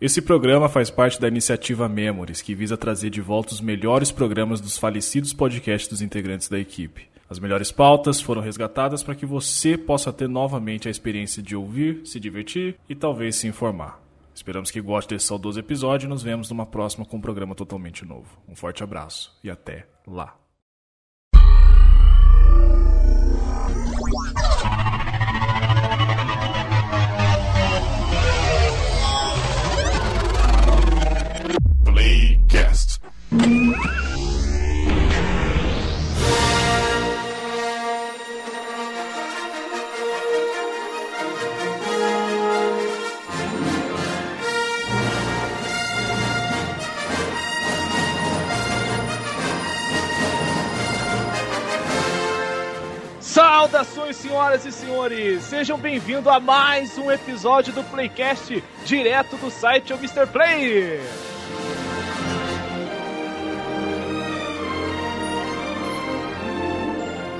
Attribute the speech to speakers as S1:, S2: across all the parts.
S1: Esse programa faz parte da iniciativa Memories, que visa trazer de volta os melhores programas dos falecidos podcasts dos integrantes da equipe. As melhores pautas foram resgatadas para que você possa ter novamente a experiência de ouvir, se divertir e talvez se informar. Esperamos que goste desse saudoso episódio e nos vemos numa próxima com um programa totalmente novo. Um forte abraço e até lá!
S2: Playcast.
S3: Saudações, senhoras e senhores! Sejam bem-vindos a mais um episódio do Playcast direto do site O Mr. Play!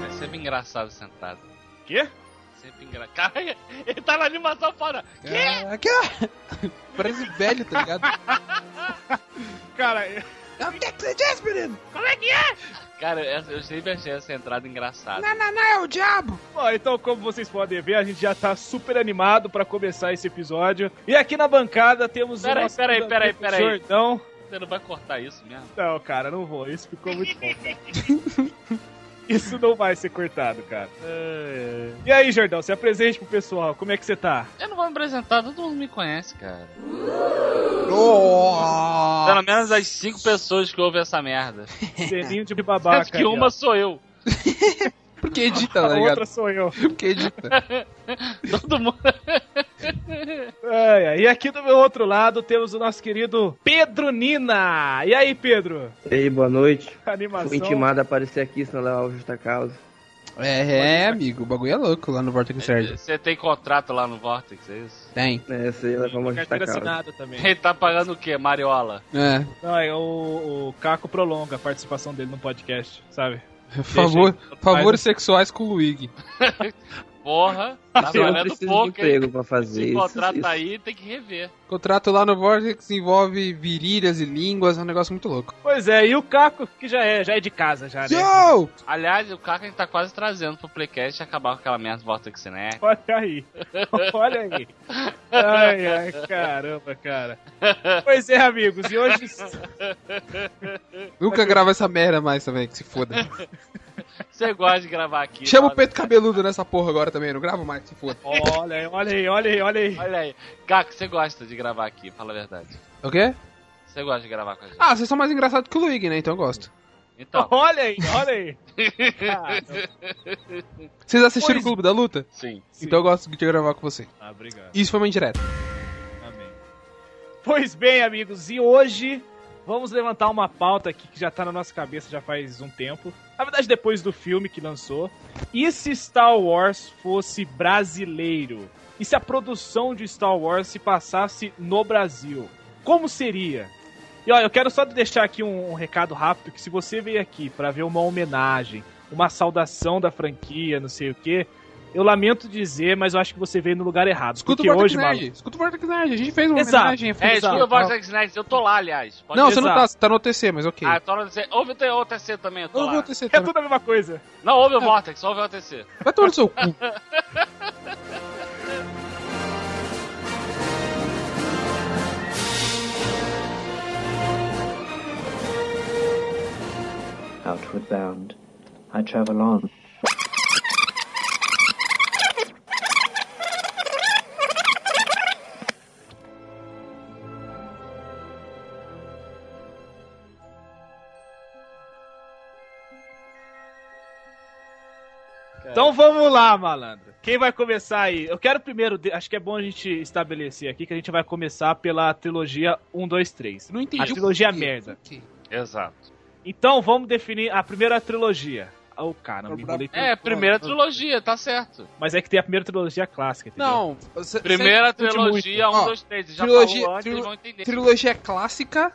S4: É sempre engraçado sentado.
S3: Quê?
S4: Sempre engraçado. Caralho, ele tá na animação fora.
S5: Ah, Aqui, Parece velho, tá ligado?
S3: Cara,
S5: Não, tem que você diz, menino?
S4: Cara, eu eu sempre achei essa entrada engraçada.
S5: Não, não, não, é o diabo!
S3: bom, então como vocês podem ver, a gente já tá super animado pra começar esse episódio. E aqui na bancada temos
S4: Peraí,
S3: nosso
S4: peraí,
S3: amigo
S4: peraí, peraí.
S3: Jordão.
S4: Você não vai cortar isso mesmo?
S3: Não, cara, não vou. Isso ficou muito bom. cara. Isso não vai ser cortado, cara. E aí, Jordão, se apresente pro pessoal. Como é que você tá?
S4: Eu não vou me apresentar, todo mundo me conhece, cara.
S6: Ah.
S5: Oh!
S4: Pelo menos as cinco pessoas que ouvem essa merda.
S3: Selinho de
S4: Tanto
S3: babaca.
S4: que uma tá
S3: ali,
S4: sou eu.
S5: Porque edita,
S3: ó.
S5: tá
S3: a
S5: ligado?
S3: outra sou eu.
S5: Porque edita.
S4: Todo mundo.
S3: Ai, ai. E aqui do meu outro lado temos o nosso querido Pedro Nina. E aí, Pedro?
S6: Ei, boa noite.
S3: Animação.
S6: Fui intimado a aparecer aqui, senão levar o justa causa.
S5: É, é, amigo, o bagulho é louco lá no Vortex Sérgio.
S4: Você tem contrato lá no Vortex, é isso?
S5: Tem.
S6: É, você ia levar uma justa
S3: Carteira
S6: causa.
S3: assinada também.
S4: Ele tá pagando o quê? Mariola?
S5: É.
S3: Não, é o, o Caco prolonga a participação dele no podcast, sabe?
S5: Favor, favores sexuais com o Luigi.
S4: Porra, tá
S6: Eu
S4: valendo
S6: preciso de
S4: pouco, hein?
S6: emprego pra fazer
S4: Esse
S6: isso.
S4: contrato
S6: isso.
S4: aí tem que rever.
S5: Contrato lá no Vortex envolve virilhas e línguas, é um negócio muito louco.
S3: Pois é, e o Caco, que já é, já é de casa, já, né?
S5: Yo!
S4: Aliás, o cara que a gente tá quase trazendo pro Playcast e acabar com aquela merda do Vortex Nerd.
S3: Olha aí. Olha aí. Ai, ai, caramba, cara. Pois é, amigos, e hoje.
S5: Nunca grava essa merda mais também, que se foda.
S4: Você gosta de gravar aqui.
S5: Chama o
S4: tá?
S5: Pedro Cabeludo nessa porra agora também, não gravo mais, se foda.
S3: Olha aí, olha aí, olha aí, olha aí.
S4: assim, Olha aí. Gaco, você gosta de gravar aqui, fala a verdade.
S5: O quê?
S4: Você gosta de gravar com a gente.
S5: Ah, vocês são mais engraçados que o Luigi, né? Então eu gosto.
S4: Então,
S3: Olha aí, olha aí. Caramba.
S5: Vocês assistiram o
S3: Pois-
S5: Clube da Luta?
S4: sim.
S5: Então eu gosto de gravar com você.
S3: Ah, obrigado.
S5: Isso foi uma indireta.
S3: Amém. Pois bem, amigos, e hoje vamos levantar uma pauta aqui que já tá na nossa cabeça já faz um tempo. Na verdade, depois do filme que lançou. E se Star Wars fosse brasileiro? E se a produção de Star Wars se passasse no Brasil? Como seria? E olha, eu quero só deixar aqui um, um recado rápido que se você veio aqui pra ver uma homenagem, uma saudação da franquia, não sei o quê, eu lamento dizer, mas eu acho que você veio no lugar errado.
S5: Escuta
S3: porque
S5: o Vortex
S3: hoje,
S5: Nerd.
S3: maluco,
S5: Escuta o Vortex Nerd. A gente fez uma
S3: Exato.
S5: homenagem.
S4: É,
S5: foi-
S4: escuta o Vortex Nerd, eu tô lá, aliás. Pode
S5: Não,
S4: ir.
S5: você não tá, você tá no OTC, mas ok.
S4: Ah, tô no OTC. Ouve o teu OTC também, eu tô
S5: Ouve
S4: lá.
S5: o OTC
S3: É
S5: também.
S3: tudo a mesma coisa.
S4: Não, ouve o Vortex, ouve o OTC.
S5: Vai tomar no seu cu.
S7: outward bound. I travel on.
S3: Então vamos lá, malandro. Quem vai começar aí? Eu quero primeiro, de- acho que é bom a gente estabelecer aqui que a gente vai começar pela trilogia 1, 2, 3.
S5: Não entendi.
S3: A
S4: é
S3: trilogia
S5: o é porquê.
S3: merda.
S5: Por quê?
S4: Exato.
S3: Então vamos definir a primeira trilogia. Oh, cara, me
S5: Pra-
S3: enrolei
S4: É,
S3: tudo.
S4: primeira trilogia, tá certo.
S3: Mas é que tem a primeira trilogia clássica, entendeu?
S5: Não. você-
S4: Primeira
S5: você entende
S4: trilogia,
S5: muito.
S4: um,
S5: Ó,
S4: dois, três. Já
S5: trilogia-
S4: falou antes,
S5: trilo-
S4: eles vão entender.
S5: Trilogia clássica,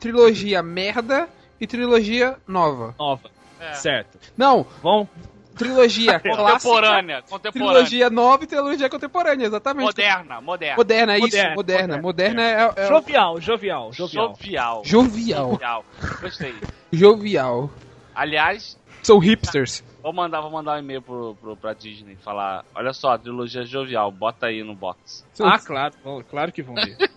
S5: trilogia merda e trilogia nova.
S3: Nova,
S4: É.
S3: certo.
S5: Não,
S3: Vamos
S5: trilogia clássica.
S4: Contemporânea, contemporânea.
S5: Trilogia nova e trilogia contemporânea, exatamente.
S4: Moderna, moderna.
S5: Moderna, é isso,
S3: Moderna,
S5: moderna. Moderna, é, é
S3: Jovial, jovial, jovial.
S4: Jovial.
S5: jovial.
S4: Jovial. Gostei.
S5: Jovial.
S4: Aliás,
S5: São hipsters.
S4: vou mandar, vou mandar um e-mail pro, pro, pra Disney falar: olha só, a trilogia jovial, bota aí no box.
S5: São-
S3: Ah, claro, bom, claro que vão ver.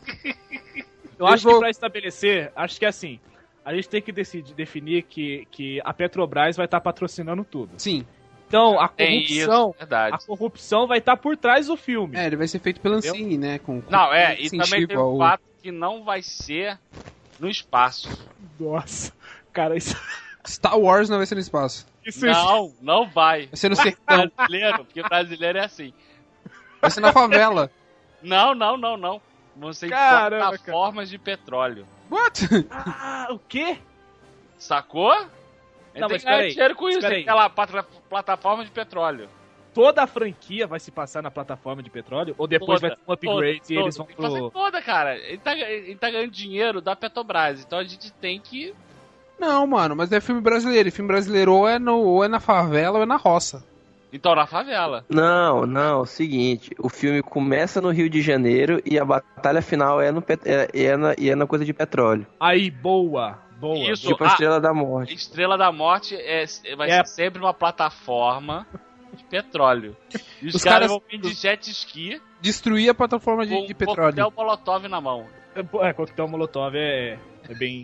S3: Eu
S5: Eu
S3: acho que
S5: vou-
S3: pra estabelecer, acho que é assim, a gente tem que decidir, definir que, que a Petrobras vai estar patrocinando tudo.
S5: Sim.
S3: Então, a
S4: Tem
S3: corrupção,
S4: isso, verdade.
S3: a corrupção vai estar por trás do filme.
S5: É, ele vai ser feito pela
S3: Entendeu?
S5: Ancine, né? Com, com
S4: Não, é, e
S5: incentivo
S4: também tem
S5: ao-
S4: o fato que não vai ser no espaço.
S3: Nossa, cara, isso,
S5: Star Wars não vai ser no espaço.
S3: isso é
S4: Não, não vai.
S5: Vai ser no sertão.
S4: Brasileiro, porque brasileiro é assim.
S5: vai ser na favela.
S4: Não, não, não, não. Vão ser
S3: Caramba, cara.
S4: plataformas de petróleo.
S5: What?
S3: Ah, o quê?
S4: Sacou?
S3: Não, mas
S4: Não, tem que
S3: peraí,
S4: ganhar dinheiro com isso,
S3: peraí.
S4: tem aquela patra- plataforma de petróleo.
S3: Toda a franquia vai se passar na plataforma de petróleo? Ou depois
S4: Toda,
S3: vai ter um upgrade
S4: Toda,
S3: e eles
S4: toda.
S3: vão
S4: Tem que fazer
S3: pro...
S4: toda, cara. Ele tá, ele tá ganhando dinheiro da Petrobras, então a gente tem que.
S5: Não, mano, mas é filme brasileiro. E filme brasileiro ou é, no, ou é na favela ou é na roça.
S4: Então na favela.
S6: Não, não, seguinte, o filme começa no Rio de Janeiro e a batalha final é, no pet- é, é na, e é na coisa de petróleo.
S3: Aí, boa, boa.
S4: Isso.
S6: Tipo a
S4: ah.
S6: Estrela da Morte.
S4: Estrela da Morte é, vai
S3: É.
S4: ser sempre uma plataforma de petróleo. E os,
S5: Os
S4: caras
S5: caras-
S4: vão vir de jet ski
S5: Destruir a plataforma de,
S4: com
S5: de
S4: de
S5: petróleo.
S4: coquetel molotov na mão.
S3: É, é, coquetel Molotov é, é bem,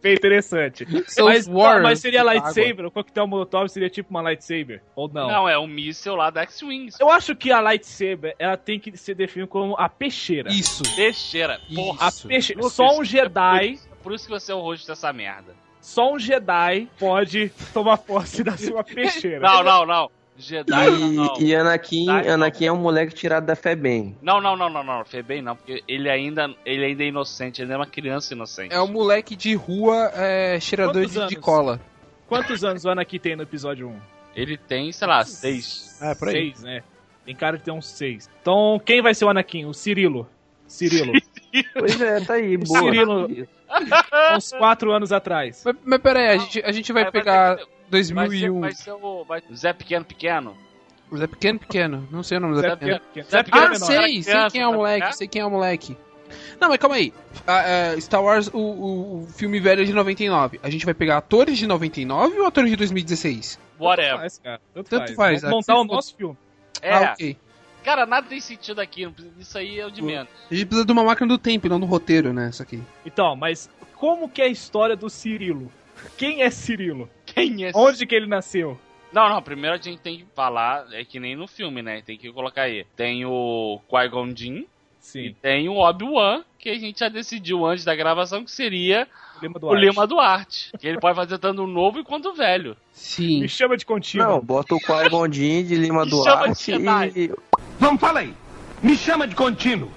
S3: bem interessante.
S5: São
S3: mas,
S5: warriors
S3: mas seria
S5: de
S3: lightsaber? O coquetel Molotov seria tipo uma lightsaber? Ou não?
S4: Não, é um míssil lá da X-Wing.
S3: Eu acho que a lightsaber, ela tem que ser definida como a peixeira.
S5: água. Isso.
S4: Peixeira. Porra.
S3: A
S5: Isso.
S3: peixe...
S4: Lucas,
S3: Só um Jedi,
S4: Por isso que você é o rosto dessa merda.
S3: só um Jedi pode tomar posse da sua peixeira.
S4: Não, não, não. Jedi não.
S6: E, e Anakin,
S4: Dai, não.
S6: Anakin é um moleque tirado da Febem.
S4: Não, não, não, não, não. Febem não, porque ele ainda, ele ainda é inocente, ele é uma criança inocente.
S5: É um moleque de rua é, cheirador
S3: Quantos
S5: de, de
S3: anos?
S5: cola.
S3: Quantos anos o Anakin tem no episódio 1?
S4: Ele tem, sei lá, seis.
S5: É, por aí.
S3: Seis, né? Tem cara de ter uns seis. Então, quem vai ser o Anakin? O Cirilo. Cirilo.
S6: Pois é, tá aí, boa.
S3: Cirilo. Há Uns quatro anos atrás.
S5: Mas, mas peraí, a gente, a gente vai pegar
S4: ter é, que- vai ser,
S5: 2001.
S4: vai ser o vai- o Zé Pequeno Pequeno.
S5: Zé é Pequeno Pequeno, não sei o nome do Zé,
S3: Zé
S5: Pequeno.
S3: é Pequeno.
S4: Zé
S3: Zé
S4: Pequeno
S3: Pequeno é
S5: Ah,
S4: menor.
S3: menor.
S5: sei, sei quem é o
S4: Criança,
S5: moleque,
S4: né?
S5: sei quem é o moleque. Não, mas calma aí. Ah, é, Star Wars, o, o, o filme velho é de 99. A gente vai pegar atores de 99 ou atores de 2016?
S4: Whatever.
S3: Faz, cara. Tanto,
S5: Tanto
S3: faz.
S5: faz, né?
S3: Vamos
S5: aqui
S3: montar o
S5: ficou-
S3: nosso filme.
S4: É,
S5: Ah, ok. Hum.
S4: cara, nada tem sentido aqui. não precisa- Isso aí é o de menos.
S5: A gente precisa de uma máquina do tempo, não do roteiro, né? Isso aqui.
S3: Então, mas como que é a história do Cirilo? Quem é Cirilo?
S4: Quem é esse?
S3: Onde que ele nasceu?
S4: Não, não, primeiro a gente tem que falar, é que nem no filme, né? Tem que colocar aí. Tem o Qui-Gon Jinn e
S3: Sim,
S4: tem o Obi-Wan, que a gente já decidiu antes da gravação que seria
S3: o Lima
S4: o
S3: Duarte.
S4: Lima Duarte. Que ele pode fazer tanto o novo e quanto o velho.
S5: Sim.
S3: Me chama de contínuo.
S6: Não, bota o Qui-Gon Jinn de Lima
S4: Me chama de
S6: Duarte
S4: Jedi.
S6: e...
S2: Não, fala aí. Me chama de contínuo.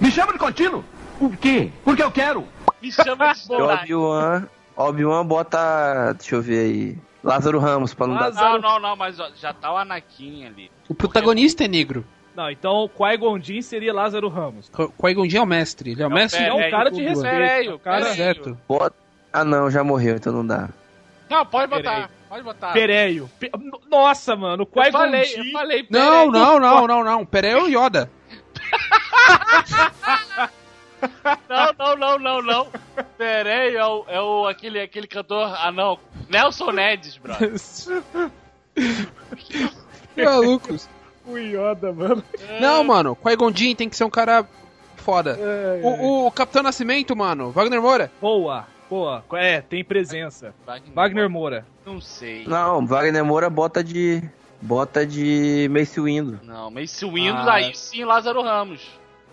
S2: Me chama de contínuo? O quê? Porque eu quero.
S4: Me chama de
S6: E
S4: Jedi.
S6: Obi-Wan, Obi-Wan bota, deixa eu ver aí, Lázaro Ramos, pra não
S5: um
S6: dar...
S3: Lázaro-
S4: Ah, Não, não, não, mas ó, já tá o Anakin ali.
S5: O protagonista é negro.
S3: Não, então o Qui-Gon Jinn seria Lázaro Ramos.
S5: Qui- Qui-Gon Jinn é o mestre. Ele é o
S4: É o
S5: mestre.
S4: pé,
S3: É um
S4: Peraí,
S3: cara de
S5: Obi-Wan.
S3: respeito.
S4: Peraí,
S3: um cara...
S4: peraí.
S5: Certo.
S6: Bota... Ah não, já morreu, então não dá.
S4: Não, pode
S3: Peraí.
S4: botar, pode botar.
S3: Pereio. Pe- Nossa, mano, é o
S4: Eu
S3: Qui-Gon
S4: falei,
S3: Jinn...
S4: eu falei,
S5: Não, não, não, não, não. Pera aí, é o Yoda.
S4: Não, não, não, não, não. Peraí, é o, é o aquele, aquele cantor anão. Nelson Nedes, brother.
S5: Que malucos.
S3: O Yoda, mano.
S5: Não, mano. Qui-Gon Jinn tem que ser um cara foda.
S3: É, é.
S5: O, o Capitão Nascimento, mano. Wagner Moura.
S3: Boa, boa. É, tem presença.
S4: Hum.
S3: Wagner Moura.
S4: Não sei.
S6: Não, Wagner Moura bota de... Bota de Mace Windu.
S4: Não, Mace Windows
S3: Ah.
S4: aí sim, Lázaro Ramos.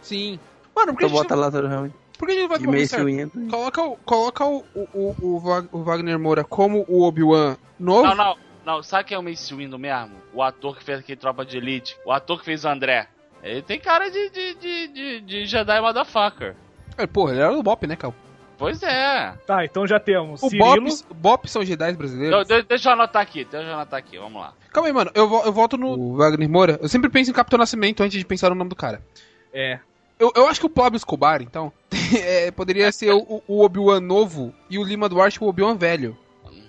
S5: Sim. Mano, por que, a
S6: Então
S5: gente,
S6: bota Lázaro Ramos
S5: por é que a gente não vai
S6: de Mace
S5: começar?
S6: Windu.
S5: Coloca, o, coloca o, o, o, o Va- o Wagner Moura como o Obi-Wan
S3: Oh.
S5: novo.
S4: Não, não, não. Sabe quem é o Mace Windows mesmo? O ator que fez aquele Tropa de Elite. O ator que fez o André. Ele tem cara de, de, de, de, de Jedi Motherfucker.
S5: É, Porra, ele era do Bop, né, cara?
S4: Pois é.
S3: Tá, então já temos
S5: O
S3: Cirilo.
S5: Bop, o Bop são Jedi brasileiros.
S4: Eu- Então, de- deixa eu anotar aqui, deixa eu anotar aqui, vamos lá.
S5: Calma aí, mano. Eu, vo- eu volto no o Wagner Moura. Eu sempre penso em Capitão Nascimento antes de pensar no nome do cara.
S3: É.
S5: Eu, eu acho que o Pablo Escobar, então, é, poderia ser o, o Obi-Wan novo e o Lima Duarte o Obi-Wan velho.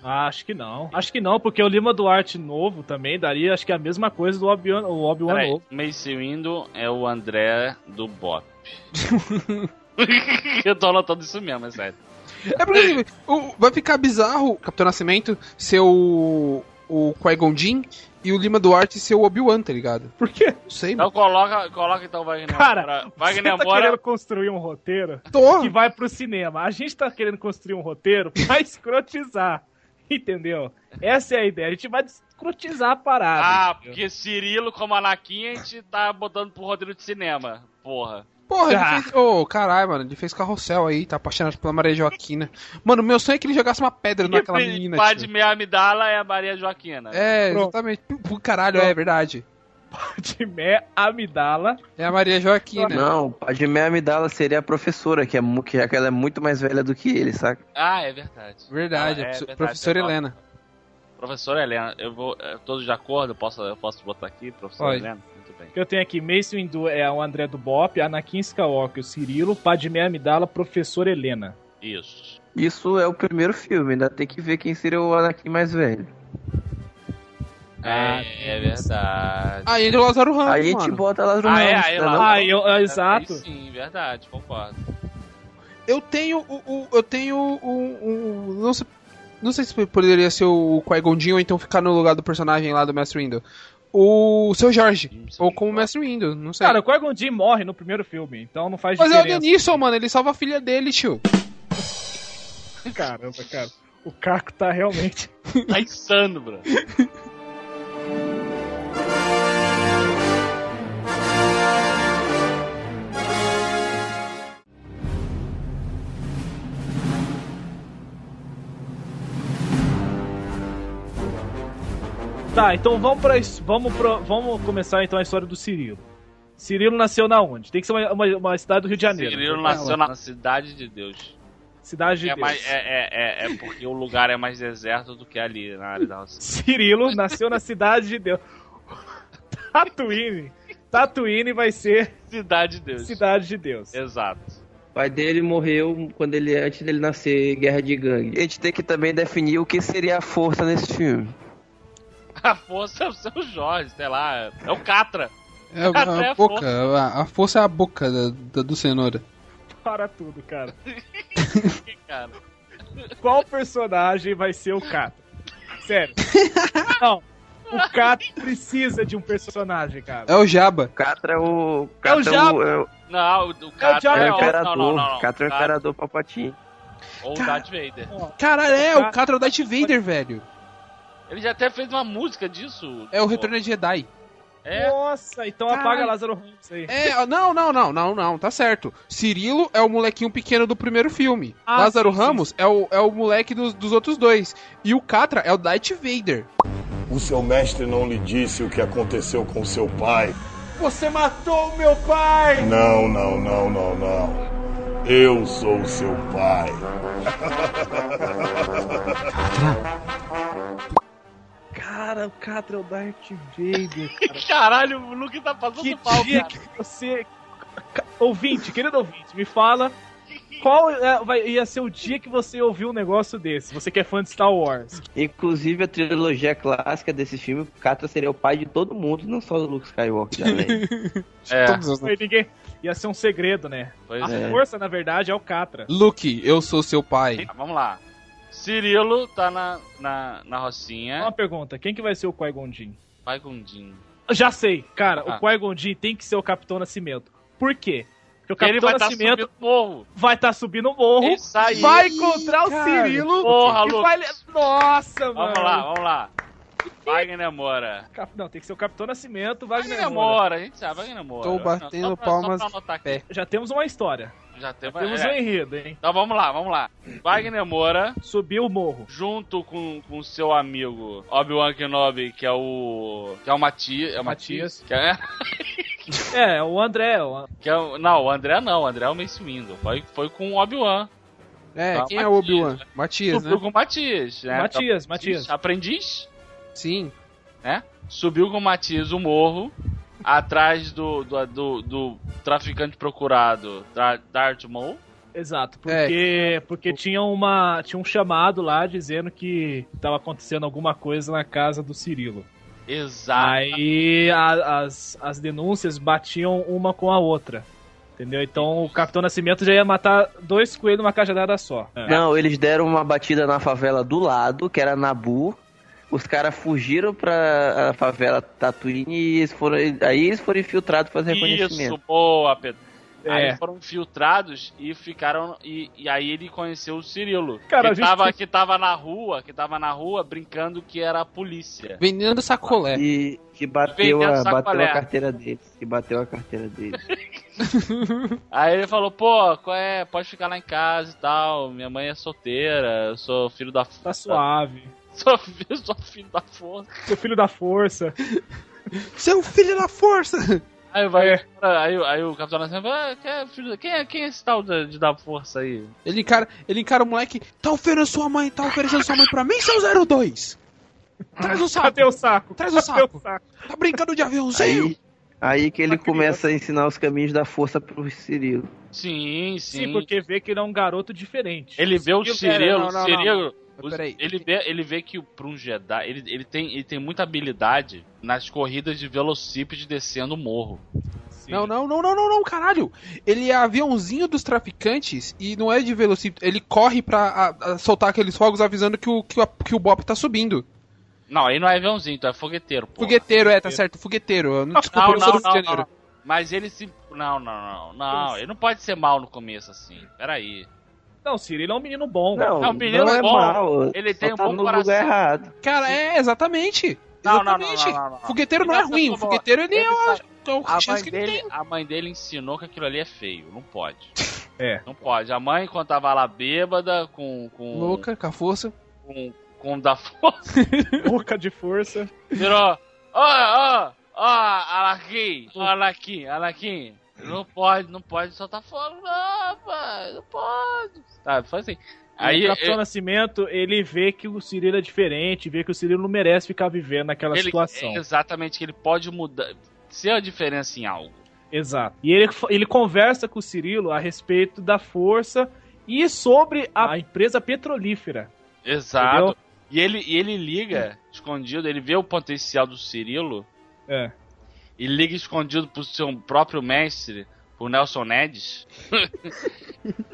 S3: Ah, acho que não. Acho que não, porque o Lima Duarte novo também daria, acho que é a mesma coisa do Obi-Wan o Obi-Wan
S4: Peraí,
S3: novo.
S4: Mace Windu é o André do Bop. eu tô anotando isso mesmo, é sério.
S5: É porque assim, o- vai ficar bizarro o Capitão Nascimento ser o, o Qui-Gon Jinn e o Lima Duarte ser o Obi-Wan, tá ligado?
S3: Por quê?
S5: Não sei, mano.
S4: Então coloca, coloca então o Wagner
S3: Cara,
S4: Moura.
S3: Você
S4: Wagner
S3: tá
S4: Moura.
S3: querendo construir um roteiro
S5: Tô.
S3: que vai pro cinema. A gente tá querendo construir um roteiro pra escrotizar. Entendeu? Essa é a ideia. A gente vai escrotizar a parada.
S4: Ah, porque Cirilo como Anakin a gente tá botando pro roteiro de cinema. Porra.
S5: Porra,
S3: Ah.
S5: ele fez. Ô, caralho, mano, ele fez carrossel aí, tá apaixonado pela Maria Joaquina. Mano, meu sonho é que ele jogasse uma pedra naquela menina.
S4: Pai de
S5: tio.
S4: meia amidala é a Maria Joaquina.
S5: É,
S3: Pronto.
S5: exatamente. Pô, caralho, é verdade.
S3: Padmé, Amidala.
S5: É a Maria Joaquina.
S6: Não, Padmé Amidala seria a professora, que, é, mu- que já que ela é muito mais velha do que ele, saca?
S4: Ah, é verdade.
S5: Verdade,
S4: Ah,
S5: a
S4: é
S5: profe-
S4: verdade,
S5: professora
S4: é verdade.
S5: Helena.
S4: Professora Helena, eu vou. eh, Todos de acordo? Eu posso, eu posso botar aqui, professora
S5: Pode.
S4: Helena? Muito bem.
S3: Que eu tenho aqui, Mace Windu é o André do Bop, Anakin Skywalker, o Cirilo, Padmé Amidala, Professor Helena.
S4: Isso.
S6: Isso é o primeiro filme, ainda tem que ver quem seria o Anakin mais velho.
S3: Ah,
S4: é, é verdade.
S5: Ah, e ainda o Lázaro Ramos,
S6: Aí tipo, a gente
S5: mano.
S6: bota Lázaro
S4: Ah, é,
S6: Ramos,
S4: aí
S6: né,
S4: lá-
S6: não?
S3: Ah, eu, ah,
S4: Aí
S3: exato.
S4: Sim, verdade, concordo.
S5: Eu tenho o, o- eu tenho um, um- não sei não sei se poderia ser o Qui-Gon Jinn ou então ficar no lugar do personagem lá do Mestre Windu. O seu Jorge ou como Mestre Windu, não sei.
S3: Cara, o Qui-Gon Jinn morre no primeiro filme, então não faz
S5: mas é o
S3: diferença.
S4: assim.
S5: Denison, mano, ele salva a filha dele, tio.
S3: Caramba, cara. O Caco tá realmente...
S4: Tá insano, bro.
S3: Tá, então vamos pra, his- vamos pro- vamos começar então a história do Cirilo. Cirilo nasceu na onde? Tem que ser uma, uma- uma cidade do Rio de Janeiro. né?
S4: Cirilo nasceu na, na cidade de Deus.
S3: Cidade de
S4: É,
S3: Deus.
S4: mais, é, é, é, é porque o lugar é mais deserto do que ali na área da Rússia.
S3: Cirilo nasceu na cidade de Deus. Tatooine. Tatooine vai ser
S4: Cidade de Deus.
S3: cidade de Deus.
S4: Exato.
S6: O pai dele morreu quando ele, antes dele nascer, guerra de gangue. A gente tem que também definir o que seria a força nesse filme.
S4: A força é o seu Jorge, sei lá. É o Catra.
S5: É, a- a,
S4: Até a
S5: boca, a, a força é a boca da, da- do cenoura.
S3: Para tudo, cara.
S4: Cara.
S3: Qual personagem vai ser o Cato? Sério. Não. O Cato precisa de um personagem, cara.
S5: É o Jaba.
S6: Catra é o.
S3: É o
S6: Catra
S3: Jabba.
S6: é o,
S4: Não, o Catra
S3: diabo.
S6: é
S4: é,
S6: o
S4: o. Não, não, não.
S6: imperador.
S4: não.
S6: Catra é o imperador Papatinho.
S4: Ou o Darth Vader.
S5: Caralho, é o Catra é o Darth Vader, velho.
S4: Ele já até fez uma música disso.
S5: É o Retorno de Jedi.
S4: É.
S3: Nossa, então
S5: Caralho.
S3: apaga Lázaro Ramos aí.
S5: É, ó, não, não, não, não, não, tá certo. Cirilo é o molequinho pequeno do primeiro filme.
S3: Ah,
S5: Lázaro
S3: sim, sim,
S5: Ramos É, o, é o moleque dos, dos outros dois. E o Catra é o Darth Vader.
S8: O seu mestre não lhe disse o que aconteceu com seu pai.
S2: Você matou o meu pai!
S8: Não, não, não, não, não. Eu sou o seu pai.
S6: Cara, o Catra é o Darth Vader.
S4: Caralho, o Luke tá passando
S3: que
S4: pau,
S3: dia
S4: cara.
S3: que você. Ouvinte, querido ouvinte, me fala qual é- vai- ia ser o dia que você ouviu um negócio desse. Você que é fã de Star Wars.
S6: Inclusive, a trilogia clássica desse filme, o Catra seria o pai de todo mundo, não só do Luke Skywalker. também.
S4: É,
S5: Todos os-
S3: Aí ninguém. Ia ser um segredo, né?
S4: pois
S3: A
S4: é.
S3: força, na verdade, é o Catra.
S5: Luke, eu sou seu pai.
S4: Tá, Vamos lá. Cirilo tá na, na, na
S3: Uma
S4: Rocinha.
S3: pergunta: quem que vai ser o Qui-Gon Jinn?
S4: Vai com o Jim.
S3: Já sei, cara,
S4: Ah.
S3: o Qui-Gon Jinn tem que ser o Capitão Nascimento. Por quê? Porque o Capitão
S4: Ele vai estar tá
S3: Nascimento
S4: subindo o morro.
S3: vai estar subindo o morro,
S4: Isso aí.
S3: vai encontrar o
S5: cara.
S3: Cirilo
S4: Porra,
S3: e
S4: Lucas.
S3: vai... Nossa, mano.
S4: Vamos lá, vamos lá. Wagner Moura.
S3: Cap- Não, tem que ser o Capitão Nascimento,
S4: Wagner
S3: Wagner Moura.
S4: Moura, a gente sabe, Wagner Moura.
S5: Tô batendo
S4: Só pra-
S5: palmas
S4: Só pra anotar aqui.
S5: pé.
S3: Já temos uma história.
S4: Já tem,
S3: Temos
S4: é.
S3: um enredo, hein?
S4: Então vamos lá, vamos lá. Wagner Moura,
S3: Subiu o morro.
S4: junto com com seu amigo Obi-Wan Kenobi, que é o. que é o Matias. É o Matias. Que é,
S3: É, o André. o-
S4: que é o- não, o André não, o André é o Mace Windu. Foi, foi com o Obi-Wan.
S5: É,
S4: Tá,
S5: quem é o
S4: Matias,
S5: Obi-Wan? Matias, né?
S4: Subiu com o Matias, né?
S3: Matias, Matias.
S4: Aprendiz?
S5: Sim.
S4: subiu com o Matias o morro, atrás do, do, do, do traficante procurado, Dar- Darth Maul.
S3: Exato,
S5: É.
S3: porque, porque tinha, uma, tinha um chamado lá dizendo que tava acontecendo alguma coisa na casa do Cirilo.
S4: Exato.
S3: Aí a- as, as denúncias batiam uma com a outra. Entendeu? Então o Capitão Nascimento já ia matar dois coelhos numa cajadada só. Né?
S6: Não, eles deram uma batida na favela do lado, que era Nabu. Os caras fugiram pra a favela Tatooine e eles foram, aí eles foram infiltrados pra fazer
S4: Isso,
S6: reconhecimento.
S4: boa, Pedro.
S3: É.
S4: Aí foram filtrados e ficaram. E, e aí ele conheceu o Cirilo.
S3: Cara, a
S4: que,
S3: gente-
S4: tava, que tava na rua, que tava na rua brincando que era a polícia.
S5: Vendendo sacolé.
S6: E que
S4: Vendendo
S6: bateu a, bateu
S4: sacolé.
S6: a carteira deles. Que bateu a carteira deles.
S4: Aí ele falou, pô, qual é? Pode ficar lá em casa e tal. Minha mãe é solteira, eu sou filho da
S3: Tá
S4: puta.
S3: suave.
S4: Sou, fi- sou filho da força.
S3: Seu filho da força.
S5: Seu filho da força!
S4: Aí vai.
S3: É.
S4: Aí, aí o Capitão Nascimento falou, ah, quem é, filho da- quem, é, quem é esse tal de, de da força aí?
S5: Ele encara, ele encara o moleque, tá oferecendo sua mãe, tá oferecendo sua mãe pra mim, seu 02! Traz o saco,
S3: Cadê o saco?
S5: Traz o
S3: Cadê
S5: saco. tá brincando de aviãozinho!
S6: Aí, aí que ele começa a ensinar os caminhos da força pro Cirilo.
S4: Sim, sim.
S3: Sim, porque vê que ele é um garoto diferente. é um
S4: Ele vê o
S5: Cirilo-
S4: Cirilo,
S5: Não, não, não.
S4: Cirilo.
S5: Mas peraí.
S4: Ele vê, ele vê que para um Jedi, ele, ele, tem, ele tem muita habilidade nas corridas de velocípede descendo o morro.
S3: Sim.
S5: Não, não, não, não, não, não, caralho! Ele é aviãozinho dos traficantes e não é de velocípedo. Ele corre pra a- a soltar aqueles fogos avisando que o, que, o- que o Bop tá subindo.
S4: Não, aí não é aviãozinho, então é fogueteiro, pô.
S5: Fogueteiro, é, tá certo, fogueteiro. Eu Não, desculpa,
S4: Não,
S5: eu sou do
S4: não,
S5: Rio de
S4: não,
S5: Janeiro.
S4: não. Mas ele se. Não, não, não, não.
S3: Nossa.
S4: Ele não pode ser mal no começo assim. Peraí.
S3: Não, Cirilo é um menino bom.
S6: Não,
S4: É um
S6: não,
S4: menino
S6: é
S4: bom.
S6: mal.
S4: Ele
S6: só
S4: tem um
S6: tá
S4: bom
S6: no
S4: coração.
S6: lugar errado.
S5: Cara, é, exatamente.
S4: Não, não, não,
S5: exatamente.
S4: não, não, não, não.
S5: Fogueteiro não é
S4: Ele é uma
S5: ruim, o
S4: pessoa boa.
S5: fogueteiro ele, é
S4: Ele tá
S5: uma,
S4: sabe.
S5: é uma
S4: A
S5: chance
S4: mãe,
S5: que
S4: dele,
S5: tem.
S4: a mãe dele ensinou que aquilo ali é feio. Não pode.
S3: É.
S4: Não pode. A mãe, quando tava lá bêbada, com. com
S5: Louca, com a força.
S4: Com, com um da força,
S3: Boca de força.
S4: virou. Ó, ó, ó, Alaquim, ó, Alaquim, Alaquim. Não pode, não pode soltar fogo, não, pai. Não pode. Sabe, foi assim. Aí,
S3: o Capitão Nascimento, ele vê que o Cirilo é diferente, vê que o Cirilo não merece ficar vivendo naquela
S4: Ele-
S3: situação.
S4: é Exatamente, que ele pode mudar. Ser a diferença em algo.
S3: Exato. E ele, ele conversa com o Cirilo a respeito da força e sobre a, a empresa petrolífera.
S4: Exato. E ele, e ele liga escondido, ele vê o potencial do Cirilo
S3: É.
S4: e liga escondido pro seu próprio mestre, pro Nelson Nedes,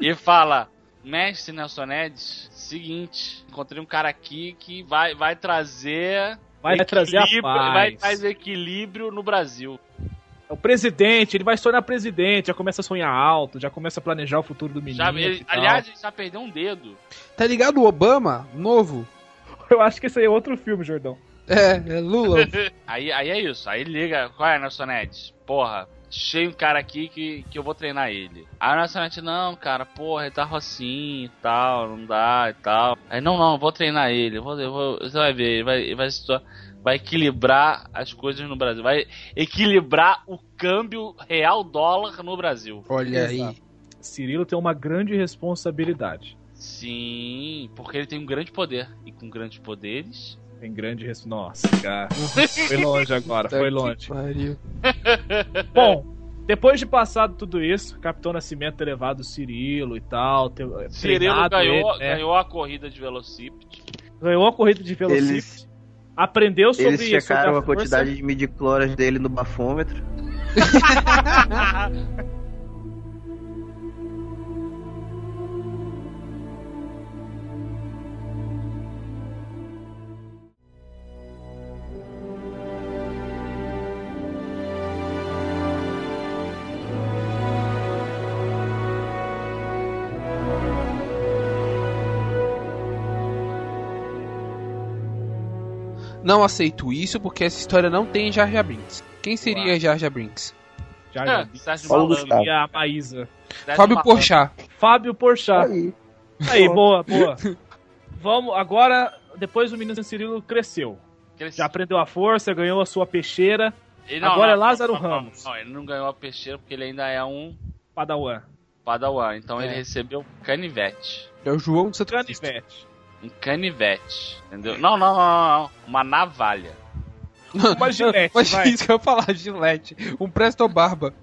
S4: e fala: Mestre Nelson Nedes, seguinte, encontrei um cara aqui que vai, vai trazer.
S3: Vai trazer a
S4: equilíbrio-
S3: paz.
S4: Vai trazer equilíbrio no Brasil.
S3: É O presidente, ele vai sonhar presidente, já começa a sonhar alto, já começa a planejar o futuro do menino.
S4: Já, ele-
S3: e tal.
S4: aliás, ele já perdeu um dedo.
S5: Tá ligado o Obama, novo?
S3: eu acho que esse aí é outro filme, Jordão.
S5: É, é Lula.
S4: Aí, aí é isso. Aí liga, qual é, Nacionete? Porra, cheio um cara aqui que, que eu vou treinar ele. Aí o Nacionete, não, cara, porra, ele tá rocinho e tal, não dá e tal. Aí, não, não, eu vou treinar ele. eu vou- eu vou- você vai ver, ele vai, ele vai se tor- Vai equilibrar as coisas no Brasil. Vai equilibrar o câmbio real dólar no Brasil.
S5: Olha aí.
S3: Exato. Cirilo tem uma grande responsabilidade.
S4: Sim, porque ele tem um grande poder. E com grandes poderes.
S3: Tem grande res... Nossa, cara. Foi longe agora,
S5: Puta
S3: foi
S5: que
S3: longe.
S5: pariu.
S3: Bom, depois de passado tudo isso, Capitão Nascimento ter levado o Cirilo e tal, ter eh,
S4: Cirilo
S3: treinado
S4: ganhou,
S3: ele, né?
S4: ganhou a corrida de velocípede.
S3: ganhou a corrida de velocípede,
S6: Eles-
S3: aprendeu sobre
S6: Eles
S3: isso.
S6: checaram
S3: sobre
S6: a
S3: força.
S6: quantidade de midicloras dele no bafômetro.
S5: Não aceito isso porque essa história não tem Jar Jar Binks. Quem seria Jar Jar Binks?
S3: Já, já.
S4: É, Sérgio
S6: Paulo
S4: Malandro.
S6: Gustavo.
S3: E a Maísa.
S4: Sérgio
S5: Fábio
S4: Malandro.
S5: Porchat.
S3: Fábio Porchat.
S6: Aí.
S3: Aí, boa, boa. Vamos, agora, depois o menino Cirilo cresceu.
S4: Cresci-
S3: Já aprendeu a força, ganhou a sua peixeira,
S4: Ele-
S3: Agora é Lázaro
S4: não, não,
S3: Ramos.
S4: Não, ele não ganhou a peixeira porque ele ainda é um
S3: padawan.
S4: padawan. Então
S5: É.
S4: ele recebeu canivete.
S5: É o João de Santo Cristo.
S3: Canivete.
S4: Um canivete. Entendeu? Não, não, não, não, não. Uma navalha.
S3: Uma gilete,
S5: Mas
S3: vai.
S5: isso que eu ia falar, Gillette. Um Presto Barba.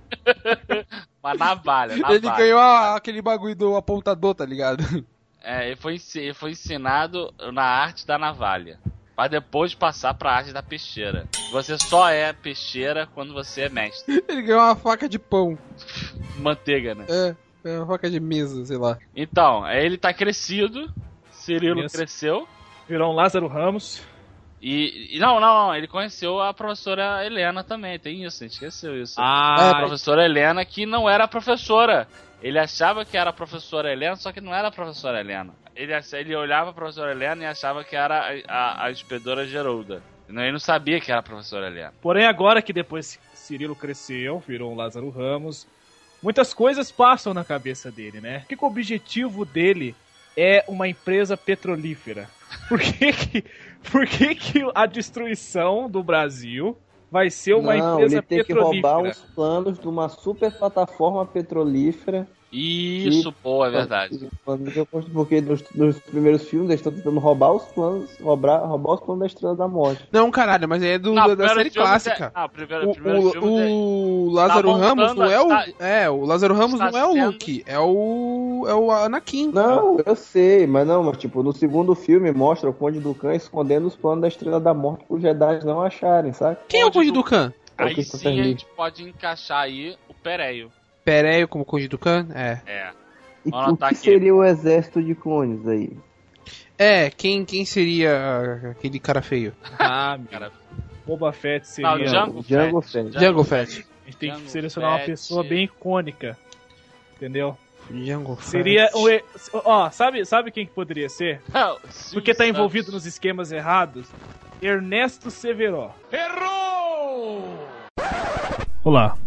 S4: Uma navalha,
S3: Ah,
S4: navalha.
S5: Ele ganhou a- aquele bagulho do apontador, tá ligado?
S4: É, ele foi, ensi- ele foi ensinado na arte da navalha. Pra depois passar pra arte da peixeira. Você só é peixeira quando você é mestre.
S5: Ele ganhou uma faca de pão.
S4: Manteiga, né?
S5: É, é uma faca de mesa, sei lá.
S4: Então, aí ele tá crescido. Cirilo
S3: Isso.
S4: cresceu.
S3: Virou um Lázaro Ramos.
S4: E, e- não, não, não, ele conheceu a professora Helena também, tem isso, a gente esqueceu isso. a
S3: Ah,
S4: professora Helena que não era professora. Ele achava que era a professora Helena, só que não era a professora Helena. Ele, ach- ele olhava a professora Helena e achava que era a, a, a inspedora Gerolda. Não, Ele não sabia que era a professora Helena.
S3: porém agora que depois Cirilo cresceu, virou um Lázaro Ramos, muitas coisas passam na cabeça dele, né? Por que, que o objetivo dele é uma empresa petrolífera? Por que que, por que, que a destruição do Brasil vai ser uma
S6: Não,
S3: empresa
S6: ele tem que
S3: petrolífera?
S6: roubar os planos de uma super plataforma petrolífera.
S4: Isso, pô, é verdade.
S6: Porque nos, nos primeiros filmes eles estão tentando roubar os planos, roubar, roubar os planos da Estrela da Morte.
S5: Não, caralho, mas aí é do, da, da série clássica.
S4: Ah, primeiro,
S5: O,
S4: primeiro
S5: o-
S4: filme tem-
S5: o Lázaro
S4: Tá
S5: Ramos
S4: montando
S5: não é o.
S4: a-
S5: É, o Lázaro Ramos
S4: está
S5: não é o
S4: sendo-
S5: Luke, é o. é o Anakin.
S6: Não, eu sei, mas não, mas tipo, no segundo filme mostra o Conde Dukan escondendo os planos da Estrela da Morte pros Jedi não acharem, saca?
S5: Quem é o Conde Dukan?
S6: É o
S4: Aí
S6: Christopher
S4: sim a
S6: Lee.
S4: gente pode encaixar aí o Pereio.
S5: Pereio como Conde Dukan? É.
S4: É.
S6: E
S4: Olha,
S6: o
S4: tá
S6: que
S4: aqui.
S6: seria o exército de clones aí?
S5: É, quem, quem seria aquele cara feio?
S3: Ah, meu.
S4: Cara.
S3: Boba Fett seria...
S4: Não, Django,
S6: Django
S4: Fett.
S6: Fett.
S5: Django Fett.
S3: A gente tem que
S4: Django
S3: selecionar uma
S4: Fett.
S3: pessoa bem icônica. Entendeu?
S5: Django Fett.
S3: Seria o. e- Ó, sabe, sabe quem que poderia ser?
S4: Não,
S3: Porque tá
S4: Silvio
S3: envolvido nos
S4: Santos.
S3: esquemas errados? Ernesto Severo.
S1: Olá,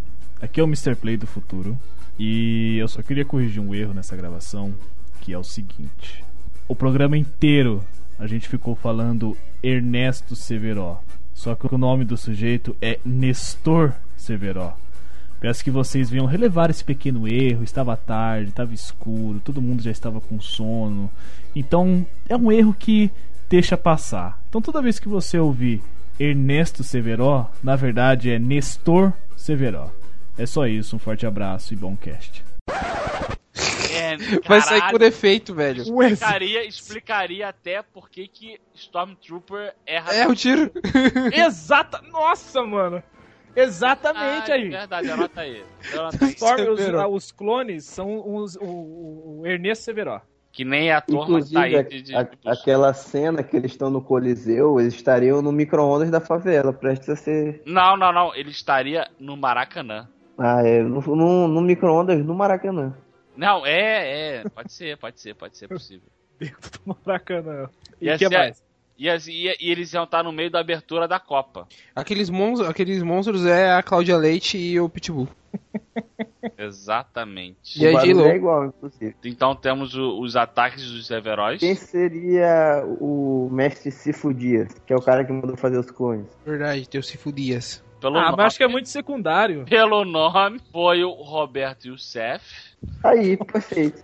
S1: aqui é o Mr. Play do futuro e eu só queria corrigir um erro nessa gravação, que é o seguinte: o programa inteiro a gente ficou falando Ernesto Severo, só que o nome do sujeito é Nestor Severo. Peço que vocês venham relevar esse pequeno erro. Estava tarde, estava escuro, todo mundo já estava com sono. Então é um erro que deixa passar. Então toda vez que você ouvir Ernesto Severo, na verdade é Nestor Severo. É só isso, um forte abraço e bom cast.
S4: É,
S5: Vai
S4: caralho.
S5: sair com defeito, velho.
S4: explicaria, explicaria até por que que Stormtrooper erra.
S5: É o tiro.
S3: Exata. Nossa, mano. Exatamente
S4: Ah, é
S3: aí.
S4: Verdade, anota aí. Anota
S5: é
S4: aí.
S3: Storm, os,
S5: Severo.
S3: ah, os clones são os, o, o- o Ernesto Severo.
S4: Que nem a turma tá
S6: Inclusive,
S4: aí
S6: a-
S4: de, de-
S6: a- aquela cena que eles estão no Coliseu, eles estariam no micro-ondas da favela, prestes a ser.
S4: Não, não, não. Ele estaria no Maracanã.
S6: Ah, é, no, no, no micro-ondas no Maracanã.
S4: Não, é, é. Pode ser, pode ser, pode ser possível.
S3: Dentro do Maracanã. E
S4: Ia
S3: o que
S4: ser-
S3: mais?
S4: E, as- e- e eles iam estar no meio da abertura da Copa.
S5: Aqueles, monstros, aqueles monstros é a Cláudia Leite e o Pitbull.
S4: Exatamente.
S5: E aí,
S6: o barulho
S5: J-Lo?
S6: é igual, inclusive.
S4: Então temos o- os ataques dos Severóis.
S6: Quem seria o mestre Sifo Dias, que é o cara que mandou fazer os clones?
S5: Verdade, tem o Cifu Dias.
S4: Pelo
S3: Ah,
S4: nome,
S3: mas acho que é muito secundário.
S4: Pelo nome, foi o Roberto Youssef.
S6: Aí, perfeito.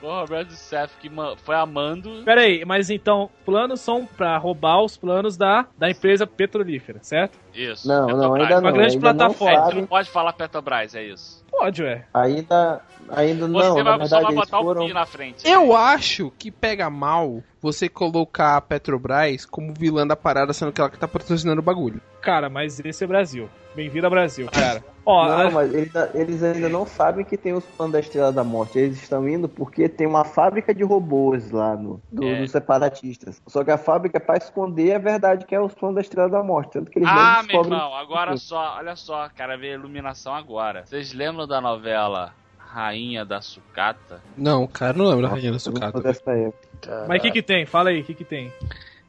S4: Foi o Roberto Youssef que ma- foi amando.
S3: Pera aí, mas então, planos são pra roubar os planos da, da empresa petrolífera, certo?
S4: Isso.
S6: Não, não,
S4: Petrobras.
S6: ainda não.
S3: grande
S6: ainda não
S3: plataforma.
S4: É, tu
S6: sabem,
S4: não pode falar Petrobras, é isso.
S3: Pode, ué.
S6: ainda, ainda
S4: Você
S6: não,
S4: vai,
S6: na
S4: só
S6: verdade
S4: vai
S6: eles
S4: botar o
S6: foram...
S4: pi na frente.
S5: Eu acho que pega mal você colocar a Petrobras como vilã da parada, sendo que ela que tá patrocinando o bagulho.
S3: Cara, mas esse é Brasil. Bem-vindo ao Brasil, cara. Ó, ah,
S6: Não,
S4: Ah.
S3: a-
S6: mas eles, a- eles ainda não sabem que tem os planos da Estrela da Morte. Eles estão indo porque tem uma fábrica de robôs lá no, do-
S4: É.
S6: dos separatistas. Só que a fábrica, é pra esconder a verdade, que é os planos da Estrela da Morte. Tanto que eles
S4: Ah,
S6: não
S4: meu
S6: descobrem.
S4: irmão, agora só, olha só, cara, veio a iluminação agora. Vocês lembram da novela Rainha da Sucata?
S5: Não, cara, não lembro da Rainha da
S6: Eu não sou
S5: Sucata.
S6: é dessa época.
S3: mas o que que tem? Fala aí, o que que tem?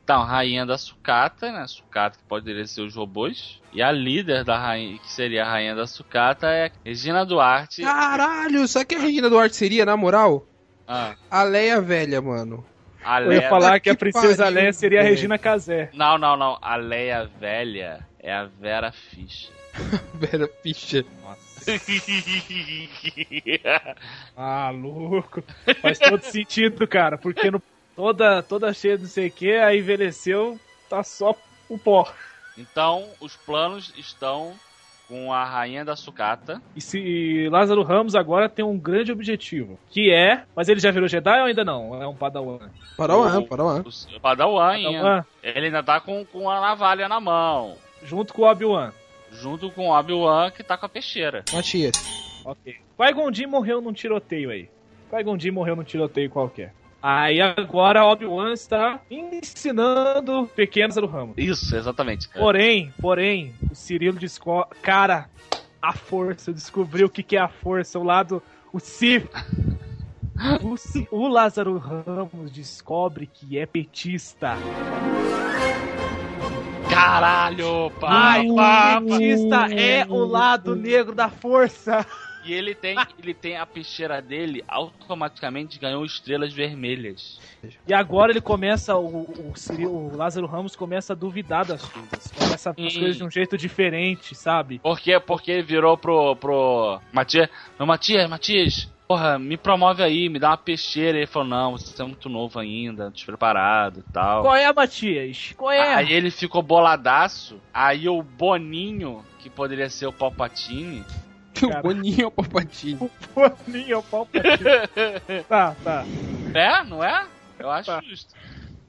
S4: Então, Rainha da Sucata, né? Sucata que poderia ser os robôs. E a líder da rainha, que seria a Rainha da Sucata, é Regina Duarte.
S5: Ah. Caralho, sabe que a Regina Duarte seria, na moral?
S4: Ah,
S5: A Leia velha, mano.
S4: a
S3: Eu ia
S4: Leia...
S3: falar
S5: Puta
S3: que a
S5: que
S3: Princesa
S5: pariu,
S3: Leia seria a
S5: velho.
S3: Regina Casé.
S4: Não, não, não. A Leia velha é a Vera Fischer.
S5: Vera Fischer.
S3: Maluco. Ah, Faz todo sentido, cara. Porque no, toda, toda cheia de não sei o que, aí envelheceu, tá só o pó.
S4: Então, os planos estão com a Rainha da Sucata.
S3: E se Lázaro Ramos agora tem um grande objetivo, que é, mas ele já virou Jedi ou ainda não? É um Padawan.
S5: Padawan, Padawan.
S4: O seu Padawan ainda.
S3: Padawan,
S4: Ele ainda tá com, com a navalha na mão.
S3: junto com o Obi-Wan.
S4: Junto com o Obi-Wan que tá com a peixeira.
S5: Matias.
S3: Ok. Qui-Gon Jinn morreu num tiroteio aí. Qui-Gon Jinn morreu num tiroteio qualquer. Aí agora Obi-Wan está ensinando o pequeno Lázaro Ramos.
S4: Isso, exatamente.
S3: É. Porém, porém, o Cirilo descobre. Cara, a força, descobriu o que, que é a força, o lado. O Sif. O, Ci- o Lázaro Ramos descobre que é petista.
S4: Caralho,
S3: Ai,
S4: pai!
S3: petista é o lado negro da força.
S4: E ele tem, ele tem a peixeira dele automaticamente ganhou estrelas vermelhas.
S3: E agora ele começa, o, o, Ciri- o Lázaro Ramos começa a duvidar das coisas. Começa a ver as
S4: Sim.
S3: coisas de um jeito diferente, sabe?
S4: Por quê? Porque ele virou pro. pro. Matias. Meu Matias, Matias, porra, me promove aí, me dá uma peixeira. Ele falou, não, você é muito novo ainda, despreparado e tal.
S3: Qual é, Matias? Qual é?
S4: Aí ele ficou boladaço. Aí o Boninho, que poderia ser o Palpatine,
S5: O Boninho é o Palpatine.
S3: Boninho é o Palpatine. tá, tá.
S4: né? Não é? Eu acho justo.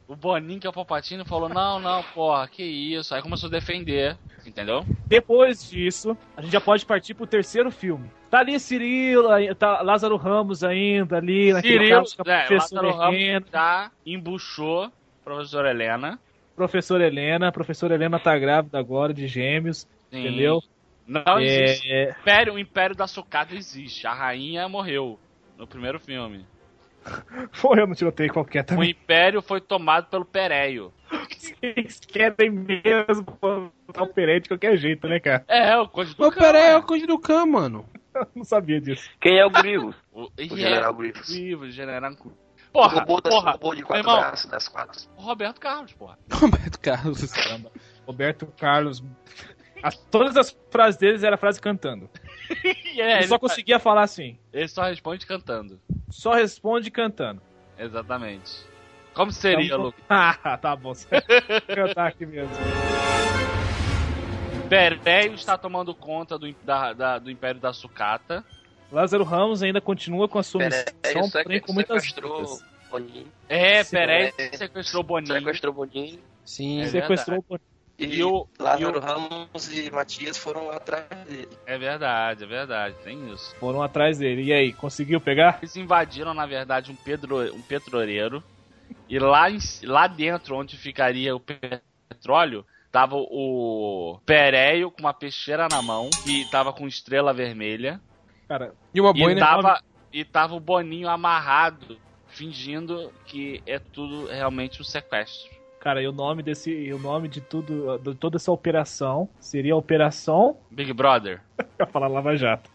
S4: O Boninho, que é o Palpatine, falou: não, não, porra, que isso. Aí começou a defender, entendeu?
S3: Depois disso, a gente já pode partir pro terceiro filme. Tá ali Cirilo, aí tá Lázaro Ramos ainda ali, naquele
S4: Cirilo,
S3: caso com a
S4: é,
S3: professora,
S4: Lázaro
S3: Helena,
S4: Ramos já embuchou a professora Helena.
S3: professora Helena. Professora Helena tá grávida agora de gêmeos,
S4: Sim.
S3: entendeu?
S4: Não
S3: É,
S4: existe.
S3: é,
S4: Império, o Império da Socada existe. A rainha morreu no primeiro filme.
S3: Foi, eu não tiroteio qualquer
S4: O
S3: também.
S4: Império foi tomado pelo Pereio.
S3: Eles querem mesmo botar o Pereira de qualquer jeito, né, cara?
S4: É, o Conde do
S5: Mas
S4: Cão.
S5: peraí, é o Conde do Khan, mano.
S3: Não sabia disso.
S6: Quem é o Grievous?
S4: O,
S9: O
S4: e é,
S9: General
S4: o
S9: Grievous.
S4: Grievous, o General Cu-
S9: O
S4: Porra,
S9: robô, das,
S4: porra,
S9: robô de
S4: meu
S9: quatro
S4: irmão,
S9: braços, das quatro.
S4: o Roberto Carlos, porra.
S5: Roberto Carlos.
S3: Caramba. Roberto Carlos. As- todas as frases deles era frase cantando.
S4: E é,
S3: Ele
S4: ele,
S3: só conseguia falar assim.
S4: ele só responde cantando.
S3: Só responde cantando.
S4: Exatamente. Como seria,
S3: Então-
S4: Lucas?
S3: Ah, tá bom. você vai cantar aqui mesmo.
S4: Pereio está tomando conta do, im- da- da- do Império da Sucata.
S3: Lázaro Ramos ainda continua com a sua
S9: Peraí,
S3: missão,
S4: um
S9: só
S3: porém
S9: que-
S3: com muitas
S9: sequestrou
S3: dúvidas.
S9: Boninho,
S4: É,
S9: Sim,
S4: Pereio
S9: é.
S4: sequestrou Boninho.
S9: sequestrou Boninho
S5: Sim.
S4: É
S3: Sequestrou o Boninho.
S9: e,
S4: Hum. E o-
S9: Lázaro
S4: e o-
S9: Ramos e Matias foram atrás dele.
S4: É verdade, é verdade, tem isso.
S3: Foram atrás dele. E aí, conseguiu pegar?
S4: Eles invadiram, na verdade, um, pedro, um petroleiro. E lá, em c- lá dentro, onde ficaria o pe- petróleo, tava o Pereio com uma peixeira na mão, que tava com estrela vermelha.
S3: Cara,
S5: E uma
S4: E
S5: boina.
S4: tava, e tava o Boninho amarrado, fingindo que é tudo realmente um sequestro.
S3: cara, e o nome desse. e O nome de tudo. De toda essa operação seria a Operação.
S4: Big Brother.
S3: Eu ia falar Lava Jato.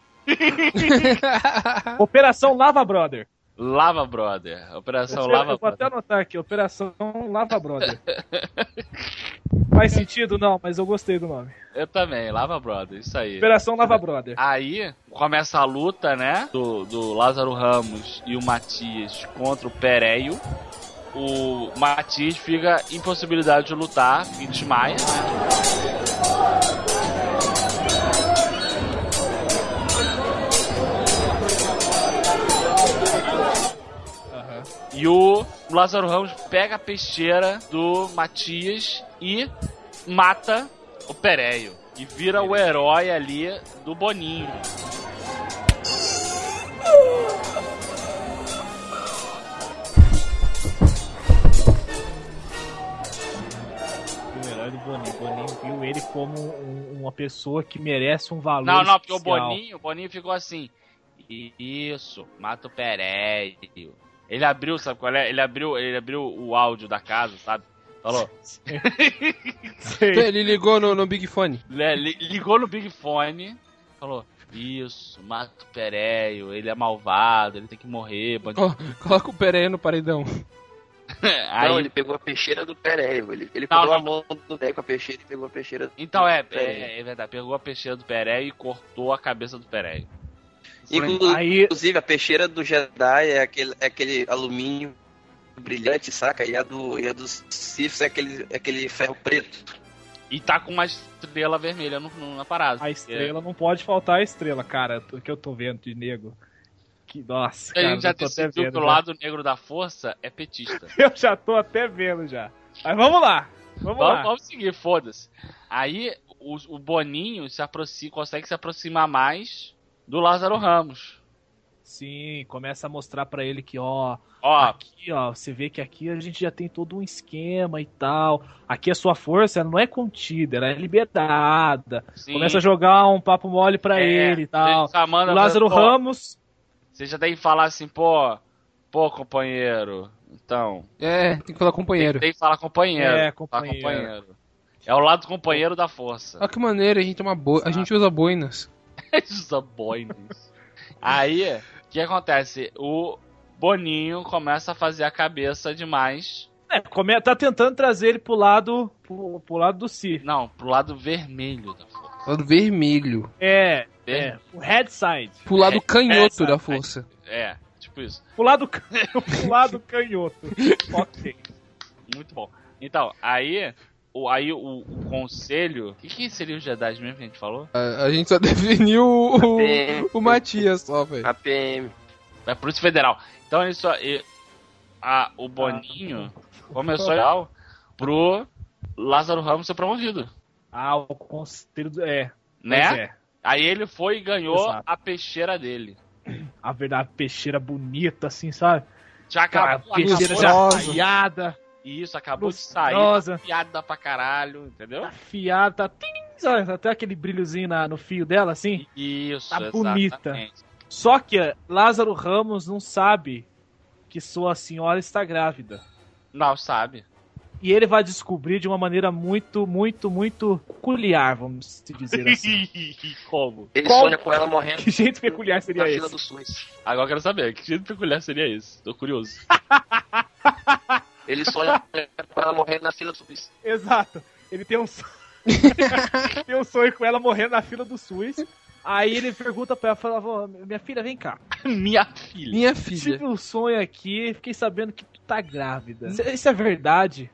S3: Operação Lava Brother.
S4: Lava Brother. Operação
S3: eu,
S4: Lava
S3: eu vou até
S4: Brother.
S3: anotar aqui, Operação Lava Brother. Faz sentido? Não, mas eu gostei do nome.
S4: Eu também, Lava Brother, isso aí.
S3: Operação Lava Brother.
S4: Aí começa a luta, né? Do, do Lázaro Ramos e o Matias contra o Pereio. O Matias fica impossibilidade de lutar e desmaia. né? E o Lázaro Ramos pega a peixeira do Matias e mata o Pereio. E vira o herói ali do Boninho.
S3: O herói do Boninho. O Boninho viu ele como um- uma pessoa que merece um valor.
S4: Não, não, porque o
S3: especial.
S4: Boninho, o Boninho ficou assim. Isso, mata o Pereio. Ele abriu, sabe qual é? Ele abriu, ele abriu o áudio da casa, sabe? Falou.
S3: Sei.
S5: Ele ligou no, no Big Fone.
S4: li- li- ligou no Big Fone, falou. Isso, mata o Pereio, ele é malvado, ele tem que morrer. bandido."
S5: Ó, coloca o Pereira no paredão.
S4: Aí,
S9: Não, ele pegou a peixeira do Pereio. Ele, ele
S4: Não,
S9: pegou a
S4: não.
S9: mão do Pereio com a peixeira e pegou a peixeira do
S4: Então é,
S9: Pereio.
S4: é, é verdade, pegou a peixeira do Pereio e cortou a cabeça do Pereio.
S9: Inclu-
S3: Aí-
S9: Inclusive, a peixeira do Jedi é aquele, é aquele alumínio brilhante, saca? E a do, e a do Sifis é aquele, é aquele ferro preto.
S4: E tá com uma estrela vermelha no- no- na parada.
S3: A estrela não pode faltar a estrela, cara. O que eu tô vendo de nego. Que, nossa,
S4: A
S3: cara.
S4: gente já
S3: eu tô até
S4: decidiu que
S3: vendo, né?
S4: o
S3: já.
S4: lado negro da força é petista.
S3: Eu já tô até vendo já. Mas vamos lá. Vamos,
S4: Vamos,
S3: lá.
S4: vamos seguir, foda-se. Aí o, o Boninho se aproxima, consegue se aproximar mais do Lázaro Ramos.
S3: Sim, começa a mostrar pra ele que, ó,
S4: Ó,
S3: aqui, ó, você vê que aqui a gente já tem todo um esquema e tal. Aqui a sua força ela não é contida, ela é liberada.
S4: sim,
S3: Começa a jogar um papo mole pra
S4: é,
S3: ele e tal.
S4: já
S3: O
S4: manda-
S3: Lázaro
S4: pô,
S3: Ramos.
S4: Você já tem que falar assim, pô, pô, companheiro. Então,
S5: É, tem que falar companheiro.
S4: tem que falar companheiro.
S3: É,
S4: Falar
S3: companheiro.
S4: companheiro. É o lado companheiro da força.
S5: Olha que maneiro, a gente, tem uma boi- a gente usa boinas.
S4: Usa boinas. Aí, o que acontece? O Boninho começa a fazer a cabeça demais.
S3: É, come- tá tentando trazer ele pro lado, pro, pro lado do Sif.
S4: Não, pro lado vermelho da força.
S5: Lado vermelho.
S3: É,
S4: Vermelho.
S3: é, o head side.
S5: Pro
S4: É,
S5: lado canhoto
S4: essa-
S5: da força.
S4: É, tipo isso.
S3: Pro lado, can- pro lado canhoto. ok.
S4: Muito bom. Então, aí. O, aí o, o conselho. O que, que seria o Jedi mesmo que a gente falou?
S5: A, a gente só definiu o,
S9: PM.
S5: o Matias só, velho.
S9: A PM.
S4: É Polícia Federal. Então isso aí. A,
S3: Ah.
S4: o Boninho começou a olhar pro Lázaro Ramos ser promovido.
S3: Ah, o conselho do. É,
S4: Né?
S3: pois é.
S4: Aí ele foi e ganhou
S3: Exato.
S4: a peixeira dele.
S3: A verdade, peixeira bonita, assim, sabe?
S4: Já
S3: Aquela
S4: acabou,
S3: peixeira
S4: acabou
S3: já
S5: Lustrosa.
S3: afiada,
S4: E isso acabou de sair.
S3: lustrosa,
S4: Piada pra caralho, entendeu?
S3: afiada, tá. tim, sabe? Até aquele brilhozinho na- no fio dela, assim.
S4: Isso,
S3: Tá bonita.
S4: exatamente.
S3: Só que eh, Lázaro Ramos não sabe que sua senhora está grávida.
S4: Não, sabe.
S3: E ele vai descobrir de uma maneira muito, muito, muito peculiar, vamos se dizer assim.
S4: Como?
S9: Ele
S3: Qual-
S9: sonha com ela morrendo
S3: que jeito peculiar
S9: na
S3: seria
S9: fila
S3: esse?
S9: do SUS.
S4: Agora eu quero saber, que jeito peculiar seria esse? Tô curioso.
S9: Ele sonha com ela morrendo na fila do SUS.
S3: Exato. Ele tem um sonho. tem um sonho com ela morrendo na fila do SUS. Aí ele pergunta pra ela, fala, "Vó, minha filha, vem cá.
S4: Minha filha.
S5: Minha filha.
S3: Tive um sonho aqui, fiquei sabendo que tu tá grávida.
S4: Hum.
S3: Isso- Isso é verdade?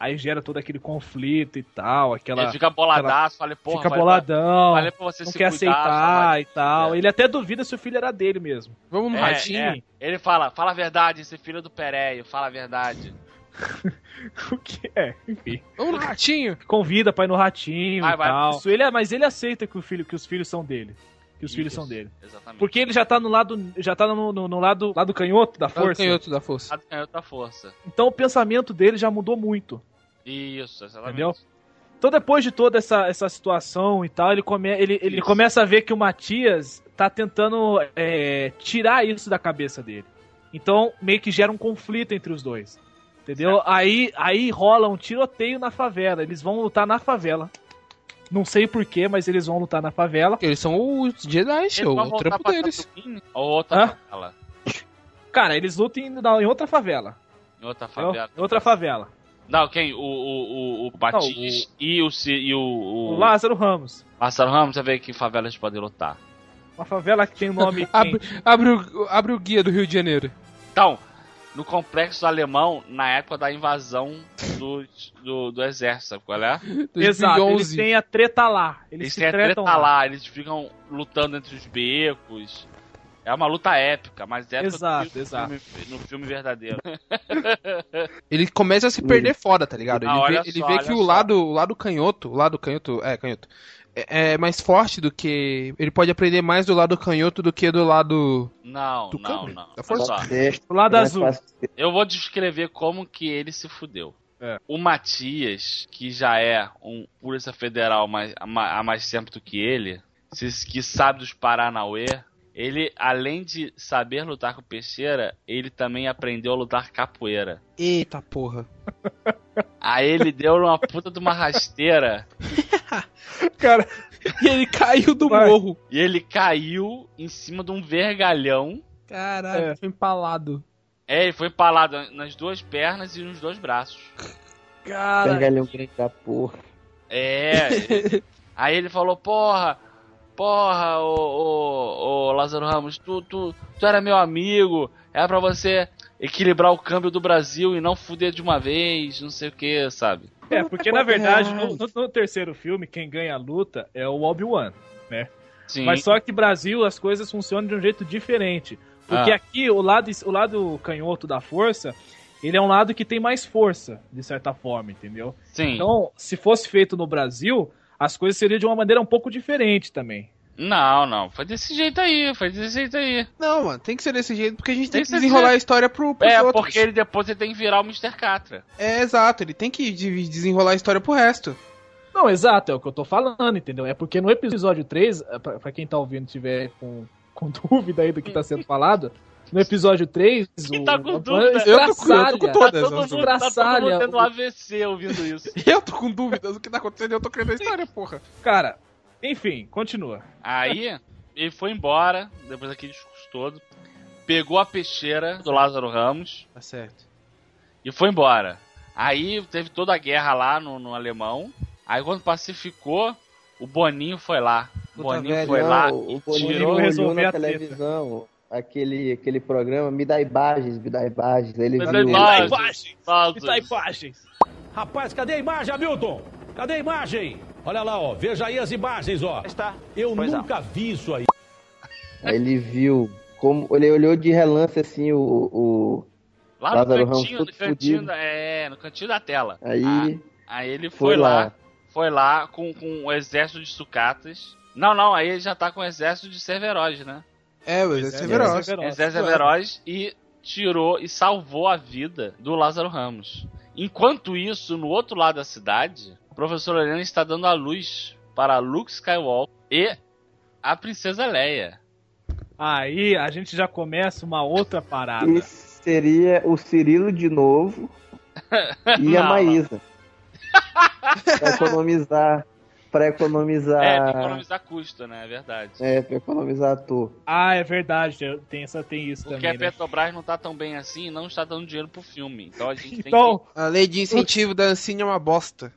S3: Aí gera todo aquele conflito e tal,
S4: Ele
S3: aquela.
S4: fica boladaço, falei, É, porra,
S3: fica
S4: falei-
S3: boladão,
S4: Falei pra você
S3: não
S4: se
S3: quer
S4: cuidar,
S3: aceitar
S4: vai-
S3: e tal.
S4: É.
S3: Ele até duvida se o filho era dele mesmo.
S5: Vamos no
S4: É,
S5: ratinho.
S4: é. Ele fala, fala a verdade, esse filho é do Pereio, fala a verdade.
S3: O que é? Enfim.
S5: Vamos no ratinho.
S3: Convida pra ir no ratinho
S4: Vai,
S3: e
S4: vai.
S3: tal. Isso, ele é- mas ele aceita que, o filho, que os filhos são dele. Que os filhos
S4: Isso,
S3: são dele.
S4: Exatamente.
S3: Porque ele já tá no lado. Já tá no, no- no lado, lado canhoto da
S5: Lado
S3: força.
S5: canhoto da força.
S4: Lado canhoto da é força.
S3: Então o pensamento dele já mudou muito.
S4: Isso, exatamente.
S3: Entendeu? Então, depois de toda essa, essa situação e tal, ele, come, ele, ele
S4: Isso.
S3: começa a ver que o Matias tá tentando é, tirar isso da cabeça dele. Então, meio que gera um conflito entre os dois. Entendeu? Aí, aí rola um tiroteio na favela. Eles vão lutar na favela. Não sei porquê, mas eles vão lutar na favela.
S5: Eles são os Jedi,
S4: Eles
S5: show. é
S4: vão
S5: O
S4: voltar
S5: trampo
S4: pra
S5: deles.
S4: Tatooine Ou outra
S3: Hã?
S4: favela.
S3: Cara, eles lutam em, na- em outra favela.
S4: Em outra
S3: entendeu?
S4: favela. tá.
S3: Em outra favela.
S4: Não, quem? O, o, o, o Batiz e o, Ci- e o,
S3: O
S4: o,
S3: Lázaro Ramos.
S4: Marcelo Ramos, você vê que favelas podem lutar.
S3: Uma favela que tem nome.
S5: Abre,
S3: quente.
S5: abre, o, abre o guia do Rio de Janeiro.
S4: Então, no complexo alemão, na época da invasão do, do, do exército, sabe qual é?
S5: 2011.
S3: Exato, eles têm a treta lá. Eles,
S4: Eles
S3: se
S4: têm a treta
S3: tretam lá.
S4: lá. eles ficam lutando entre os becos. É uma luta épica, mas épica
S3: Exato,
S4: do que
S3: exato.
S4: No, filme, no filme verdadeiro.
S5: Ele começa a se perder fora, tá ligado? Ele
S4: Ah,
S5: vê,
S4: olha
S5: ele
S4: só,
S5: vê
S4: olha
S5: que o
S4: só.
S5: lado, o lado canhoto, o lado canhoto, é, canhoto, é, é mais forte do que. Ele pode aprender mais do lado canhoto do que do lado.
S4: Não,
S5: Do
S4: não,
S5: câmbio?
S4: não.
S5: Da
S4: Olha
S5: força?
S4: só,
S3: O lado
S6: É, né?
S3: azul.
S4: eu vou descrever como que ele se fudeu.
S3: É.
S4: O Matias, que já é um polícia federal mais, há ma- há mais tempo do que ele, se- que sabe dos Paranauê, ele, além de saber lutar com peixeira, ele também aprendeu a lutar capoeira.
S5: Eita porra.
S4: Aí ele deu uma puta de uma rasteira
S5: Cara, e ele caiu do
S3: Vai.
S5: morro.
S4: e ele caiu em cima de um vergalhão.
S5: Caralho,
S3: É.
S5: foi empalado.
S4: É, ele foi empalado nas duas pernas e nos dois braços.
S5: Cara,
S6: grande da porra.
S4: É. ele- Aí ele falou, porra, porra, ô, ô, ô Lázaro Ramos, tu, tu, tu era meu amigo, era pra você equilibrar o câmbio do Brasil e não fuder de uma vez, não sei o que, sabe?
S3: É, porque na verdade, no, no- no terceiro filme, quem ganha a luta é o Obi-Wan.
S4: Sim.
S3: Mas só que Brasil as coisas funcionam de um jeito diferente. Porque
S4: Ah.
S3: aqui o lado, es- o lado canhoto da força, ele é um lado que tem mais força, de certa forma, entendeu?
S4: Sim.
S3: Então, se fosse feito no Brasil, as coisas seriam de uma maneira um pouco diferente também.
S4: Não, não. Foi desse jeito aí, foi desse jeito aí.
S5: Não, mano, tem que ser desse jeito, porque a gente
S4: Tem
S5: tem, que
S4: que ser
S5: desenrolar
S4: desse
S5: a história pro, pros
S4: É,
S5: outros.
S4: porque ele depois ele tem que virar o Mr. Catra.
S5: É, exato, ele tem que de- desenrolar a história pro resto.
S3: Não, exato, é o que eu tô falando, entendeu? É porque no episódio 3, eh, pra, pra quem tá ouvindo e tiver com, com dúvida aí do que tá sendo falado, no episódio 3,
S4: Quem tá com
S3: Obi-Wan
S4: dúvida?
S3: é
S5: Eu tô com- eu tô com
S3: estraçalha.
S5: todas.
S4: todo, mundo, tá todo
S3: Traçalha.
S4: mundo tendo AVC ouvindo isso.
S5: Eu tô com dúvidas do que tá acontecendo, eu tô crendo a história, porra.
S3: Cara, enfim, continua.
S4: Aí, ele foi embora, depois daquele discurso todo, pegou a peixeira do Lázaro Ramos
S5: Tá certo.
S4: e foi embora. Aí teve toda a guerra lá no, no Alemão. Aí quando pacificou, o Boninho foi lá. O
S6: Puta,
S4: Boninho
S6: velho,
S4: foi
S6: não,
S4: lá
S6: o
S4: e tirou.
S6: Boninho um olhou
S3: resolver
S6: na
S3: a treta.
S6: televisão aquele, aquele programa Me Dá Imagens, Me Dá Imagens. Ele
S4: Me
S6: viu-
S4: dá imagens. Saltos.
S3: imagens.
S2: Rapaz, cadê a imagem, Hamilton? Cadê a imagem? Olha lá, ó. Veja aí as imagens, ó. Está. Eu
S4: é.
S2: nunca vi isso aí.
S6: Aí ele viu, como ele olhou de relance assim o... o
S4: Lá
S6: Lázaro
S4: no
S6: Ramos
S4: um cantinho,
S6: todo
S4: no cantinho,
S6: fudido.
S4: da, é, no cantinho da tela.
S6: aí
S4: Ah, aí ele foi,
S6: foi
S4: lá.
S6: lá.
S4: Foi lá com, com o exército de sucatas. Não, não, aí ele já tá com o exército de Cerveróis, né?
S5: É, mas é Severoz.
S4: exército de Cerveróis e tirou e salvou a vida do Lázaro Ramos. Enquanto isso, no outro lado da cidade, o professor Helena está dando a luz para Luke Skywalker e a princesa Leia.
S3: Aí a gente já começa uma outra
S4: ah,
S3: parada.
S6: esse seria o Cirilo de novo e a
S4: Não,
S6: Maísa. pra economizar, pra economizar,
S4: É, pra economizar custo, né? É verdade.
S6: é, pra economizar ator.
S3: Ah, é verdade, tem, essa, tem isso
S4: Porque
S3: também.
S4: a
S3: né?
S4: Petrobras não tá tão bem assim e não está dando dinheiro pro filme. Então a gente tem
S3: Então,
S5: A lei de incentivo da Ancine é uma bosta.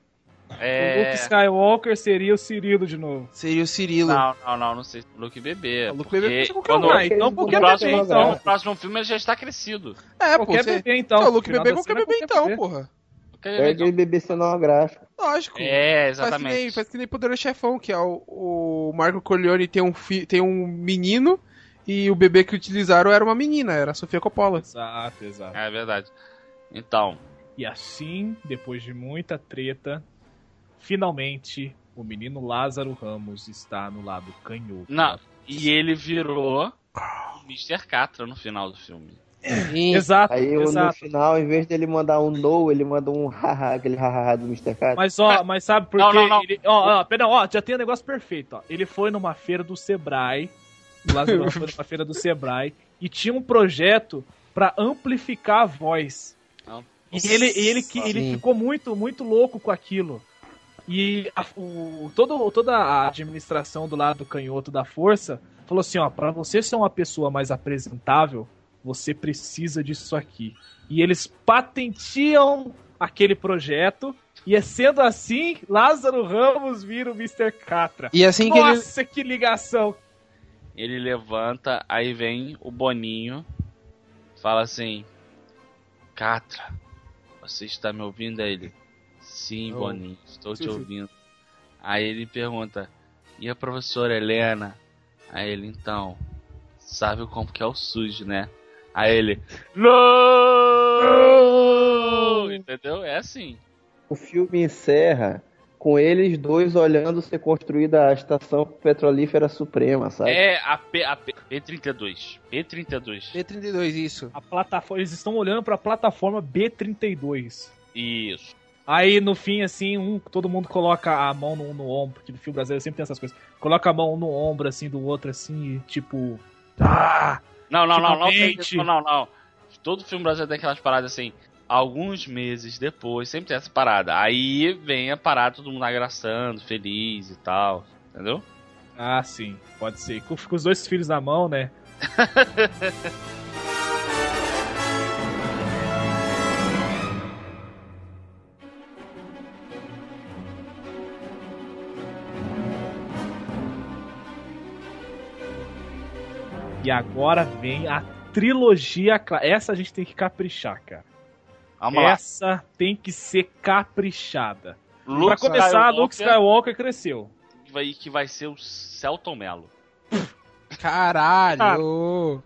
S3: o
S4: que.
S3: Luke
S4: É...
S3: Skywalker seria o Cirilo de novo.
S5: Seria o Cirilo.
S4: Não, não, não, não sei. Luke bebê.
S5: O Luke bebê
S4: porque
S5: pode ser qualquer
S4: quando-
S5: um.
S3: Ah, então
S4: No
S3: qualquer bebê,
S4: próximo,
S3: então.
S4: no próximo filme ele já está crescido.
S5: É, pô,
S3: Qualquer
S5: você...
S3: bebê, então.
S5: Não, o Luke
S3: Final
S5: bebê
S3: da
S5: qualquer
S3: cena,
S5: bebê então, porra.
S4: Qualquer
S6: É
S4: bebê
S6: aquele bebê cenográfico.
S5: Lógico.
S4: É,
S5: Faz que, nem,
S4: exatamente.
S5: faz que nem Poderoso Chefão, que é o, o Marco Corleone tem um, fi- tem um menino e o bebê que utilizaram era uma menina, era a Sofia Coppola.
S3: Exato, exato.
S4: É verdade. Então,
S3: E assim, depois de muita treta, finalmente o menino Lázaro Ramos está no lado canhoto.
S4: não. E ele virou o Mr. Catra no final do filme.
S3: Exato,
S6: Aí eu, no
S3: exato.
S6: final, em vez dele mandar um no, ele manda um haha, aquele haha do Mr. Cat.
S3: Mas ó, mas sabe por
S4: Não,
S3: quê?
S4: não, não.
S3: Ele, ó, ó, perdão, ó, já tem um negócio perfeito, ó. Ele foi numa feira do Sebrae, o Lázaro Ramos foi numa feira do Sebrae, e tinha um projeto pra amplificar a voz.
S4: Não.
S3: E ele, e ele, que- ele
S5: Sim.
S3: ficou muito, muito louco com aquilo. E a- o, todo, toda a administração do lado canhoto da força falou assim, ó, pra você ser uma pessoa mais apresentável, você precisa disso aqui. E eles patentiam aquele projeto e é sendo assim, Lázaro Ramos vira o Mr. Catra.
S5: E assim que ele.
S3: Nossa, que ligação!
S4: Ele levanta, aí vem o Boninho, fala assim: Catra, você está me ouvindo? Aí ele: Sim,
S5: Eu-
S4: Boninho, estou te ouvindo. Aí ele pergunta: E a professora Helena? Aí ele: Então, sabe como que é o SUS, né? Aí ele:
S3: Oh.
S4: Não! Entendeu? É assim.
S6: O filme encerra com eles dois olhando ser construída a estação petrolífera suprema, sabe?
S4: É a, P, a P, P32. P32.
S5: B32, isso.
S3: A plataforma, eles estão olhando pra plataforma B32.
S4: Isso.
S3: Aí no fim, assim, um, todo mundo coloca a mão no, no ombro, porque no filme brasileiro sempre tem essas coisas. Coloca a mão no ombro, assim, do outro, assim, e tipo. Ah!
S4: Não, não, não, não, tem
S3: Finalmente.
S4: isso, não, não. Todo filme brasileiro tem aquelas paradas assim. Alguns meses depois, sempre tem essa parada. Aí vem a parada, todo mundo agraçando, feliz e tal. Entendeu?
S3: Ah, sim, pode ser. Com, com os dois filhos na mão, né? E agora vem a trilogia. cla- Essa a gente tem que caprichar, cara.
S4: Vamos lá.
S3: Essa tem que ser caprichada.
S4: Luke
S3: pra começar,
S4: Skywalker,
S3: Luke Skywalker cresceu.
S4: que vai- que vai ser o Celton Mello.
S5: Caralho!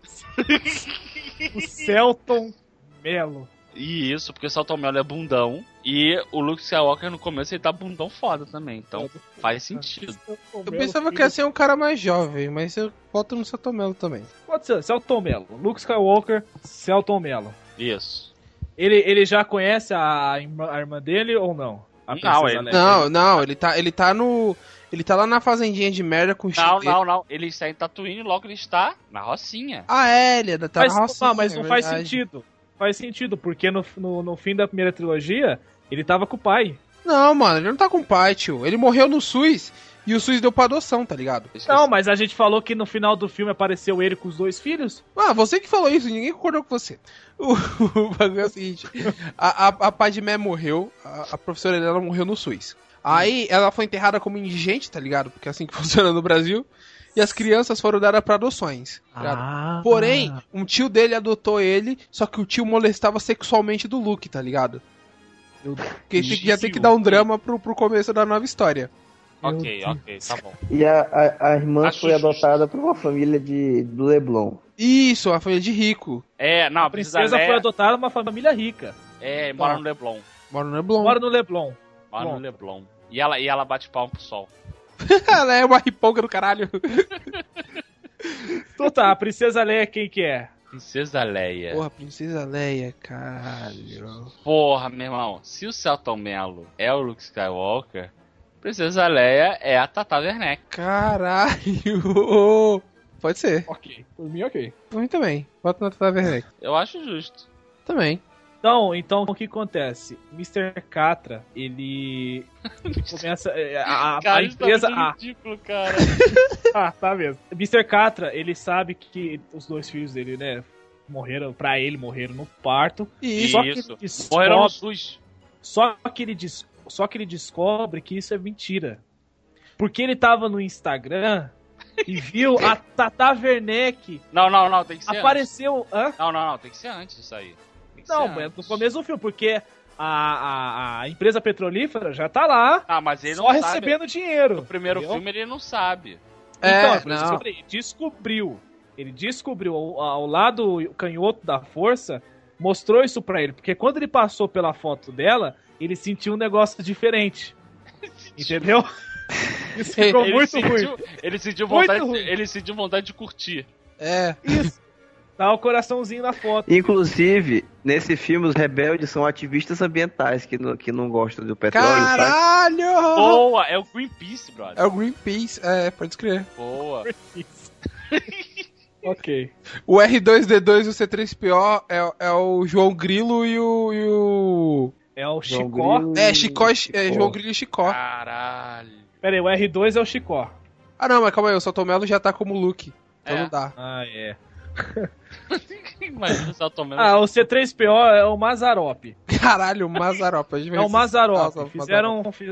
S3: O Celton Melo.
S4: E isso, porque o Celton Mello é bundão. E o Luke Skywalker no começo ele tá bundão foda também. Então faz sentido.
S5: Eu pensava que ia ser um cara mais jovem, mas eu boto no Satomelo também.
S3: Pode ser, Celton Melo. Luke Skywalker, Celton Melo.
S4: Isso.
S3: Ele, ele já conhece a, irmã- a irmã dele ou não? A
S4: Não,
S3: princesa
S4: ele-
S3: Leia.
S5: Não, não, ele tá, ele tá no. Ele tá lá na fazendinha de merda com o
S4: Não,
S5: Chico.
S4: não, não. Ele está em Tatooine e logo ele está na Rocinha.
S5: Ah, é, ele tá
S3: Mas,
S5: na roça,
S3: não, mas não
S5: é
S3: faz
S5: verdade.
S3: sentido. Faz sentido, porque no, no, no fim da primeira trilogia, ele tava com o pai.
S5: Não, mano, ele não tá com pai, tio. Ele morreu no SUS e o SUS deu pra adoção, tá ligado?
S4: Eu esqueci.
S3: Não, mas a gente falou que no final do filme apareceu ele com os dois filhos.
S5: Ah, você que falou isso, ninguém concordou com você. O, o bagulho é o seguinte: a, a, a Padmé morreu, a, a professora dela morreu no SUS. Aí ela foi enterrada como indigente, tá ligado? Porque é assim que funciona no Brasil. E as crianças foram dadas pra adoções. tá ligado? Porém, um tio dele adotou ele, só que o tio molestava sexualmente do Luke, tá ligado?
S3: Meu
S5: Porque tem, que- ia ter que dar um drama pro, pro começo da nova história.
S4: Ok, ok, tá bom.
S6: E a, a, a irmã
S4: Acho
S6: foi
S4: justo.
S6: adotada por uma família de, do Leblon.
S5: Isso, a família de rico.
S4: É, não,
S3: A princesa
S4: Leia-
S3: foi adotada por uma família rica.
S4: É, mora no Leblon.
S5: Mora no Leblon.
S3: Mora no Leblon.
S4: Mora no
S3: Bom.
S4: Leblon. E ela, e ela bate palma pro sol.
S5: ela é uma riponga do caralho.
S3: Então tá, a princesa Leia quem que é?
S4: Princesa Leia. Porra,
S5: Porra, Princesa Leia, caralho.
S4: meu irmão. Se o Celton Mello é o Luke Skywalker, Princesa Leia é a Tata Werneck.
S5: Caralho. Pode ser.
S3: Ok. Por mim, ok.
S5: Por mim também. Bota na Tata Werneck.
S4: Eu acho justo.
S5: Também.
S3: Então, então o que acontece? Mr. Catra, ele começa é, a, a- a
S4: Cara, isso tá
S3: empresa
S4: muito
S3: a
S4: ridículo, cara.
S3: Ah, tá mesmo. Mr. Catra, ele sabe que os dois filhos dele, né, morreram, pra ele, morreram no parto.
S5: E
S3: só que
S4: Isso.
S3: ele descobre,
S4: Morreram no SUS.
S3: só que ele des- só que ele descobre que isso é mentira. Porque ele tava no Instagram e viu a Tata Werneck
S4: Não, não, não, tem que ser antes.
S3: apareceu, hã?
S4: Não, não, não, tem que ser antes isso aí. Tem que
S3: Não,
S4: ser
S3: mas
S4: antes.
S3: no começo do filme, porque a, a, a empresa petrolífera já tá lá,
S4: Ah, mas ele
S3: só
S4: não sabe.
S3: recebendo dinheiro.
S4: No primeiro
S3: entendeu?
S4: filme ele não sabe.
S3: Então, é
S5: É,
S3: por isso que eu
S5: não.
S3: falei, ele descobriu. Ele descobriu ao, ao lado canhoto da força, mostrou isso pra ele. Porque quando ele passou pela foto dela, ele sentiu um negócio diferente. Entendeu? Isso ficou
S4: Ele
S3: muito ruim.
S4: sentiu, Ele sentiu
S3: Muito
S4: vontade,
S3: ruim.
S4: ele sentiu vontade de curtir.
S5: É.
S3: Dá Tá o coraçãozinho na foto.
S6: Inclusive, nesse filme, os rebeldes são ativistas ambientais que não, que não gostam do petróleo, sabe?
S5: Caralho!
S4: Boa, é o Greenpeace, brother.
S5: É o Greenpeace, é, pode crer.
S4: Boa.
S3: ok.
S5: O R2D2 e o C3PO é, é o João Grilo e o. E o...
S3: É o
S6: João
S3: Chicó.
S6: Grilo,
S5: É, Chicó, e- é, João Grilo e Chicó.
S4: Caralho.
S3: Pera aí, o R2 é o Chicó.
S5: Ah, não, mas calma aí, o Saltomelo já tá como Luke. Então
S4: É.
S5: não dá.
S3: Ah, é.
S4: Imagina o Celton Mello.
S3: Ah, o C3PO é o Mazarop.
S5: Caralho, Mazaropa.
S3: É o Mazarop.
S5: Nossa,
S3: Fizeram. um fi-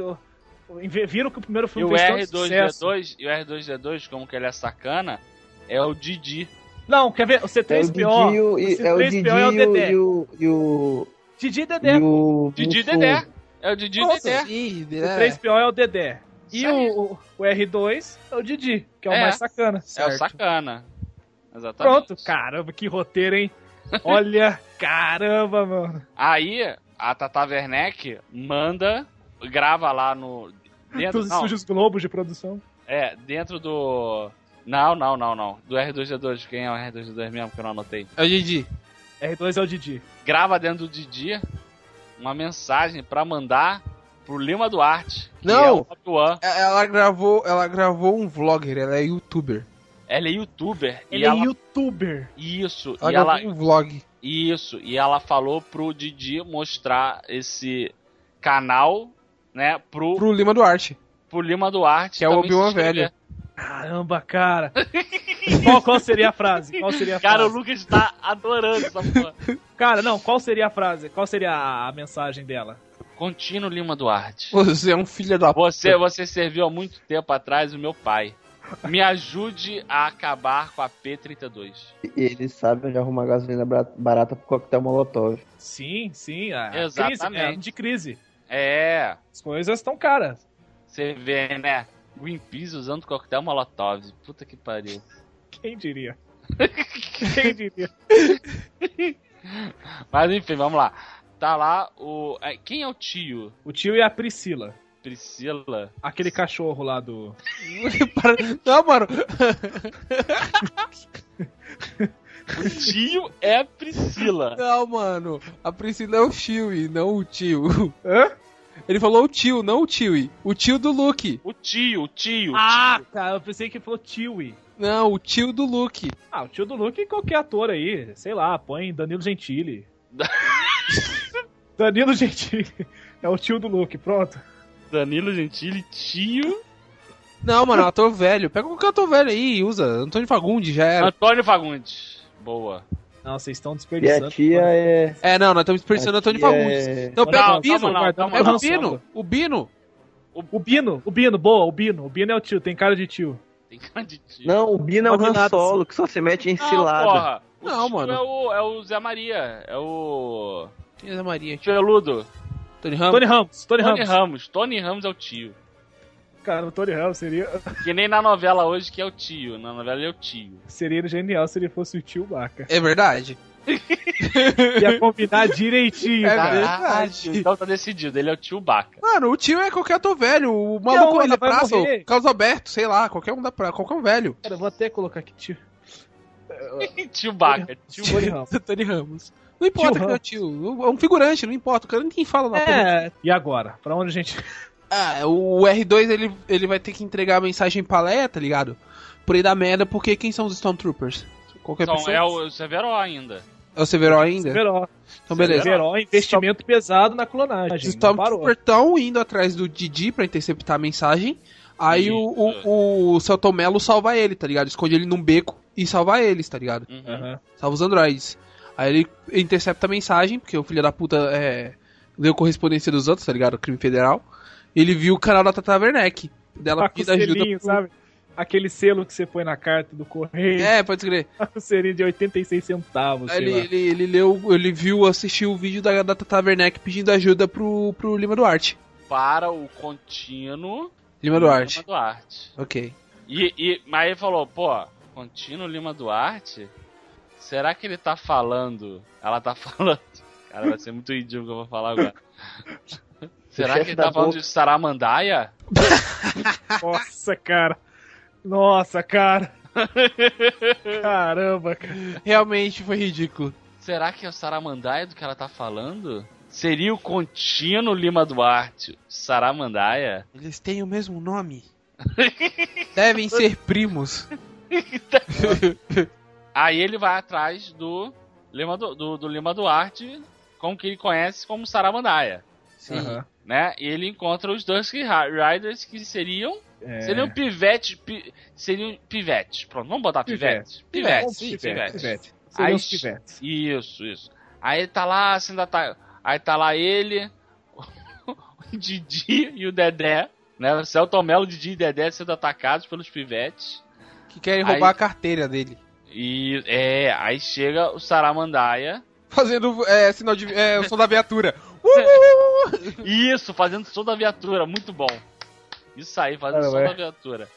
S3: Viram que o primeiro
S4: E
S3: filme
S4: o
S3: fez tanto sucesso.
S4: R2D2, e o R2D2, como que ele é sacana, é o Didi.
S3: Não, quer ver? O
S6: É o
S3: C3PO.
S6: Didi, o- e-
S3: o
S6: é o Didi
S3: C3PO é o
S6: e o-
S3: Dedé.
S6: e o- e o...
S3: Didi e Dedé.
S6: E o...
S4: Didi
S6: Mussum.
S4: Dedé. É o Didi
S3: Nossa,
S4: Dedé. É
S5: Ih,
S3: O
S5: é.
S3: 3PO é o Dedé. E
S4: Isso aí.
S3: o, o- o R2 é o Didi, que é o
S4: É.
S3: mais sacana.
S4: É o
S5: certo.
S4: sacana. Exatamente.
S3: Pronto, caramba, que roteiro, hein? Olha, caramba, mano.
S4: Aí, a Tata Werneck manda, grava lá no... Dentro,
S3: Todos
S4: não,
S3: sujos globos de produção.
S4: é, dentro do... Não, não, não, não. Do R2D2. Quem é o R2D2 mesmo que eu não anotei?
S5: É o Didi.
S3: R2 é o Didi.
S4: Grava dentro do Didi uma mensagem pra mandar pro Lima Duarte. que
S5: Não.
S4: é o Obi-Wan.
S5: É, Ela gravou, ela gravou um vlogger, ela é youtuber.
S4: Ela é youtuber.
S3: Ele
S4: e ela...
S3: é youtuber.
S4: Isso.
S5: Ela
S4: e ela...
S5: gravou um vlog.
S4: Isso, e ela falou pro Didi mostrar esse canal, né, pro, pro,
S5: Pro Lima Duarte.
S4: Lima Duarte. tá
S5: Que é o
S4: também se
S5: Obi-Wan
S4: inscrever.
S5: velho.
S3: Caramba, cara. qual, qual seria a frase? Qual seria a
S4: Cara, o
S3: frase?
S4: Lucas tá adorando essa porra.
S3: Cara, não, qual seria a frase? Qual seria a, a mensagem dela?
S4: Contínuo Lima Duarte.
S5: Você é um filho da
S4: Você, você serviu há muito tempo atrás o meu pai. Me ajude a acabar com a P-32.
S6: E ele sabe onde arrumar gasolina bra- barata pro coquetel molotov.
S3: Sim, sim. a- a
S4: Exatamente.
S3: crise, é ano de crise.
S4: É,
S3: As coisas estão caras.
S4: você vê, né? Greenpeace usando coquetel molotov. Puta que pariu.
S3: Quem diria? Quem diria?
S4: Mas enfim, vamos lá. Tá lá o. é, Quem é o tio?
S3: O tio e a Priscila.
S4: Priscila?
S3: Aquele cachorro lá do.
S5: Para- Não, mano.
S4: O tio é a Priscila.
S5: Não, mano. A Priscila é o Chewie, não o tio.
S3: Hã?
S5: Ele falou o tio, não o Chewie. O tio do Luke.
S4: O tio, o tio.
S3: Ah, tá. Eu pensei que falou tio.
S5: Não, o tio do Luke.
S3: Ah, o tio do Luke e qualquer ator aí. Sei lá, põe Danilo Gentili. Danilo Gentili. É o tio do Luke, pronto.
S4: Danilo Gentili, tio.
S5: Não, mano, ator velho. Pega qualquer ator velho aí e usa. Antônio Fagundi já era.
S4: Antônio Fagundes. Boa.
S3: Não, vocês estão
S6: E
S3: desperdiçando.
S6: a tia é.
S5: É, não, nós estamos desperdiçando
S6: a
S5: Antônio
S6: tia
S5: Fagundes.
S6: é-
S5: Não, pega
S4: Não,
S5: o Bino.
S4: calma lá, calma
S5: pega
S4: lá.
S5: o Bino. O Bino.
S3: O Bino, o Bino, boa, o Bino. O Bino é o tio, tem cara de tio.
S4: Tem cara de tio.
S6: Não, o Bino é o Han
S3: Combinado,
S6: Solo, que só se mete
S4: Ah,
S6: em cilada.
S4: porra. O
S5: Não,
S4: tio
S5: mano.
S4: É o, é o Zé Maria. É o.
S5: Quem é Zé Maria?
S4: Peludo.
S5: Tony Ramos.
S3: Tony Ramos, Tony,
S4: Tony
S3: Ramos.
S4: Ramos. Tony Ramos é o tio.
S3: Cara, o Tony Ramos seria,
S4: Que nem na novela hoje que é o tio. Na novela ele é o tio.
S3: seria genial se ele fosse o tio Baca.
S5: É verdade.
S3: Ia combinar direitinho,
S5: É
S3: cara.
S5: verdade.
S4: Então tá decidido, ele é o tio Baca.
S5: Mano, o tio é qualquer ator velho. O maluco
S3: ela
S5: aí da
S3: vai
S5: praça,
S3: morrer.
S5: o Carlos Alberto, sei lá, qualquer um da praça, qualquer um velho.
S3: Cara, eu vou até colocar aqui tio.
S4: tio Baca.
S5: é
S4: Tio
S3: Tony Ramos.
S5: Tony Ramos. Não importa
S3: Tio
S5: que é o tio. É um figurante, não importa. O cara nem fala na porra.
S3: É, e agora? Pra onde a gente.
S5: Ah, o R2 ele, ele vai ter que entregar a mensagem pra Leia, tá ligado? Por aí da merda, porque quem são os Stormtroopers? Qualquer
S4: Então,
S5: pessoa.
S4: é o Severo ainda.
S5: É o Severo ainda?
S3: Veró.
S5: Então, beleza. um
S3: Veró, investimento pesado na clonagem.
S5: Os
S3: não parou.
S5: Stormtroopers estão indo atrás do Didi pra interceptar a mensagem. Aí o, o, o Celton Mello salva ele, tá ligado? Esconde ele num beco e salva eles, tá ligado?
S4: Uhum.
S3: Aham.
S5: Salva os androides. Aí ele intercepta a mensagem, porque o filho da puta é, leu correspondência dos outros, tá ligado? Crime federal. Ele viu o canal da Tata Werneck. Dela
S3: Tá com
S5: pedindo ajuda.
S3: selinho,
S5: pro-
S3: sabe? Aquele selo que você põe na carta do correio.
S5: É, pode escrever.
S3: Um selinho de 86 centavos,
S5: Aí
S3: sei
S5: Ele,
S3: lá.
S5: ele, ele leu, ele viu, assistiu o vídeo da, da Tata Werneck pedindo ajuda pro, pro Lima Duarte.
S4: Para o contínuo
S5: Lima Duarte,
S4: Lima Duarte.
S5: ok.
S4: E, e, mas ele falou, pô, contínuo Lima Duarte? Será que ele tá falando? Ela tá falando. Cara, vai ser muito idiota o que eu vou falar agora. Será
S6: chefe
S4: que ele
S6: da
S4: tá falando
S6: boca.
S4: de Saramandaia?
S3: Nossa, cara. Nossa, cara. Caramba, cara.
S5: Realmente foi ridículo.
S4: Será que é o Saramandaia do que ela tá falando? Seria o contínuo Lima Duarte? Saramandaia?
S5: Eles têm o mesmo nome. Devem ser primos.
S4: Aí ele vai atrás do Lima, Du- do, do Lima Duarte, como que ele conhece como Saramandaia,
S5: Sim.
S3: Aham.
S4: né? E ele encontra os Dusky Ra- Riders, que seriam...
S3: É.
S4: Seriam pivetes... Pi, seriam pivetes. Pronto, vamos botar pivetes. Pivetes, pivetes.
S3: pivete.
S4: Aí-
S3: Seriam os pivetes.
S4: Isso, isso. Aí tá lá, assim, ainda tá... Aí tá lá ele, o Didi e o Dedé, né? O Celton Mello, Didi e Dedé sendo atacados pelos pivetes.
S5: Que querem
S4: Aí-
S5: roubar a carteira dele.
S4: E é, aí chega o Saramandaia.
S5: Fazendo é, sinal de. É, o som da viatura. Uh, uh, uh, uh.
S4: Isso, fazendo som da viatura, muito bom. Isso aí, fazendo
S3: Ah,
S4: som
S3: ué.
S4: da viatura.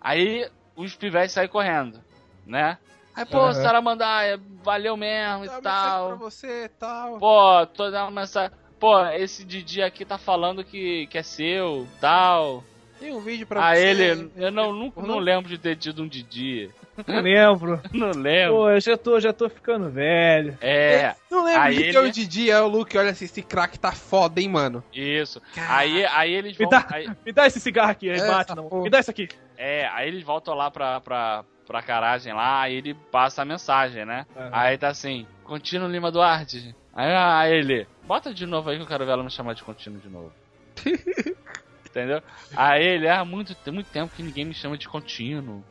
S4: Aí os pivetes saem correndo, né? Aí, pô, tá
S3: Aham.
S4: Saramandaia, é, valeu mesmo e
S5: Dá uma mensagem
S4: tal.
S5: pra você, tal.
S4: Pô, tô dando uma mensagem. Pô, esse Didi aqui tá falando que, que é seu, tal.
S5: Tem um vídeo pra
S4: Ah,
S5: você.
S4: ele, eu não, nunca, não
S5: Uhum.
S4: lembro de ter tido um Didi.
S3: Eu lembro.
S4: Não lembro.
S3: Pô, eu já tô, já tô ficando velho.
S4: É,
S5: Não lembro
S4: Aí
S5: de
S4: ele-
S5: que é o Didi, é o Luke. Olha, esse, esse craque tá foda, hein, mano.
S4: isso. Aí, aí eles
S3: Me
S4: vão.
S3: dá,
S4: aí-
S3: me dá esse cigarro aqui, aí
S5: Essa
S3: bate, não.
S5: porra.
S3: Me dá isso aqui.
S4: É, aí eles voltam lá pra, pra, pra caragem lá, aí ele passa a mensagem, né?
S3: Aham.
S4: Aí tá assim, Contínuo Lima Duarte. Aí, ah, ele, bota de novo aí que eu quero ver ela me chamar de Contínuo de novo. Entendeu? Aí ele, ah, muito, tem muito tempo que ninguém me chama de Contínuo.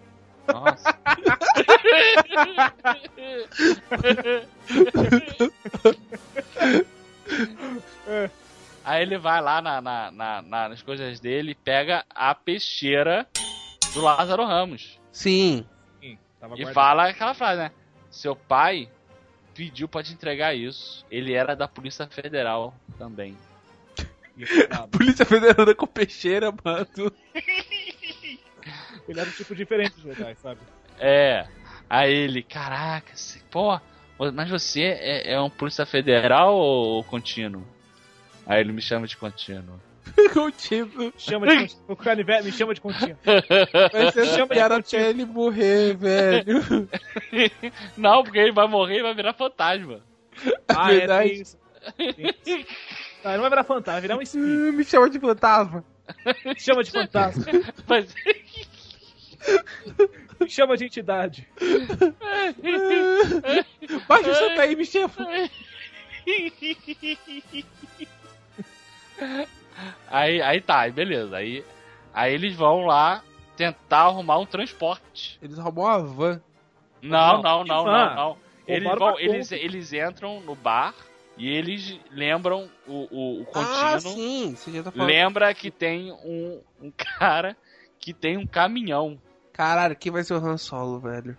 S4: Nossa. Aí ele vai lá na, na, na- na- nas coisas dele, pega a peixeira do Lázaro Ramos.
S5: Sim.
S3: Sim, tava
S4: E
S3: guardado.
S4: fala aquela frase, né? Seu pai pediu pra te entregar isso. Ele era da Polícia Federal também.
S3: tá
S5: Polícia Federal da Copecheira, mano.
S3: Ele era um tipo diferente de Jedi, sabe?
S4: É. Aí ele, caraca, você, pô, mas você é, é um Polícia Federal ou contínuo? Aí ele me chama de contínuo.
S5: Contigo.
S3: Chama de contínuo. O canivete me chama de contínuo.
S5: tipo, Vai ser essa
S3: Chama de
S5: piada
S3: contínuo.
S5: até
S4: tipo.
S5: ele morrer, velho.
S4: Não, porque ele vai morrer e vai virar fantasma.
S3: Ah, é,
S5: Verdade.
S3: tem isso. Tem isso. Não, ele não vai virar fantasma, vai virar um espírito.
S5: Me chama de fantasma.
S3: Me chama de fantasma.
S4: Mas
S3: Me chama de entidade.
S5: Baixa o santo aí, me chama.
S4: aí, aí tá, aí beleza. Aí, aí eles vão lá tentar arrumar um transporte.
S5: Eles roubam uma van.
S3: Não,
S4: Não, não, não,
S3: que
S4: não,
S3: van?
S4: não. Eles,
S3: Roubaram
S4: vão,
S3: pra
S4: eles,
S3: conta.
S4: eles entram no bar e eles lembram o, o, o
S5: Ah,
S4: contínuo.
S5: sim. Você já tá falando.
S4: lembra que tem um, um cara que tem um caminhão.
S5: Caralho, quem vai ser o Han Solo, velho?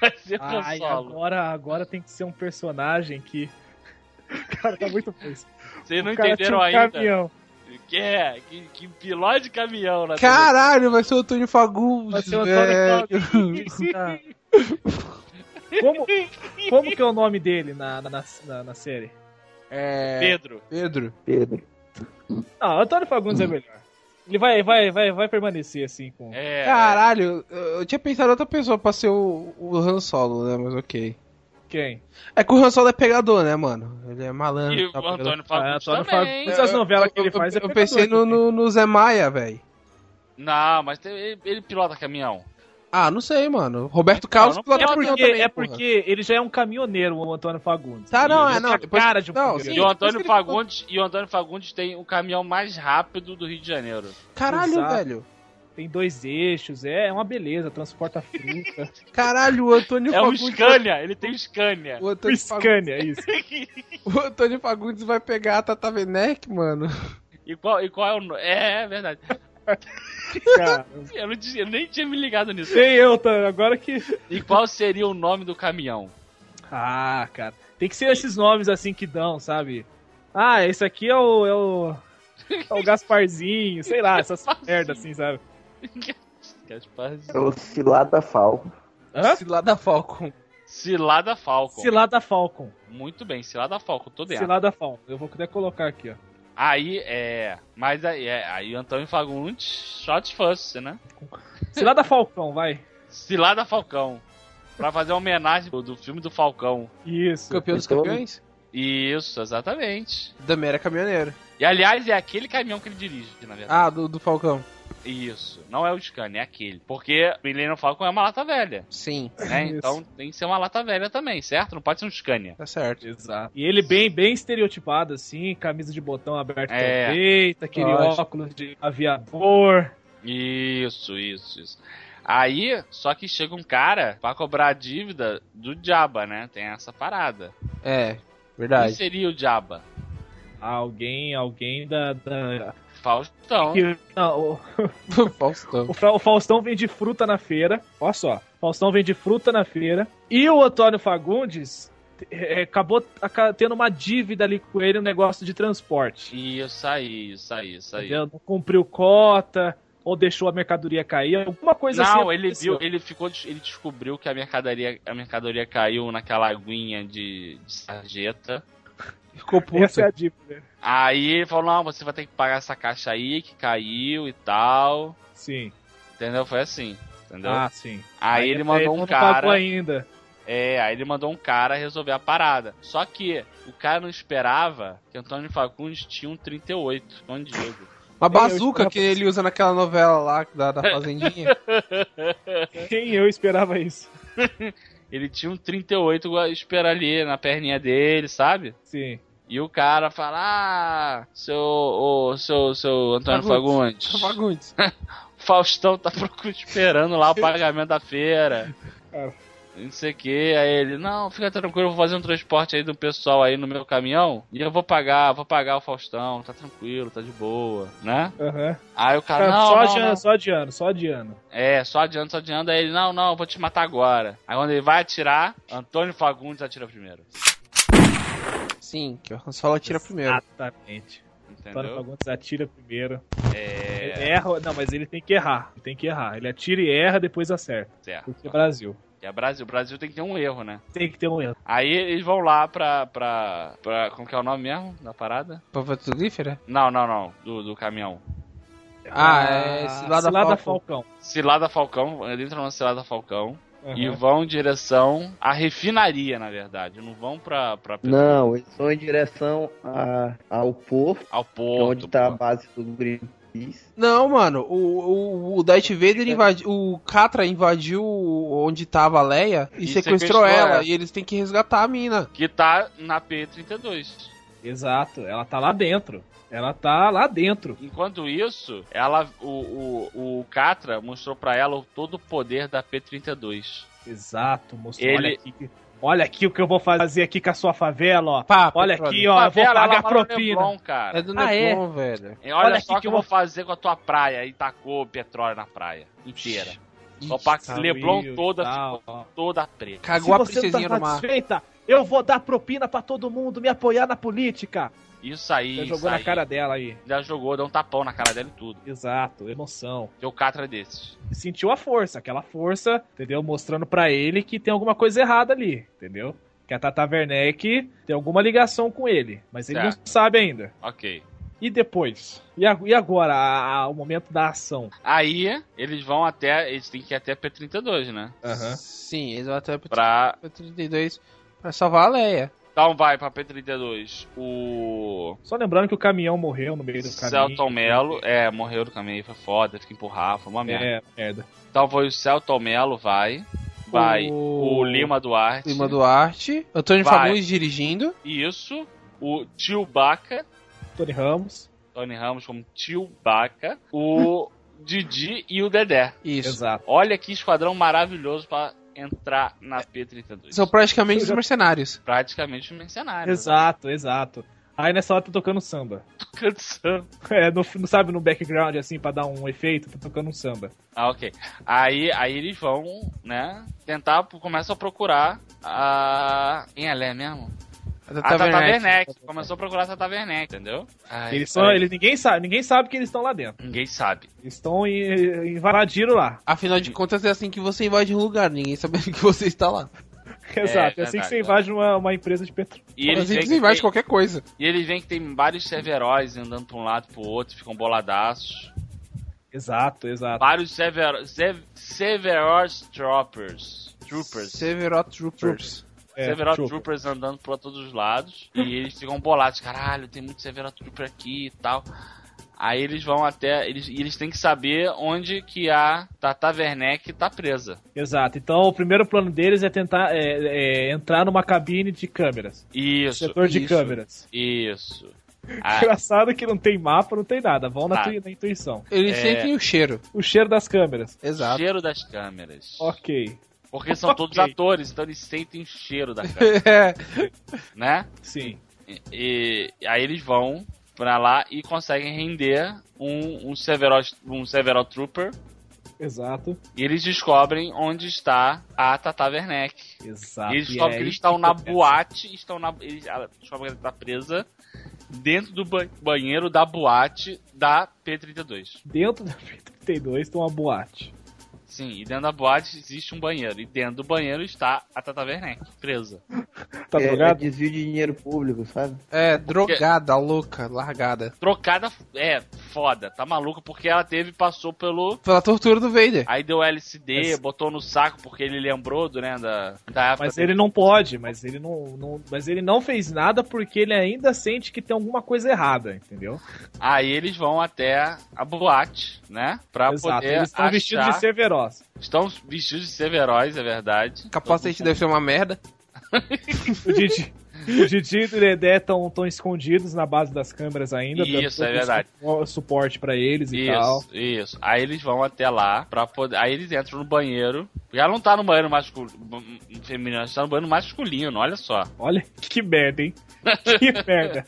S4: Vai ser
S3: Ai,
S4: solo.
S3: agora, agora tem que ser um personagem que. Cara, tá muito fez.
S4: Vocês não
S3: O cara tinha
S4: entenderam
S3: um
S4: ainda?
S3: Caminhão.
S4: Que é? Que, que piloto de caminhão né? na
S5: Caralho, vai ser o Antônio Fagundes,
S3: Vai ser o
S5: velho.
S3: Antônio Tá. Como, como que é o nome dele na, na, na, na- na série?
S5: É...
S4: Pedro.
S5: Pedro.
S6: Pedro.
S3: Não, Antônio Fagundes
S5: Hum.
S3: é melhor. Ele vai, vai, vai, vai permanecer assim com.
S4: É,
S5: Caralho, eu eu tinha pensado em outra pessoa pra ser o, o Han Solo, né? Mas ok.
S3: Quem?
S5: É que o Han Solo é pegador, né, mano? Ele é malandro.
S4: E
S5: tá
S4: o
S5: pegador.
S4: Antônio Fagundes
S3: Ah, Antônio
S4: também.
S3: Fagundes. Mas as novelas que ele
S5: É, eu- eu-
S3: faz é
S5: Eu, pensei
S3: pegador
S5: no, no, no Zé Maia, velho.
S4: Não, mas tem- ele, ele pilota caminhão.
S5: Ah, não sei, mano. Roberto Carlos
S4: não
S5: pilota
S4: pode,
S5: caminhão
S3: Porque-
S5: também,
S3: é
S5: porra.
S3: porque ele já é um caminhoneiro, o Antônio Fagundes.
S5: Tá, não,
S3: Ele
S5: é,
S3: já
S5: não.
S3: tinha
S5: Depois...
S3: cara de um
S5: não,
S3: caminhoneiro.
S4: e
S5: Sim,
S4: o Antônio
S5: mas ele-
S4: Fagundes e o Antônio Fagundes tem o caminhão mais rápido do Rio de Janeiro.
S5: Caralho,
S3: Exato.
S5: velho.
S3: Tem dois eixos, é, é uma beleza, transporta fruta.
S5: Caralho, o Antônio
S4: é um
S5: Fagundes...
S4: Scania, ele tem um Scania.
S5: O
S3: o
S5: Antônio, Fagundes...
S3: Scania, isso.
S5: o Antônio Fagundes vai pegar a Tata Werneck, mano.
S4: E qual, e qual é o no- É, é verdade.
S3: Cara.
S4: Eu, não tinha- eu nem tinha me ligado nisso.
S3: Tem eu, tá, agora que.
S4: E qual seria o nome do caminhão?
S3: Ah, cara. Tem que ser esses nomes assim que dão, sabe? Ah, esse aqui é o. É o, é o Gasparzinho, sei lá, essas merda assim, sabe?
S4: tipo,
S6: É o Cilada Falco.
S3: Hã?
S5: Cilada Falcon.
S4: Cilada Falcon.
S3: Cilada Falcon.
S4: Muito bem, Cilada Falcon, tô dentro.
S3: Cilada Falcon. Eu vou até colocar aqui, ó.
S4: Aí, é... Mas aí, é, aí o Antônio Fagundes, um shot first, né?
S3: Cilada Falcão, vai.
S4: Cilada Falcão. Pra fazer homenagem do, do filme do Falcão.
S3: Isso.
S5: Campeão dos
S6: Então-
S5: campeões?
S4: Isso, exatamente.
S5: Também era caminhoneiro.
S4: E aliás, é aquele caminhão que ele dirige, na verdade.
S5: Ah, do, do Falcão.
S4: Isso, não é o Scania, é aquele. Porque o Millennium Falcon é uma lata velha,
S5: Sim,
S4: né?
S3: Isso.
S4: Então tem que ser uma lata velha também, certo? Não pode ser um Scania.
S5: tá certo.
S3: Exato. E ele bem, bem estereotipado, assim, camisa de botão aberta
S4: É.
S3: direita, aquele
S5: Lógico.
S3: óculos de aviador.
S4: Isso, isso, isso. Aí, só que chega um cara pra cobrar a dívida do Jabba, né? Tem essa parada.
S5: É,
S4: Quem
S5: verdade.
S4: seria o Jabba?
S3: Alguém, alguém da. da...
S4: Faustão.
S3: que- não, o,
S5: Faustão.
S3: o Fra- o Faustão vende fruta na feira. Olha só. Faustão vende fruta na feira. E o Antônio Fagundes eh, acabou aca- tendo uma dívida ali com ele, um negócio de transporte.
S4: Isso aí, isso aí, isso aí.
S3: Entendeu? Não cumpriu cota, ou deixou a mercadoria cair, alguma coisa assim.
S4: não, ele
S3: aconteceu.
S4: viu, ele ficou, des- ele descobriu que a mercadoria, a mercadoria caiu naquela aguinha de, de sarjeta.
S5: Ficou puto.
S3: Essa é a dívida.
S4: Aí ele falou, não, você vai ter que pagar essa caixa aí que caiu e tal.
S3: Sim.
S4: Entendeu? Foi assim. Entendeu?
S3: Ah, sim.
S4: aí, ele mandou um
S3: não
S4: cara.
S3: pagou ainda.
S4: É, aí ele mandou um cara resolver a parada. Só que o cara não esperava que Antônio Fagundes tinha um 38, escondido.
S5: Uma
S3: Eu
S5: bazuca
S3: esperava-
S5: que ele usa naquela novela lá da, da Fazendinha.
S3: Quem eu esperava isso?
S4: Ele tinha um 38 gua- espera ali na perninha dele, sabe?
S3: Sim.
S4: E o cara fala: Ah, seu, ô, seu, seu Antônio
S5: Fagundes.
S4: Fagundes,
S5: Fagundes.
S4: Faustão tá procu- esperando lá o pagamento da feira.
S3: Cara.
S4: não sei o que. Aí ele, não, fica tranquilo, eu vou fazer um transporte aí do pessoal aí no meu caminhão e eu vou pagar, vou pagar o Faustão, tá tranquilo, tá de boa, né?
S3: Aham.
S4: Aí o cara,
S3: Cara,
S4: Tá, não,
S3: só,
S4: não,
S3: adiando,
S4: não.
S3: só adiando, só adiando.
S4: É, só adianta, só adianta. Aí ele, não, não, eu vou te matar agora. Aí quando ele vai atirar, Antônio Fagundes atira primeiro.
S5: Sim, que a consola atira primeiro.
S3: Exatamente. Antônio
S4: Entendeu?
S3: Fagundes atira primeiro. Ele
S4: É,
S3: erra, não, mas ele tem que errar. Ele tem que errar. Ele atira e erra, depois acerta.
S4: certo.
S3: Porque é Brasil.
S4: É Brasil. Brasil tem que ter um erro, né?
S3: Tem que ter um erro.
S4: Aí eles vão lá pra. pra. pra como que é o nome mesmo da parada?
S5: Pova Tulífera?
S4: Não, não, não. Do, do caminhão.
S5: né? Ah, é esse lado da
S3: Cilada
S5: Falcon.
S3: Falcão.
S4: Cilada Falcão, é eles entram na Cilada Falcão e
S3: Aham.
S4: vão em direção à refinaria, na verdade. Não vão pra, pra
S6: Não, eles vão em direção a- ao porto,
S4: ao
S6: que é
S4: porto.
S6: onde tá a
S4: pô.
S6: base do Greenpeace.
S5: Não, mano, o, o, o Darth Vader invadiu. O Catra invadiu onde tava a Leia e,
S4: E
S5: sequestrou,
S4: sequestrou
S5: ela,
S4: ela.
S5: E eles têm que resgatar a mina.
S4: Que tá na P32.
S3: Exato. Ela tá lá dentro. Ela tá lá dentro.
S4: Enquanto isso, ela, o, o, o Catra mostrou pra ela todo o poder da P32.
S3: Exato, moço.
S4: Ele-
S3: Olha aqui. Olha aqui o que eu vou fazer aqui com a sua favela,
S4: Tá
S3: ó.
S5: Pá,
S3: Olha
S5: petróleo.
S3: aqui, ó. Eu vou
S4: Favela, ela
S3: pagar
S4: mora no
S3: propina.
S4: Leblon, cara.
S5: É do
S3: Ah, é?
S5: Neblon, velho.
S4: E Olha,
S3: Olha
S4: só
S3: aqui
S4: o que
S3: que
S4: eu
S3: eu
S4: vou fazer com a tua praia. E tacou petróleo na praia inteira. Só pra
S3: tá
S4: que Leblon assim, toda, ficou toda preta.
S5: Cagou a princesinha no mar.
S3: satisfeita, eu vou dar propina pra todo mundo, me apoiar na política.
S4: Isso aí,
S3: Já
S4: isso
S3: jogou
S4: aí.
S3: na cara dela aí.
S4: Já jogou, deu um tapão na cara dela e tudo.
S3: Exato, emoção.
S4: Deu catra desses.
S3: Sentiu a força, aquela força, entendeu? Mostrando pra ele que tem alguma coisa errada ali, entendeu? Que a Tata Werneck tem alguma ligação com ele, mas ele
S4: Certo.
S3: não sabe ainda.
S4: Ok.
S3: E depois? E, a- e agora, a- a- o momento da ação?
S4: Aí, eles vão até. Eles têm que ir até a P32, né?
S5: Tá Sim, eles vão até pra
S4: Pra.
S5: 32 pra salvar a Leia.
S4: Então vai pra P32 o.
S3: Só lembrando que o caminhão morreu no meio do caminho. né?
S4: Celton Mello, é, morreu no caminho, aí, foi foda, teve que empurrar, foi uma merda.
S3: É, merda.
S4: Então foi o Celton Mello, vai. Vai. O, Lima Duarte.
S5: Lima Duarte. Antônio
S4: Vai.
S5: Fagundes dirigindo.
S4: Isso. O Tio Baca.
S3: Tony Ramos.
S4: Tony Ramos como Tio Baca. O Didi e o Dedé.
S5: Isso.
S3: Exato.
S4: Olha que esquadrão maravilhoso pra entrar na P32.
S5: São praticamente os mercenários.
S4: praticamente um mercenário.
S3: Exato, exato. Aí nessa hora tá tocando samba.
S4: Cansando.
S3: É, no, no- sabe, no background, assim, pra dar um efeito, tá tocando um samba.
S4: Ah, ok. Aí, aí eles vão, né, tentar, começam a procurar a... Quem ela é mesmo?
S5: A é Tata
S4: A Tata
S5: Werneck.
S4: Werneck. Começou a procurar a Tata Werneck, entendeu? Ai,
S3: Eles são,
S4: peraí.
S3: eles, ninguém sabe, ninguém sabe que eles estão lá dentro.
S4: Ninguém sabe.
S3: Eles estão em- invadiram lá.
S5: Afinal de contas, é assim que você invade um lugar, ninguém sabendo que você está lá.
S3: Exato. É assim que
S4: verdade, né?
S3: você invade uma, uma empresa de petróleo.
S4: E
S5: é
S4: eles,
S5: assim
S4: veem
S5: que
S4: que
S5: você invade
S4: tem,
S5: qualquer coisa.
S4: e eles veem que tem vários Severóis andando pra um lado e pro outro, ficam boladaços.
S3: Exato, exato.
S4: Vários Sever, Sev- Severos Troopers. Troopers.
S5: Severo Troopers.
S3: É,
S4: Severo
S3: trooper.
S4: Troopers andando pra todos os lados. E eles ficam bolados. Caralho, tem muito Severo Trooper aqui e tal. Aí eles vão até. Eles, e eles têm que saber onde que a Tata Werneck tá presa.
S3: Exato. Então o primeiro plano deles é tentar é, é, entrar numa cabine de câmeras.
S4: Isso.
S3: setor de
S5: isso.
S3: câmeras.
S4: Isso. Ah,
S3: Engraçado que não tem mapa, não tem nada. Vão na,
S4: Ah.
S3: tui- na intuição.
S5: Eles
S4: É.
S5: sentem o cheiro.
S3: O cheiro das câmeras.
S5: Exato.
S4: cheiro das câmeras.
S3: Ok.
S4: Porque são todos
S3: Ok.
S4: atores, então eles sentem o cheiro da câmera,
S5: É.
S4: né?
S3: Sim.
S4: E, e aí eles vão pra lá e conseguem render um, um, Severo, um Severo Trooper.
S3: Exato.
S4: E eles descobrem onde está a Tata Werneck.
S3: Exato.
S4: E eles
S3: E
S4: descobrem
S3: é
S4: que eles
S3: aí
S4: estão na
S3: começa.
S4: boate, estão na. Eles, ela descobre que ela tá presa dentro do ba- banheiro da boate da P32.
S3: Dentro da P32 tem uma boate.
S4: Sim, e dentro da boate existe um banheiro. E dentro do banheiro está a Tata Werneck, presa.
S3: Tá
S6: é, é
S3: drogado?
S6: desvio de dinheiro público, sabe?
S5: É, drogada, louca, largada.
S4: Trocada é foda, tá maluca, porque ela teve, passou pelo.
S5: Pela tortura do Vader.
S4: Aí deu LCD,
S3: Mas-
S4: botou no saco porque ele lembrou do, né, da, da época.
S3: Mas
S4: do-
S3: ele não pode, mas ele não, não- mas ele não fez nada porque ele ainda sente que tem alguma coisa errada, entendeu?
S4: Aí eles vão até a boate, né? Pra
S3: Exato.
S4: poder.
S3: Eles estão
S4: achar-
S3: vestidos de ser veroz.
S4: Estão vestidos de severóis, é verdade.
S5: Capacete deve ser uma merda.
S3: O Didi, O Didi e o Dedé estão escondidos na base das câmeras ainda. dando
S4: Isso, é
S3: todo
S4: verdade.
S3: su- Suporte pra eles e tal.
S4: Isso, isso. Aí eles vão até lá pra poder. Aí eles entram no banheiro. Já não tá no banheiro masculino feminino, tá no banheiro masculino, olha só.
S3: Olha que merda, hein? Que merda.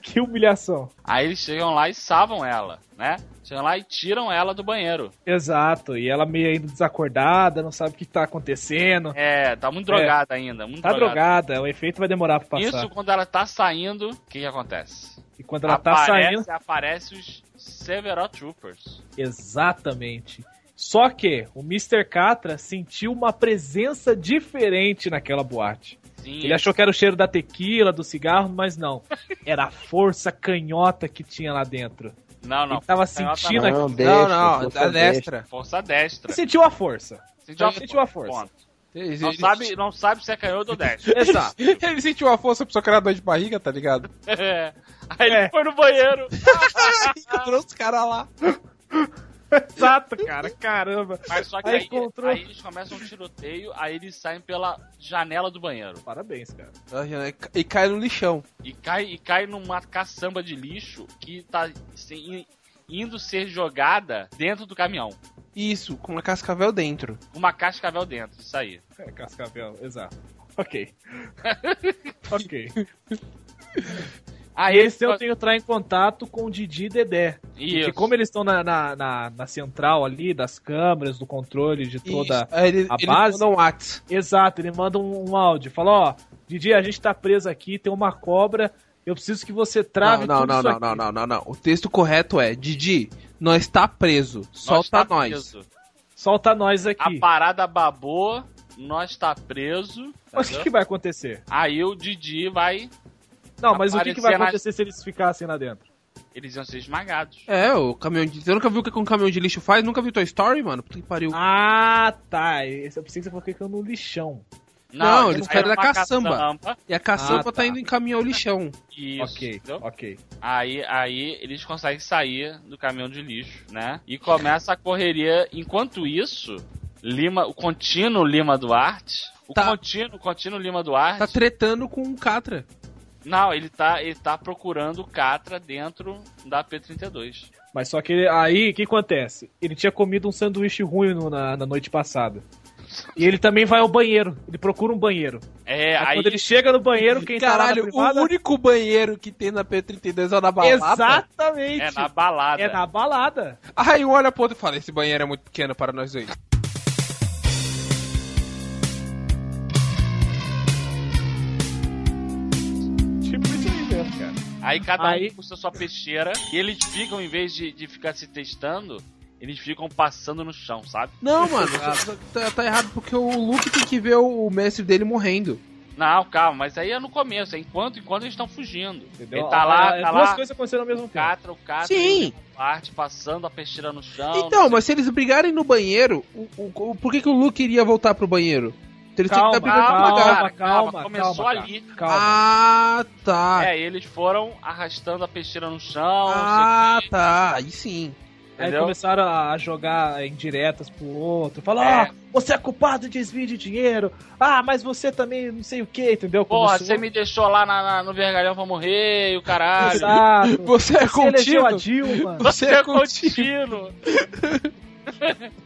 S3: Que humilhação.
S4: Aí eles chegam lá e salvam ela, né? Chegam lá e tiram ela do banheiro.
S3: Exato, e ela meio ainda desacordada, não sabe o que tá acontecendo.
S4: É, tá muito drogada ainda, muito
S3: Tá drogada, o efeito vai demorar pra passar.
S4: Isso quando ela tá saindo, o que, que acontece?
S3: E quando ela tá
S4: aparece,
S3: saindo.
S4: aparece os Severo Troopers.
S3: Exatamente. Só que o Mr. Catra sentiu uma presença diferente naquela boate.
S4: Sim,
S3: Ele achou que era o cheiro da tequila, do cigarro, mas não. Era a força canhota que tinha lá dentro.
S4: Não, não.
S3: Ele tava
S4: força canhota
S3: sentindo
S4: não.
S3: aqui.
S6: Não, deixa,
S5: não, não,
S6: força
S5: da
S6: deixa.
S5: destra.
S4: Força destra.
S3: Ele sentiu a força.
S4: Sentiu a,
S3: sentiu a força.
S4: Ponto.
S5: Ele,
S4: Não
S5: ele-
S4: sabe, não sabe se é canhoto ou destro.
S3: Exato.
S5: ele sentiu a força pra só criar dor de barriga, tá ligado?
S4: É. Aí
S3: É.
S4: ele foi no banheiro.
S5: Encontrou os caras lá.
S3: Exato, cara. Caramba.
S4: Mas só que
S3: Aí
S4: aí,
S3: encontrou.
S4: aí eles começam um tiroteio, aí eles saem pela janela do banheiro.
S3: Parabéns, cara.
S5: E cai no lixão.
S4: E cai, e cai numa caçamba de lixo que tá assim, in- indo ser jogada dentro do caminhão.
S5: Isso, com uma cascavel dentro.
S4: Com Uma cascavel dentro, isso aí.
S3: É, Cascavel, exato. Ok. ok.
S4: Aí
S3: Esse é eu
S4: eles-
S3: tenho que entrar em contato com o Didi e Dedé. Porque
S4: Isso.
S3: como eles estão na, na, na- na central ali, das câmeras, do controle de toda.
S5: Isso. Aí ele,
S3: a
S5: ele
S3: base-
S5: manda um ato.
S3: Exato, ele manda um, um áudio. Fala, ó, Didi, a gente tá preso aqui, tem uma cobra, eu preciso que você trave
S5: não,
S3: tudo
S5: não,
S3: isso
S5: não,
S3: aqui.
S5: não, não, não, não. O texto correto é: Didi, nós tá preso. Solta
S4: tá
S5: nós.
S4: preso.
S3: Solta nós
S4: A
S3: aqui.
S4: parada babou, nós tá preso.
S3: Mas o que, que vai acontecer?
S4: Aí o Didi vai.
S3: Não, mas o que, que vai
S4: Aparecer na-
S3: acontecer se eles ficassem lá dentro?
S4: Eles iam ser esmagados.
S5: É, o caminhão de. Você nunca viu o que um caminhão de lixo faz? Nunca viu Toy Story, mano? Puta que pariu.
S3: Ah, tá. Esse- Eu pensei que você falou que caiu no lixão.
S5: Não, eles
S4: saíram
S5: caíram da
S4: numa
S5: caçamba. e a caçamba
S3: ah, tá.
S5: tá indo encaminhar o lixão. Tá
S4: Isso.
S3: ok,
S4: entendeu?
S3: ok.
S4: Aí, aí eles conseguem sair do caminhão de lixo, né? E começa a correria. Enquanto isso, Lima, o contínuo Lima Duarte. O
S5: Tá.
S4: contínuo, contínuo Lima Duarte.
S5: Tá tretando com um Catra.
S4: Não, ele tá, ele tá procurando o Catra dentro da P32.
S3: Mas só que ele- aí, o que acontece? Ele tinha comido um sanduíche ruim no- na, na noite passada. E ele também vai ao banheiro. Ele procura um banheiro.
S4: É,
S3: Aí
S4: aí.
S3: quando ele chega no banheiro, quem
S5: Caralho,
S3: tá lá na privada...
S5: o único banheiro que tem na P32 é o da balada.
S3: Exatamente.
S4: É na balada.
S3: É na balada.
S5: Aí um olha pro outro e fala: Esse banheiro é muito pequeno para nós dois.
S3: Tipo isso aí mesmo, cara.
S4: Aí cada
S3: Aí-
S4: um puxa sua peixeira. E eles ficam, em vez de, de ficar se testando, eles ficam passando no chão, sabe?
S5: Não, mano, tá, tá errado porque o Luke tem que ver o, o mestre dele morrendo.
S4: Não, calma, mas aí é no começo, é enquanto, enquanto eles estão fugindo.
S3: Entendeu?
S4: Ele tá lá,
S3: É,
S4: tá
S3: Duas
S4: lá.
S3: coisas acontecendo ao mesmo
S4: O
S3: tempo.
S4: Catra, o Catra e
S5: Sim!
S4: o Duarte passando a peixeira no chão.
S5: Então, mas se eles brigarem no banheiro, o, o- o- por que, que o Luke iria voltar pro banheiro? Então, Eles
S3: Calma,
S5: tinham que estar brigando
S3: calma,
S5: com uma garra.
S3: calma, calma,
S4: Começou
S3: calma, cara.
S4: ali.
S3: Calma.
S5: Ah, tá.
S4: É, eles foram arrastando a peixeira no chão.
S5: ah, tá. Aí sim.
S4: não sei o que,
S3: aí
S4: entendeu?
S3: começaram a jogar indiretas pro outro. Falar,
S4: É.
S3: ah, você é culpado de desvio de dinheiro. Ah, mas você também não sei o que, entendeu?
S4: Porra,
S3: Começou-
S4: você me deixou lá na- na- no vergalhão pra morrer e o caralho.
S3: Exato.
S5: Você é
S3: Você elegeu a
S5: contido?
S3: Dilma.
S5: Você é contido.
S4: contínuo.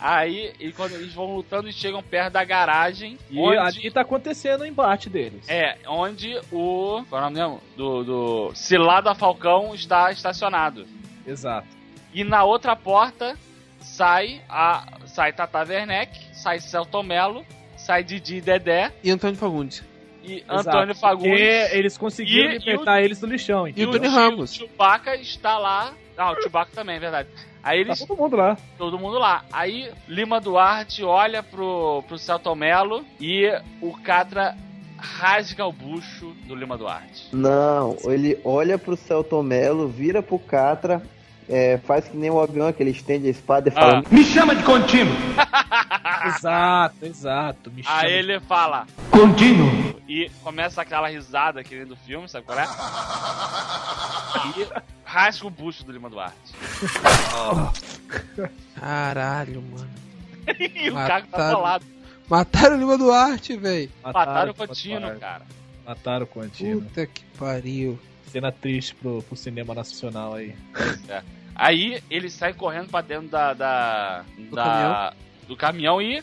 S4: Aí, e quando eles vão lutando e chegam perto da garagem.
S3: E
S4: onde,
S3: ali tá acontecendo o embate deles.
S4: É, onde o. Qual é o nome mesmo? Do, do Cilada Falcão está estacionado.
S3: Exato.
S4: E na outra porta sai a sai Tata Werneck, sai Celton Mello, sai Didi e Dedé
S5: E Antônio Fagundes.
S4: e
S3: Exato. é
S4: Antônio
S3: Porque
S4: Fagundes.
S3: eles conseguiram
S4: E- e
S3: libertar eles do lixão,
S5: E o
S3: entendeu? Tá
S5: Tony
S4: Chu-
S5: Ramos.
S4: Chewbacca está lá. Ah, o Chewbacca também, é verdade. Aí
S3: Tá
S4: eles,
S3: todo mundo lá.
S4: todo mundo lá. Aí Lima Duarte olha pro, pro Celton Mello e o Catra rasga o bucho do Lima Duarte.
S6: Não, ele olha pro Celton Mello, vira pro Catra, é, faz que nem o Obi-Wan, que ele estende a espada e fala...
S2: Me chama de contínuo.
S3: Exato, exato. Me chama
S4: Aí ele fala
S2: Contínuo.
S4: e começa aquela risada que nem do filme, sabe qual é? E rasga o bucho do Lima Duarte.
S5: Caralho, mano.
S4: E o
S5: Ah,
S4: cara tá
S5: tá.
S4: bolado.
S5: Mataram o Lima Duarte, velho.
S3: de-
S4: Mataram o Cotino, cara.
S3: Mataram o Quantino.
S5: Puta que pariu.
S3: Cena triste pro, pro cinema nacional aí.
S4: Aí ele sai correndo pra dentro da. da- da- do caminhão e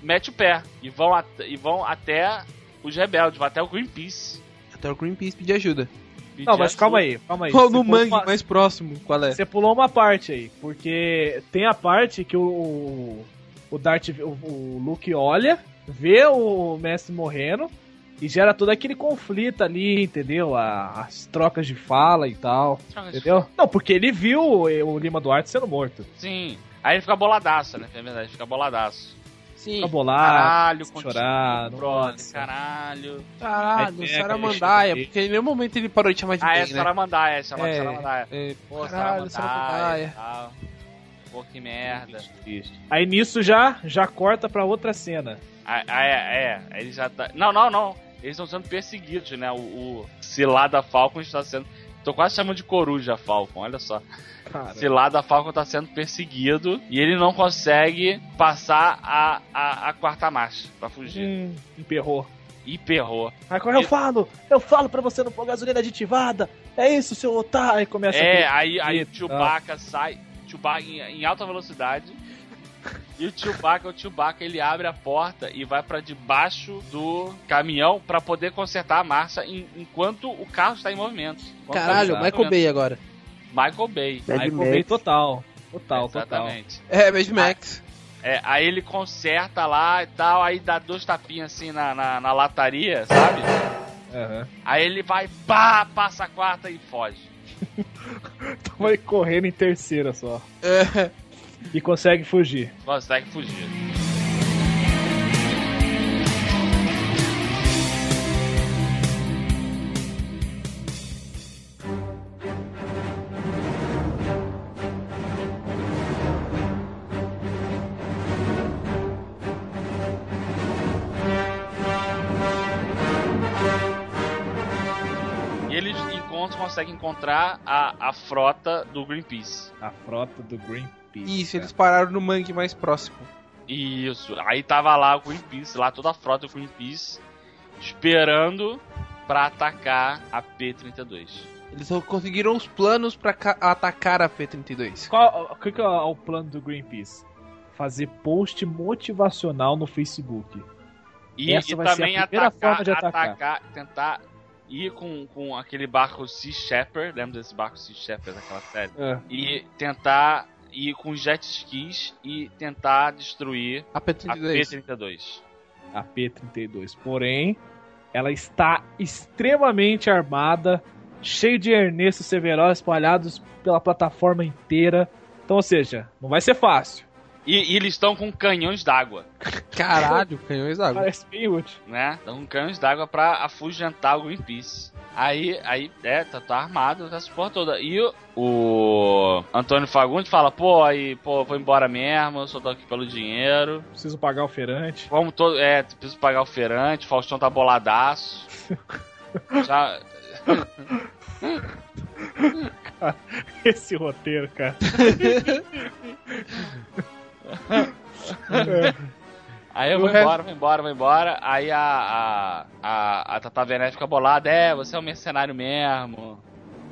S4: mete o pé. E vão, at- e vão até os rebeldes, vão até o Greenpeace.
S5: Até o Greenpeace pedir ajuda.
S4: pedir
S3: Não, mas calma
S4: ajuda.
S3: aí, calma aí.
S5: Qual
S3: Você
S5: no
S3: pulou
S5: mangue
S3: uma-
S5: mais próximo? Qual é?
S3: Você pulou uma parte aí, porque tem a parte que o o Darth, o, o Luke olha, vê o Mestre morrendo e gera todo aquele conflito ali, entendeu? A- as trocas de fala e tal, entendeu? Não, porque ele viu o, o Lima Duarte sendo morto.
S4: Sim. Aí ele fica boladaço, né? É verdade, fica boladaço.
S5: Sim.
S3: Fica bolado,
S4: Caralho,
S3: se
S4: continua,
S3: chorar, não
S4: brother,
S3: pode.
S4: caralho.
S5: Caralho,
S3: Aí pega,
S5: Ah, Saramandaia.
S3: deixa-
S5: Porque em nenhum momento ele parou de chamar de
S4: Ah, é
S5: bem, né?
S4: Saramandaia, é
S5: É,
S4: Saramandaia.
S5: é,
S4: Pô,
S5: Caralho,
S4: Saramandaia. e
S5: Saramandaia.
S4: tal. Pô, que merda.
S3: Aí nisso já já corta pra outra cena.
S4: Ah, ah, é, é. Ele já tá. Não, não, não. Eles estão sendo perseguidos, né? O, o Cilada Falcon está sendo. Tô quase chamando de coruja Falcon, olha só.
S3: Cara,
S4: Cilada Falcon tá sendo perseguido e ele não consegue passar a, a, a quarta marcha pra fugir.
S3: hum, emperrou.
S4: E perrou.
S3: Aí quando eu falo, eu falo pra você não pôr gasolina aditivada. É isso, seu otário. Aí começa aquele-
S4: É, aí, aí o
S3: Eita.
S4: Chewbacca sai. Chewbacca em, em alta velocidade. E o Chewbacca, o Chewbacca, ele abre a porta e vai pra debaixo do caminhão pra poder consertar a marcha em- enquanto o carro está em movimento. Enquanto
S5: Caralho,
S4: está em
S5: Michael
S4: movimento.
S5: Bay agora.
S4: Michael Bay.
S6: Mad
S3: Aí
S6: Max.
S3: comprei total. Total, total.
S4: Exatamente.
S5: É, Mad Max.
S4: É, aí ele conserta lá e tal, aí dá dois tapinhas assim na, na, na lataria, sabe?
S3: Aham.
S4: Aí ele vai, pá, passa a quarta e foge.
S3: Vai correndo em terceira só.
S5: É.
S3: E consegue fugir.
S4: Nossa, tem que fugir. E eles encontram, conseguem encontrar a, a frota do Greenpeace.
S3: A frota do Greenpeace.
S4: É.
S5: Isso,
S3: cara.
S5: eles pararam no mangue mais próximo.
S4: Isso. Aí tava lá o Greenpeace, lá toda a frota do Greenpeace, esperando pra atacar a P-32.
S5: Eles só conseguiram os planos pra ca- atacar a P-32.
S3: Qual qual que é o plano do Greenpeace? Fazer post motivacional no Facebook.
S4: E,
S3: Essa
S4: e
S3: vai ser a
S4: também
S3: primeira
S4: atacar,
S3: forma de atacar.
S4: atacar. tentar ir com, com aquele barco Sea Shepherd, lembra desse barco Sea Shepherd daquela série?
S3: É.
S4: E tentar ir com jet skis e tentar destruir
S5: A
S4: a
S5: P-32.
S4: P-32.
S3: A P-32. Porém, ela está extremamente armada, cheio de Ernesto Severo espalhados pela plataforma inteira. Então, ou seja, não vai ser fácil.
S4: E, e eles estão com canhões d'água,
S5: Caralho, canhões d'água.
S3: Parece bem útil.
S4: né? Estão com canhões d'água pra afugentar o Greenpeace. Aí, aí, é, tá, tá armado, tá essa porra toda. E o, o Antônio Fagundes fala, pô, aí, pô, eu vou embora mesmo, eu só tô aqui pelo dinheiro.
S3: Preciso pagar o feirante.
S4: Vamos todo. É, preciso pagar o feirante, Faustão tá boladaço. Já.
S3: Esse roteiro, cara.
S4: Aí eu
S5: O
S4: vou
S5: resto-
S4: embora, vou embora, vou embora. Aí a. A, a, a Tata Werneck fica bolada, é, você é um mercenário mesmo.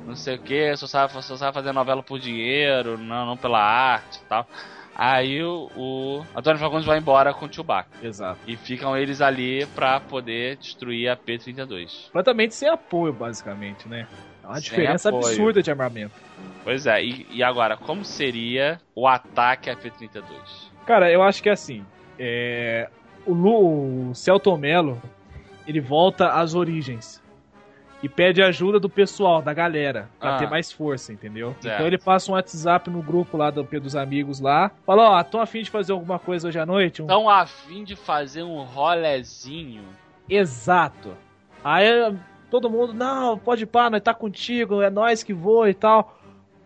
S4: Não sei o que, só sabe, só sabe fazer novela por dinheiro, não, não pela arte e tal. Aí o, o Antônio Fagundes vai embora com o Chewbacca.
S3: Exato.
S4: E ficam eles ali pra poder destruir a P-32.
S3: Completamente sem apoio, basicamente, né? É uma
S4: Sem
S3: diferença
S4: apoio.
S3: absurda de armamento.
S4: Pois é, e, e agora, como seria o ataque à P-32?
S3: Cara, eu acho que é assim. é, O, Lu, o Celton Mello, ele volta às origens. E pede ajuda do pessoal, da galera, pra
S4: Ah.
S3: ter mais força, entendeu?
S4: Certo.
S3: Então ele passa um WhatsApp no grupo lá do, dos amigos lá. Fala, ó, tô afim de fazer alguma coisa hoje à noite? Um-
S4: Estão a fim de fazer um rolezinho.
S3: Exato. Aí eh, todo mundo, não, pode pá, nós tá contigo, é nós que voa e tal.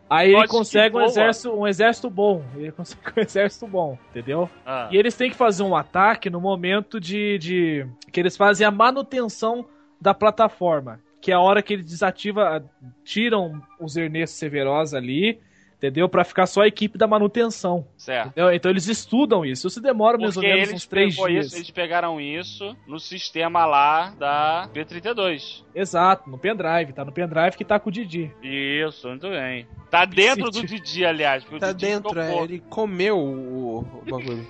S3: Aí ele
S4: Nós que
S3: consegue um
S4: voa.
S3: exército, um exército bom. Ele consegue um exército bom, entendeu?
S5: Ah,
S3: E eles têm que fazer um ataque no momento de, de- que eles fazem a manutenção da plataforma, que é a hora que eles desativa, tiram os Ernesto Severos ali, entendeu? Pra ficar só a equipe da manutenção.
S4: Certo.
S3: Entendeu? Então eles estudam isso. Isso demora mais ou
S4: Porque
S3: menos
S4: eles,
S3: uns três
S4: pegou
S3: dias.
S4: isso, eles pegaram isso no sistema lá da B32.
S3: Exato, no pendrive. Tá no pendrive que tá com o Didi.
S4: Isso, muito bem. Tá dentro do Didi, aliás. porque o
S5: Tá
S4: Didi
S5: dentro, é,
S4: tocou.
S5: ele comeu o, o bagulho.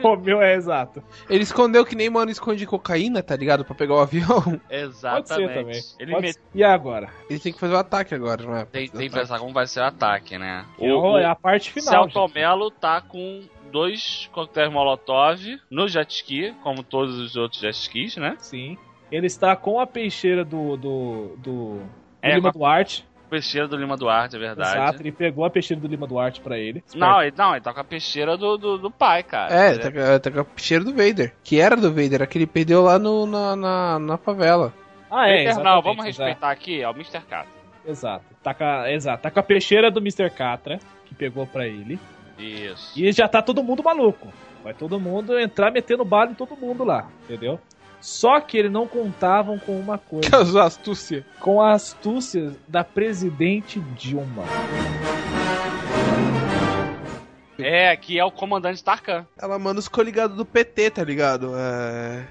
S3: Comeu, é exato.
S5: ele escondeu que nem mano esconde cocaína, tá ligado? Pra pegar o avião.
S3: Pode
S4: Exatamente.
S3: ser também.
S4: Ele
S3: Pode
S4: meteu.
S3: ser. E agora?
S5: Ele tem que fazer o ataque agora, não é?
S4: Tem, tem que pensar como vai ser o ataque, né?
S3: Que é o- é a parte final.
S4: Celton Mello tá com dois coquetéis Molotov no jet ski, como todos os outros jet skis, né?
S3: gente. Sim. Ele está com a peixeira do. do. do, do
S4: É,
S3: Lima
S4: com
S3: Duarte.
S4: a peixeira do Lima Duarte, é verdade.
S3: Exato. Ele pegou a peixeira do Lima Duarte pra ele.
S4: Não, ele, não, ele tá com a peixeira do, do, do pai, cara.
S5: É, tá,
S4: né?
S5: com- tá com o cheiro do Vader. Que era do Vader, aquele que perdeu lá no, na, na, na favela.
S3: Ah, é.
S4: Peter, não,
S3: exatamente,
S4: vamos
S3: exato.
S4: respeitar aqui, é o Mr. Catra.
S3: Exato. Tá com a, exato. Tá com a peixeira do Mr. Catra, que pegou pra ele.
S4: Isso.
S3: E já tá todo mundo maluco. Vai todo mundo entrar metendo bala em todo mundo lá, entendeu? Só que eles não contavam com uma coisa.
S5: Que as astúcia.
S3: com a astúcia da presidente Dilma.
S4: É, que é o comandante Tarkan.
S5: Ela manda os coligados do PT, tá ligado? É...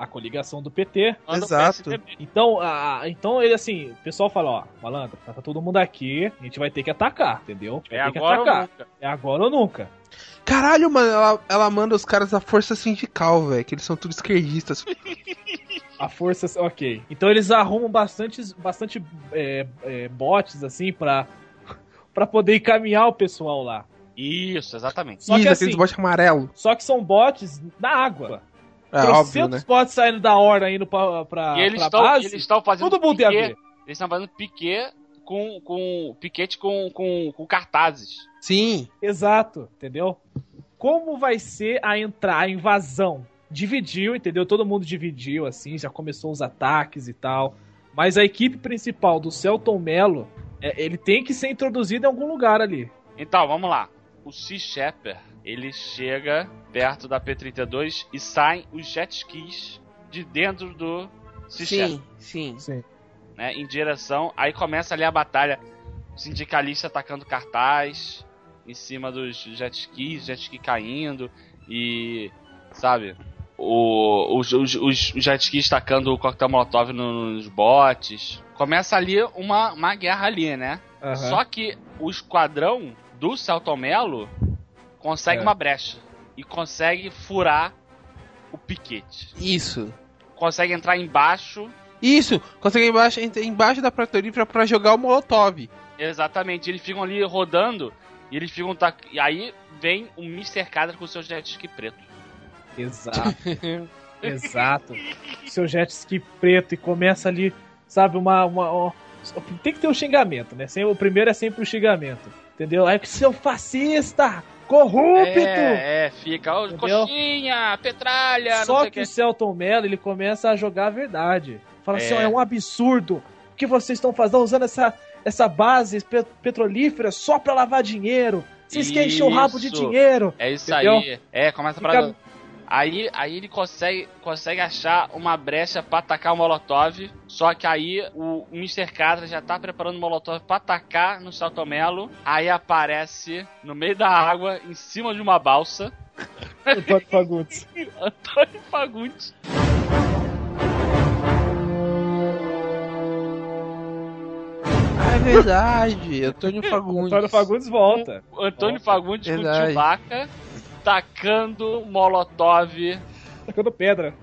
S3: A coligação do PT.
S4: Manda o
S5: Exato.
S4: PSDB.
S3: Então, a, então ele assim, o pessoal fala, ó, malandro, tá todo mundo aqui, a gente vai ter que atacar, entendeu? Vai
S4: É
S3: ter que
S4: agora ou
S3: atacar.
S4: nunca.
S3: É agora ou nunca.
S5: Caralho, mano, ela, ela manda os caras da Força Sindical, velho, que eles são tudo esquerdistas.
S3: A força, ok. Então eles arrumam bastante, bastante é, é, botes assim pra para poder encaminhar o pessoal lá.
S4: Isso, exatamente.
S3: Só
S5: Isso,
S3: que assim,
S5: aqueles bote amarelo.
S3: só que são botes na água.
S5: É
S3: Trocentos
S5: óbvio, né?
S3: botes saindo da hora indo pra, pra,
S4: e eles
S3: Ah, pra
S4: estão
S3: base.
S4: eles estão fazendo
S3: todo mundo ia
S4: piquê-
S3: ver.
S4: Eles estão fazendo piquê com, com piquete com, com, com cartazes.
S5: Sim.
S3: Exato, entendeu? Como vai ser a entrar, a invasão? Dividiu, entendeu? Todo mundo dividiu, assim, já começou os ataques e tal. Mas a equipe principal do Celton Mello, é, ele tem que ser introduzido em algum lugar ali.
S4: Então, vamos lá. O Sea Shepherd, ele chega perto da P-32 e saem os jet skis de dentro do Sea Shepherd,
S5: Sim, sim.
S4: né? Em direção... Aí começa ali a batalha. Sindicalista atacando cartaz em cima dos jet skis, jet ski caindo e... Sabe? O, os, os, os jet skis tacando o coquetel molotov no- nos botes. Começa ali uma, uma guerra ali, né? Só que o esquadrão do Celton Mello consegue
S3: É.
S4: uma brecha e consegue furar o piquete.
S5: Isso.
S4: Consegue entrar embaixo.
S5: Isso, consegue embaixo, entre- embaixo da Prato Livre pra jogar o Molotov.
S4: Exatamente, eles ficam ali rodando e eles ficam tac... e aí vem o Mr. Cadra com seu jet ski preto.
S3: Exato. Exato. Seu jet ski preto e começa ali, sabe, uma. uma, ó, tem que ter um xingamento, né? Sem- O primeiro é sempre o xingamento. Entendeu? Aí que seu fascista! Corrupto!
S4: É, é, fica ó,
S3: Entendeu?
S4: coxinha, petralha, não
S3: Só
S4: sei
S3: que,
S4: o que.
S3: o Celton Mello, ele começa a jogar a verdade. Fala
S4: É.
S3: assim, ó, é um absurdo o que vocês estão fazendo, usando essa, essa base pe- petrolíferas só pra lavar dinheiro. Vocês querem encher o rabo de
S4: Isso.
S3: dinheiro.
S4: É isso
S3: Entendeu?
S4: aí. É, começa pra.
S3: Fica-
S4: Aí, aí ele consegue, consegue achar uma brecha pra atacar o Molotov. Só que aí o Mr. Catra já tá preparando o Molotov pra atacar no Saltomelo. Aí aparece no meio da água, em cima de uma balsa,
S3: Antônio Fagundes.
S4: Antônio Fagundes.
S5: Ah, é verdade, Antônio Fagundes.
S3: Antônio Fagundes volta.
S4: O Antônio
S3: Nossa,
S4: Fagundes com o
S5: verdade.
S4: Chewbacca tacando Molotov,
S3: Tacando pedra.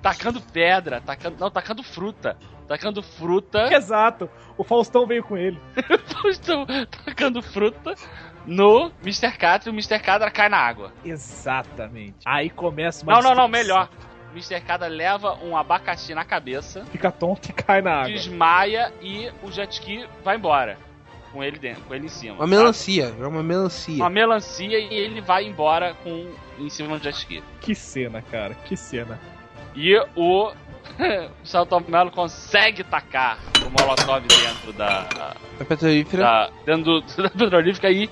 S4: tacando pedra, tacando. Não, tacando fruta. Tacando fruta.
S3: Exato. O Faustão veio com ele.
S4: estão tacando fruta no Mr. Catra e o Mr. Catra cai na água.
S3: Exatamente. Aí começa uma
S4: Não, não, não,
S3: discussão.
S4: melhor. O Mr. Catra leva um abacaxi na cabeça,
S3: Fica tonto e cai na água.
S4: desmaia e o jet ski vai embora. Com ele dentro, com ele em cima.
S5: Uma
S4: sabe?
S5: melancia, é uma melancia.
S4: Uma melancia e ele vai embora com em cima do jet ski.
S3: Que cena, cara. Que cena.
S4: E o, o Salto Melo consegue tacar o Molotov dentro da.
S3: Ah.
S5: A é petrolífera.
S4: da dentro do- da petrolífica e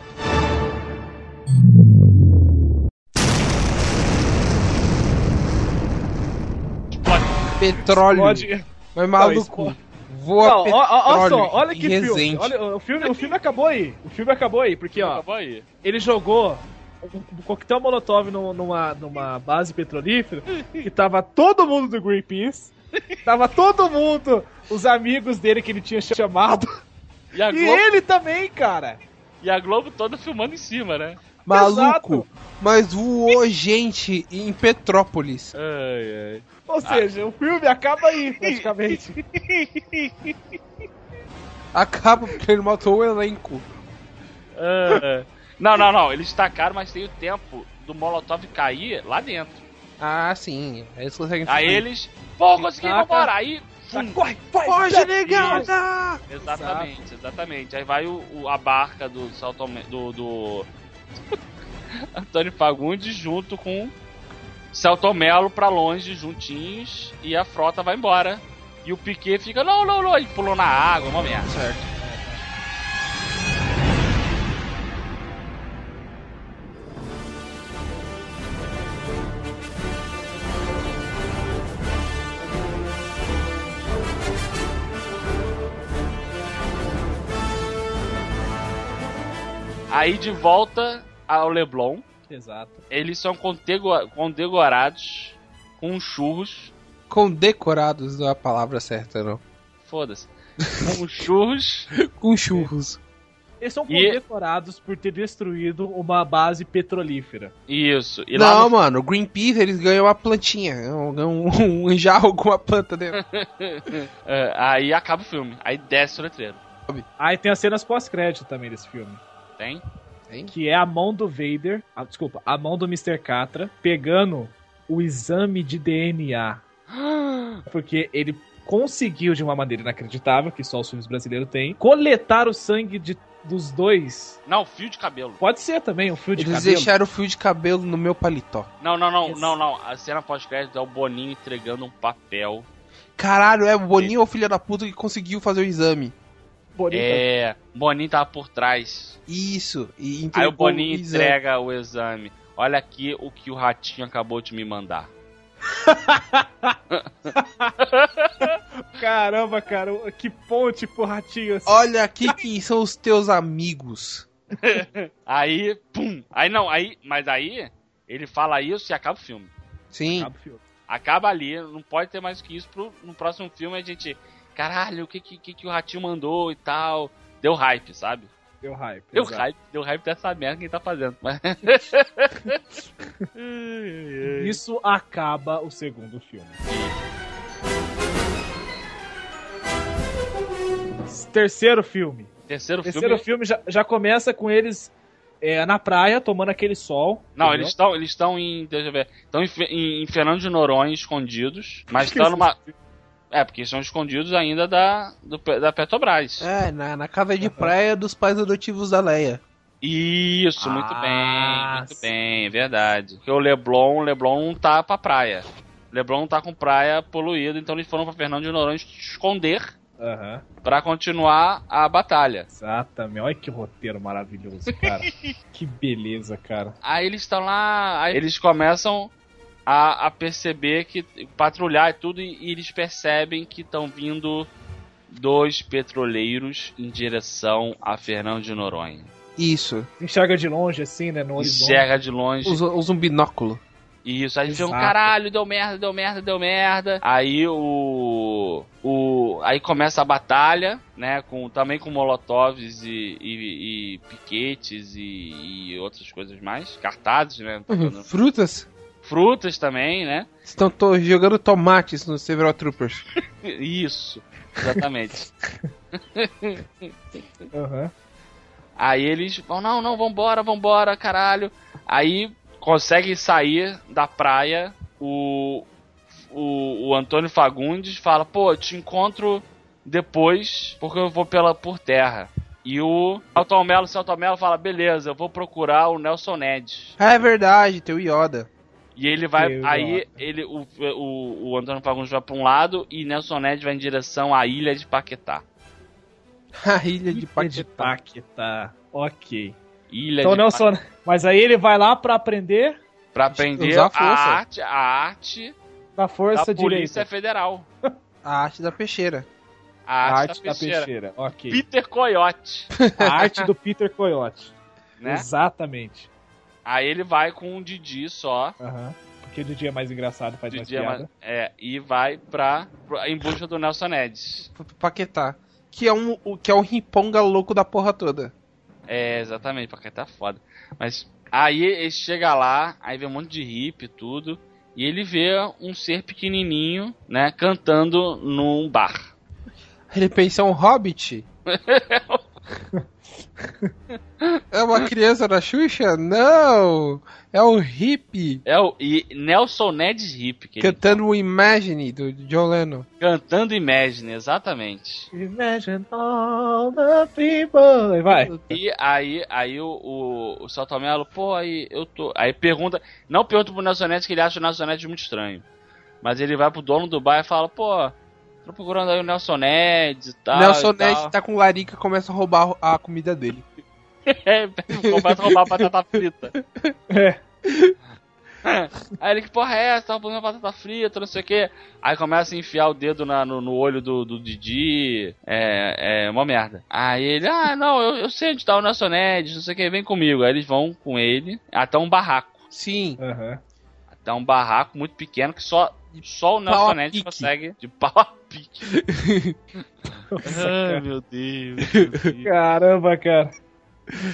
S5: Petróleo.
S3: Pode.
S5: Vai
S3: Não,
S5: mal do
S3: explode.
S5: cu. voa
S3: Ah. Não, ó, ó, ó
S5: petróleo
S3: só, olha
S5: em
S3: que filme.
S5: Resende.
S3: Olha, o, filme o filme acabou aí. O filme acabou aí, porque ó,
S4: Acabou aí.
S3: ele jogou um, um coquetel molotov num- numa, numa base petrolífera e tava todo mundo do Greenpeace, tava todo mundo, os amigos dele que ele tinha chamado,
S4: E a
S3: e
S4: Globo,
S3: ele também, cara.
S4: e a Globo toda filmando em cima, né?
S5: Maluco, mas voou gente em Petrópolis.
S4: Ai, ai.
S3: Ou seja, o filme acaba aí, praticamente.
S5: Acaba porque ele matou o elenco.
S4: Ah, não, não, não. Eles tacaram, mas tem o tempo do Molotov cair lá dentro.
S5: Ah, sim. Eles conseguem
S4: Aí eles. Pô, consegui,
S3: Taca.
S4: vambora! Aí. Fum.
S3: Corre, corre,
S4: é,
S5: Foge, negada!
S4: Exatamente, exatamente. Aí vai o, o- a barca do Salto do, do Antônio Fagundes junto com Celton Melo pra longe, juntinhos, e a frota vai embora. E o Piquet fica, não, não, não, ele pulou na água, uma merda.
S5: Certo.
S4: Aí de volta ao Leblon,
S3: Exato.
S4: eles são contego- condecorados com churros,
S5: Com decorados não é a palavra certa, não.
S4: foda-se, com churros
S5: Com churros.
S3: Eles são
S4: E-
S3: condecorados por ter destruído uma base petrolífera.
S4: Isso. E lá
S5: não,
S4: no-
S5: mano, o Greenpeace eles ganham uma plantinha, ganham um, um jarro com uma planta dentro.
S4: é, aí acaba o filme. Aí desce o letreiro.
S3: Aí tem as cenas pós-crédito também desse filme.
S4: Tem?
S3: que é a mão do Vader, ah, desculpa, a mão do Mr. Catra pegando o exame de DNA. Porque ele conseguiu, de uma maneira inacreditável, que só os filmes brasileiros têm, coletar o sangue de, dos dois.
S4: Não, fio de cabelo.
S3: Pode ser também um fio de
S5: Eles
S3: cabelo.
S5: deixaram o fio de cabelo no meu paletó.
S4: Não, não, não,
S3: Esse-
S4: não, não. A cena pós-crédito é o Boninho entregando um papel.
S5: Caralho, é o Boninho ou filha da puta que conseguiu fazer o exame.
S3: Bonito.
S4: É, Boninho tava por trás.
S5: Isso, e
S4: Aí
S5: entregou
S4: o Boninho
S5: exame.
S4: entrega o exame. Olha aqui o que o ratinho acabou de me mandar.
S3: Caramba, cara, que ponte pro ratinho assim.
S5: Olha aqui quem são os teus amigos.
S4: Aí, pum. Aí não, aí, mas aí ele fala isso e acaba o filme.
S5: Sim,
S3: Acaba o filme.
S4: Acaba ali, não pode ter mais que isso pro, no próximo filme a gente, caralho, o que que, que que o ratinho mandou e tal. Deu hype, sabe?
S3: Deu hype.
S4: Deu
S3: exato.
S4: hype, deu hype dessa merda que ele tá fazendo. Mas
S3: Isso acaba o segundo filme. Terceiro filme.
S4: terceiro,
S3: Terceiro filme
S4: filme.
S3: já, já começa com eles é, na praia, tomando aquele sol.
S4: Não,
S3: entendeu?
S4: eles estão eles estão em. Deixa eu ver. Estão em, Fe- em, em Fernando de Noronha escondidos. Mas estão numa. É, porque estão escondidos ainda da, do Pe- da Petrobras.
S5: é, na, na casa de praia dos pais adotivos da Leia.
S4: Isso, muito
S3: Ah,
S4: bem, muito
S3: sim.
S4: bem, é verdade. Porque o Leblon, o Leblon não tá pra praia. O Leblon tá com praia poluída, então eles foram pra Fernando de Noronha esconder
S3: Aham,
S4: pra continuar a batalha.
S3: exatamente. Olha que roteiro maravilhoso, cara. que beleza, cara.
S4: Aí eles estão lá, aí eles começam a, a perceber que patrulhar e tudo, e, e eles percebem que estão vindo dois petroleiros em direção a Fernando de Noronha.
S5: Isso,
S3: Enxerga de longe, assim, né? No horizonte.
S4: Enxerga de longe.
S5: usa, usa um binóculo.
S4: Isso, aí eles ficam,
S3: Exato.
S4: caralho, deu merda, deu merda, deu merda. Aí o. o aí começa a batalha, né? Com, também com molotovs e, e, e piquetes e, e outras coisas mais. Cartazes, né?
S5: Uhum, Frutas?
S4: Frutas também, né?
S5: Estão to- jogando tomates nos Several Troopers.
S4: Isso, exatamente.
S3: Aham.
S4: Aí eles vão, não, não, vambora, vambora, caralho. Aí consegue sair da praia o, o, o Antônio Fagundes fala, pô, eu te encontro depois, porque eu vou pela por terra. E o Celton Mello, Celton Mello fala, beleza, eu vou procurar o Nelson Ned.
S5: Ah, é verdade, tem o Yoda.
S4: E ele vai,
S3: Meu
S4: aí ele, o, o, o Antônio Fagundes vai pra um lado e Nelson Ned vai em direção à ilha de Paquetá.
S5: A ilha
S3: Ilha
S5: de
S3: De
S5: Paquetá.
S3: Paquetá. Ok.
S4: Ilha
S3: Então,
S4: de
S3: não só. Mas aí ele vai lá pra aprender
S4: Pra aprender
S5: Usar
S4: a,
S5: a força.
S4: arte, a arte
S3: da
S4: da
S3: força
S4: Polícia é
S3: direita.
S4: Federal.
S5: A arte da peixeira.
S4: A arte, da, tá peixeira.
S3: Ok.
S4: Peter Coyote,
S3: A arte do Peter Coyote.
S4: né?
S3: Exatamente.
S4: Aí ele vai com um Didi só.
S3: Aham. Porque o Didi é mais engraçado, faz mais
S4: Didi é,
S3: piada.
S4: mais- é, e vai pra, pra- em busca do Nelson Nedes.
S5: P- Paquetá. Que é um, o- que é um riponga louco da porra toda.
S4: É, exatamente, porque tá foda. Mas aí ele chega lá, aí vê um monte de hippie e tudo. E ele vê um ser pequenininho, né, cantando num bar.
S5: Ele pensa é um hobbit? é uma criança da Xuxa? Não! É um hippie
S4: É o e Nelson Nedes Hip, que ele-
S5: cantando o Imagine do John Lennon.
S4: cantando Imagine, exatamente.
S3: Imagine all the people. Aí vai.
S4: E aí, aí o, o, o Saltomelo, pô, aí eu tô. Aí pergunta. Não pergunta pro Nelson Neto que ele acha o Nelson Neto muito estranho. Mas ele vai pro dono do bar e fala, pô, tô procurando aí o Nelson Neto e tal.
S5: Nelson
S4: Ah, e tal.
S5: Ned tá com larica e começa a roubar a comida dele.
S4: É, começa a roubar batata frita.
S3: É.
S4: Aí ele, que porra é essa? Tava procurando batata frita, não sei o quê. Aí começa a enfiar o dedo na- no, no olho do, do Didi. É, é uma merda. Aí ele, ah, não, eu, eu sei onde tá o Nelson Nedes, não sei o quê, vem comigo. Aí eles vão com ele até um barraco.
S5: Sim.
S3: Aham.
S4: Até um barraco muito pequeno que só, só o
S5: pau
S4: Nelson
S5: a
S4: Nedes
S5: pique.
S4: consegue de pau a pique. Ai, meu Deus. meu Deus.
S3: Caramba, cara.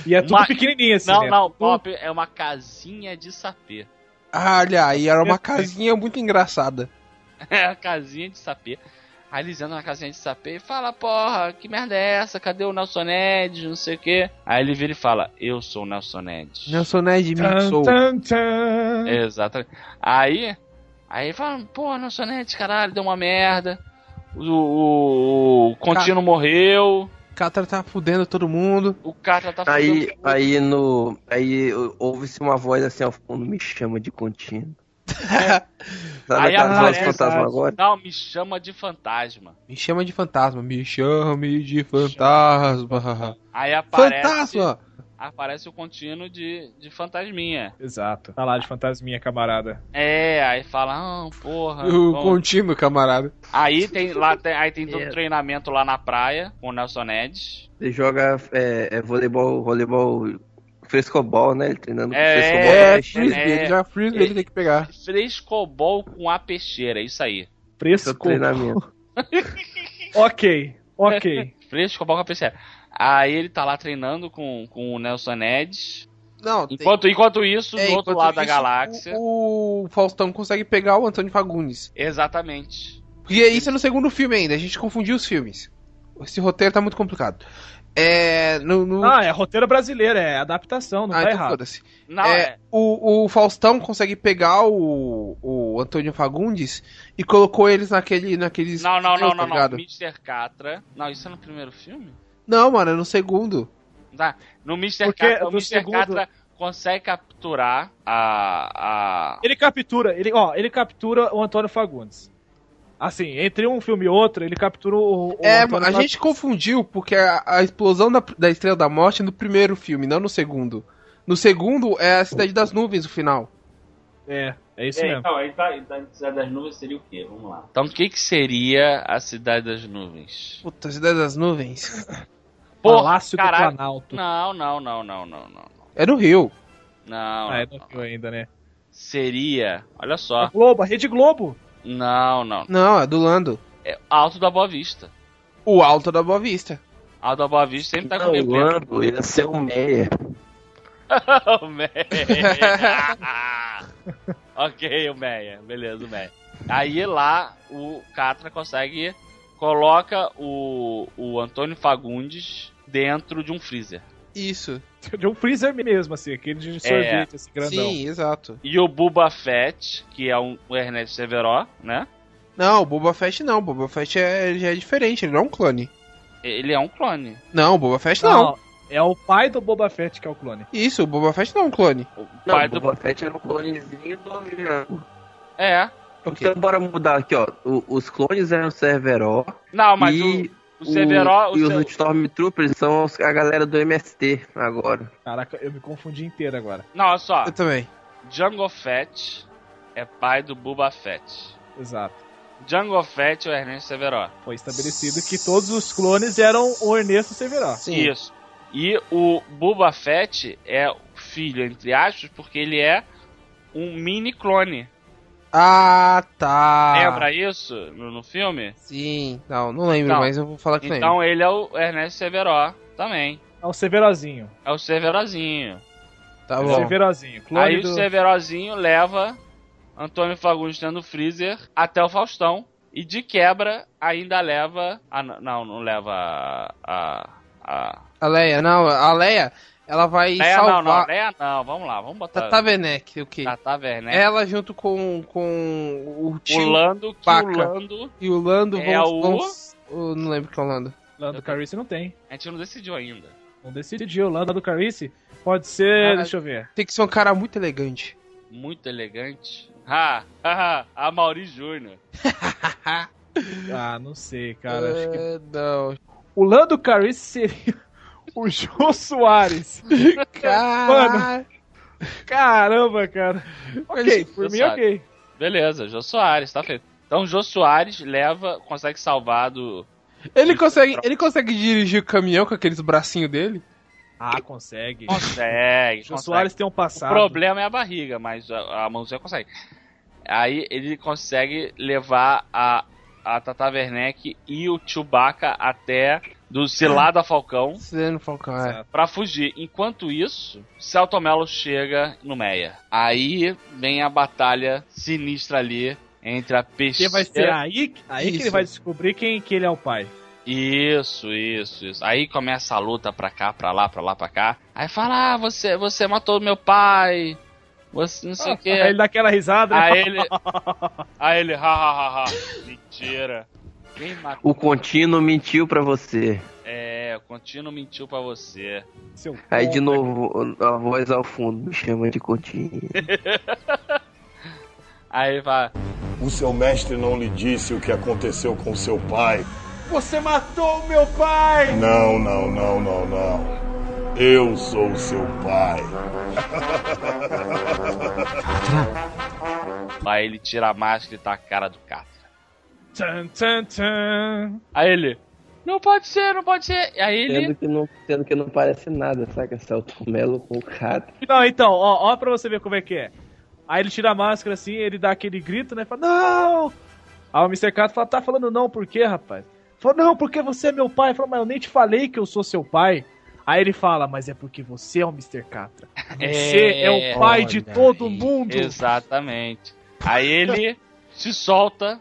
S3: E é tudo
S4: Uma-
S3: pequenininho assim,
S4: Não,
S3: né?
S4: não,
S3: Tudo-
S4: Pop é uma casinha de sapê.
S5: Ah, olha aí, era uma casinha muito engraçada.
S4: É a casinha de sapê. Aí eles andam na casinha de sapê e fala, porra, que merda é essa? Cadê o Nelson Nedes? Não sei o quê. Aí ele vira e fala, eu sou o Nelson Nedes.
S5: Nelson Ned me
S3: Tan,
S5: soul.
S3: tan, tan.
S4: Exatamente. Aí, aí fala, porra, Nelson Nedes, caralho, deu uma merda. O, o, o Contínuo morreu.
S5: Catra tá fudendo todo mundo.
S4: O cara tá
S6: Aí,
S4: fazendo-
S6: aí no. Aí ouve-se uma voz assim ao fundo, me chama de contínuo. Sabe
S4: Aí
S6: aquelas vozes
S4: aparece-
S6: fantasmagóricas?
S4: Não, me chama de fantasma.
S5: Me chama de fantasma, me chame de fantasma.
S4: Aí aparece,
S5: Fantasma!
S4: aparece o contínuo de, de fantasminha.
S3: Exato. Tá lá de fantasminha, camarada.
S4: É, aí fala, ah, porra.
S5: O
S4: vamos-
S5: contínuo, camarada.
S4: Aí tem lá tem, aí tem todo um
S6: É.
S4: treinamento lá na praia com o Nelson Nedes.
S6: Ele joga é, é voleibol, voleibol frescobol, né? Ele treinando com
S4: É,
S6: frescobol.
S5: É,
S6: né?
S5: frisbee,
S4: é.
S5: ele joga frisbee, ele tem que pegar.
S4: Frescobol com a peixeira, isso aí.
S6: Seu
S3: Fresco.
S6: treinamento.
S3: Ok, ok.
S4: Frescobol com a peixeira. Aí ele tá lá treinando com, com o Nelson Nedes.
S5: Não, tem-
S4: Enquanto, enquanto isso,
S5: é,
S4: do outro
S5: enquanto
S4: lado da
S5: isso,
S4: galáxia.
S5: O, o Faustão consegue pegar o Antônio Fagundes.
S4: Exatamente.
S5: E é isso é no segundo filme ainda, a gente confundiu os filmes. Esse roteiro tá muito complicado. É. No. no...
S3: Ah, é roteiro brasileiro, é adaptação, não tá
S5: Ah, então
S3: errado.
S5: foda-se.
S4: Não,
S5: É,
S4: é,
S5: o, o Faustão consegue pegar o, o Antônio Fagundes e colocou eles naquele, naqueles.
S4: não, não, não,
S5: tá
S4: não, não.
S5: ligado?
S4: Mr. Catra. Não, isso é no primeiro filme?
S5: Não, mano, é no segundo.
S4: Tá. No Mr.
S3: Porque
S4: Catra, o
S3: do
S4: Mr.
S3: segundo-
S4: Catra consegue capturar a. a...
S3: Ele captura, ele, ó, ele captura o Antônio Fagundes. Assim, entre um filme e outro, ele captura o. o
S5: é,
S3: Antônio
S5: a
S3: Fagundes.
S5: gente confundiu porque a, a explosão da, da Estrela da Morte é no primeiro filme, não no segundo. No segundo é a Cidade das Nuvens, o final.
S3: É, é isso mesmo.
S4: aí tá, Cidade das Nuvens seria o quê? Vamos lá. Então, o que que seria a Cidade das Nuvens?
S5: Puta, Cidade das Nuvens.
S4: Porra,
S3: Palácio
S4: caralho.
S3: do Planalto.
S4: Não, não, não, não, não, não.
S5: É no Rio.
S4: Não,
S3: Ah, é,
S4: não, Ah.
S3: não viu ainda, né?
S4: Seria, olha só.
S3: Globo, a Rede Globo.
S4: Não, não.
S5: Não, é do Lando.
S4: É Alto da Boa Vista.
S5: O Alto da Boa Vista.
S4: Alto da Boa Vista sempre tá com
S6: Não, o
S4: bebê.
S6: Lando ia ser o Meia.
S4: O Meia. ok, o Meia. Beleza, o Meia. Aí lá o Catra consegue. Coloca o, o Antônio Fagundes dentro de um freezer.
S5: Isso.
S3: De um freezer mesmo, assim, aquele
S4: É,
S3: de sorvete, assim, grandão.
S5: Sim, exato.
S4: E o Buba Fett, que é um, o Ernesto Severo, né?
S5: Não, o Boba Fett não. O Boba Fett é, já é diferente, ele não é um clone.
S4: Ele é um clone.
S5: Não, o Boba Fett não.
S3: É o pai do Boba Fett que é o clone.
S5: Isso, o Boba Fett não é um clone.
S4: O
S6: Não,
S4: pai
S6: o
S4: do.
S6: Boba Fett era um clonezinho do Homem-Aranha.
S4: É.
S5: Ok.
S6: Então bora mudar aqui, ó. O- os clones eram o Cerveró
S4: Não, mas
S6: e,
S4: o, o Severo.
S6: e
S4: o seu-
S6: os Stormtroopers são os- a galera do MST agora.
S3: Caraca, eu me confundi inteiro agora.
S4: Não, olha só.
S5: Eu também.
S4: Django Fett é pai do Boba Fett.
S3: Exato.
S4: Django Fett e o Ernesto Severo.
S3: Foi estabelecido que todos os clones eram o Ernesto Severó.
S5: Sim.
S4: Isso. E o Boba Fett é o filho, entre aspas, porque ele é um mini clone.
S5: Ah, tá.
S4: Lembra isso no, no filme?
S5: Sim. Não, não lembro,
S4: Não.
S5: mas eu vou falar que lembro.
S4: Então ele é o Ernesto Severo também.
S3: É o Severozinho.
S4: É o Severozinho.
S5: Tá
S3: o
S5: bom.
S3: Severozinho. Clone
S4: Aí
S3: do...
S4: o Severozinho leva Antônio Fagundes dentro do freezer até o Faustão. E de quebra ainda leva. Ah, n- não, não leva a. a, a...
S5: A Leia, não, a Leia, ela vai
S4: Leia não,
S5: salvar
S4: não, Leia não, vamos lá, vamos botar.
S5: Tata Werneck, o quê?
S4: Tata Werneck.
S5: Ela junto com, com o
S4: O
S5: tio
S4: Lando, que
S5: Paca.
S4: o Lando.
S5: e o Lando
S4: É
S5: vão...
S4: o-
S5: vão- eu não lembro que é o Lando.
S3: Lando Carice não tem.
S4: A gente não decidiu ainda.
S3: Não decidiu. Lando Carice pode ser...
S5: Ah,
S3: deixa eu ver.
S5: Tem que ser um cara muito elegante.
S4: Muito elegante. Ha, ha, ha, a Mauri Júnior.
S3: Ah, não sei, cara. Acho que...
S5: É, Não.
S3: O Lando Carice seria o Jô Soares.
S5: Cara...
S3: Caramba, cara. Ok, por
S4: Jô
S3: mim,
S4: Soares.
S3: ok.
S4: Beleza, Jô Soares, tá feito. Então Jô Soares leva, consegue salvar do.
S5: Ele consegue, ele consegue dirigir o caminhão com aqueles bracinhos dele?
S3: Ah, consegue.
S4: Consegue,
S3: Jô
S4: consegue.
S3: Soares tem um
S4: O
S3: passado.
S4: problema é a barriga, mas a, a mãozinha consegue. Aí ele consegue levar a, a Tata Werneck e o Chewbacca até do Cilada Falcão
S5: Sendo Falcão, é.
S4: pra fugir. Enquanto isso, Celto Mello chega no Meia. Aí vem a batalha sinistra ali entre a
S3: Porque
S4: peste.
S3: vai ser aí, aí que
S5: Isso.
S3: ele vai descobrir quem que ele é o pai.
S4: Isso, isso, isso. Aí começa a luta pra cá, pra lá, pra lá, pra cá. Aí fala: ah, você, você matou meu pai. Você não sei o que.
S3: Ah, Aí ele dá aquela risada, né?
S4: é. Aí ele. Aí ele, ha, ha, ha, ha. Mentira. Quem matou?
S6: O contínuo mentiu pra você.
S4: É, o contínuo mentiu pra você.
S3: Seu
S6: Aí
S3: pau,
S6: de novo a voz ao fundo me chama de contínuo.
S4: Aí vai.
S8: O seu mestre não lhe disse o que aconteceu com seu pai.
S2: Você matou o meu pai!
S8: Não, não, não, não, não. Eu sou seu pai.
S4: Aí ele tira a máscara e tá a cara do cara.
S3: Tchan, tchan, tchan.
S4: Aí ele. Não pode ser, não pode ser. Aí ele.
S6: Sendo que, não, sendo que não parece nada, saca? Celto Melo com o cara.
S3: Não, então, ó, ó pra você ver como é que é. Aí ele tira a máscara assim, ele dá aquele grito, né? Fala, não! Aí o Mr. Cato fala, tá falando não, por quê, rapaz? Falou, não, porque você é meu pai. Falou, mas eu nem te falei que eu sou seu pai. Aí ele fala, mas é porque você é o Mr. Catra. Você é, o pai de
S5: olha
S3: todo
S5: aí.
S3: mundo.
S4: Exatamente. Aí ele se solta.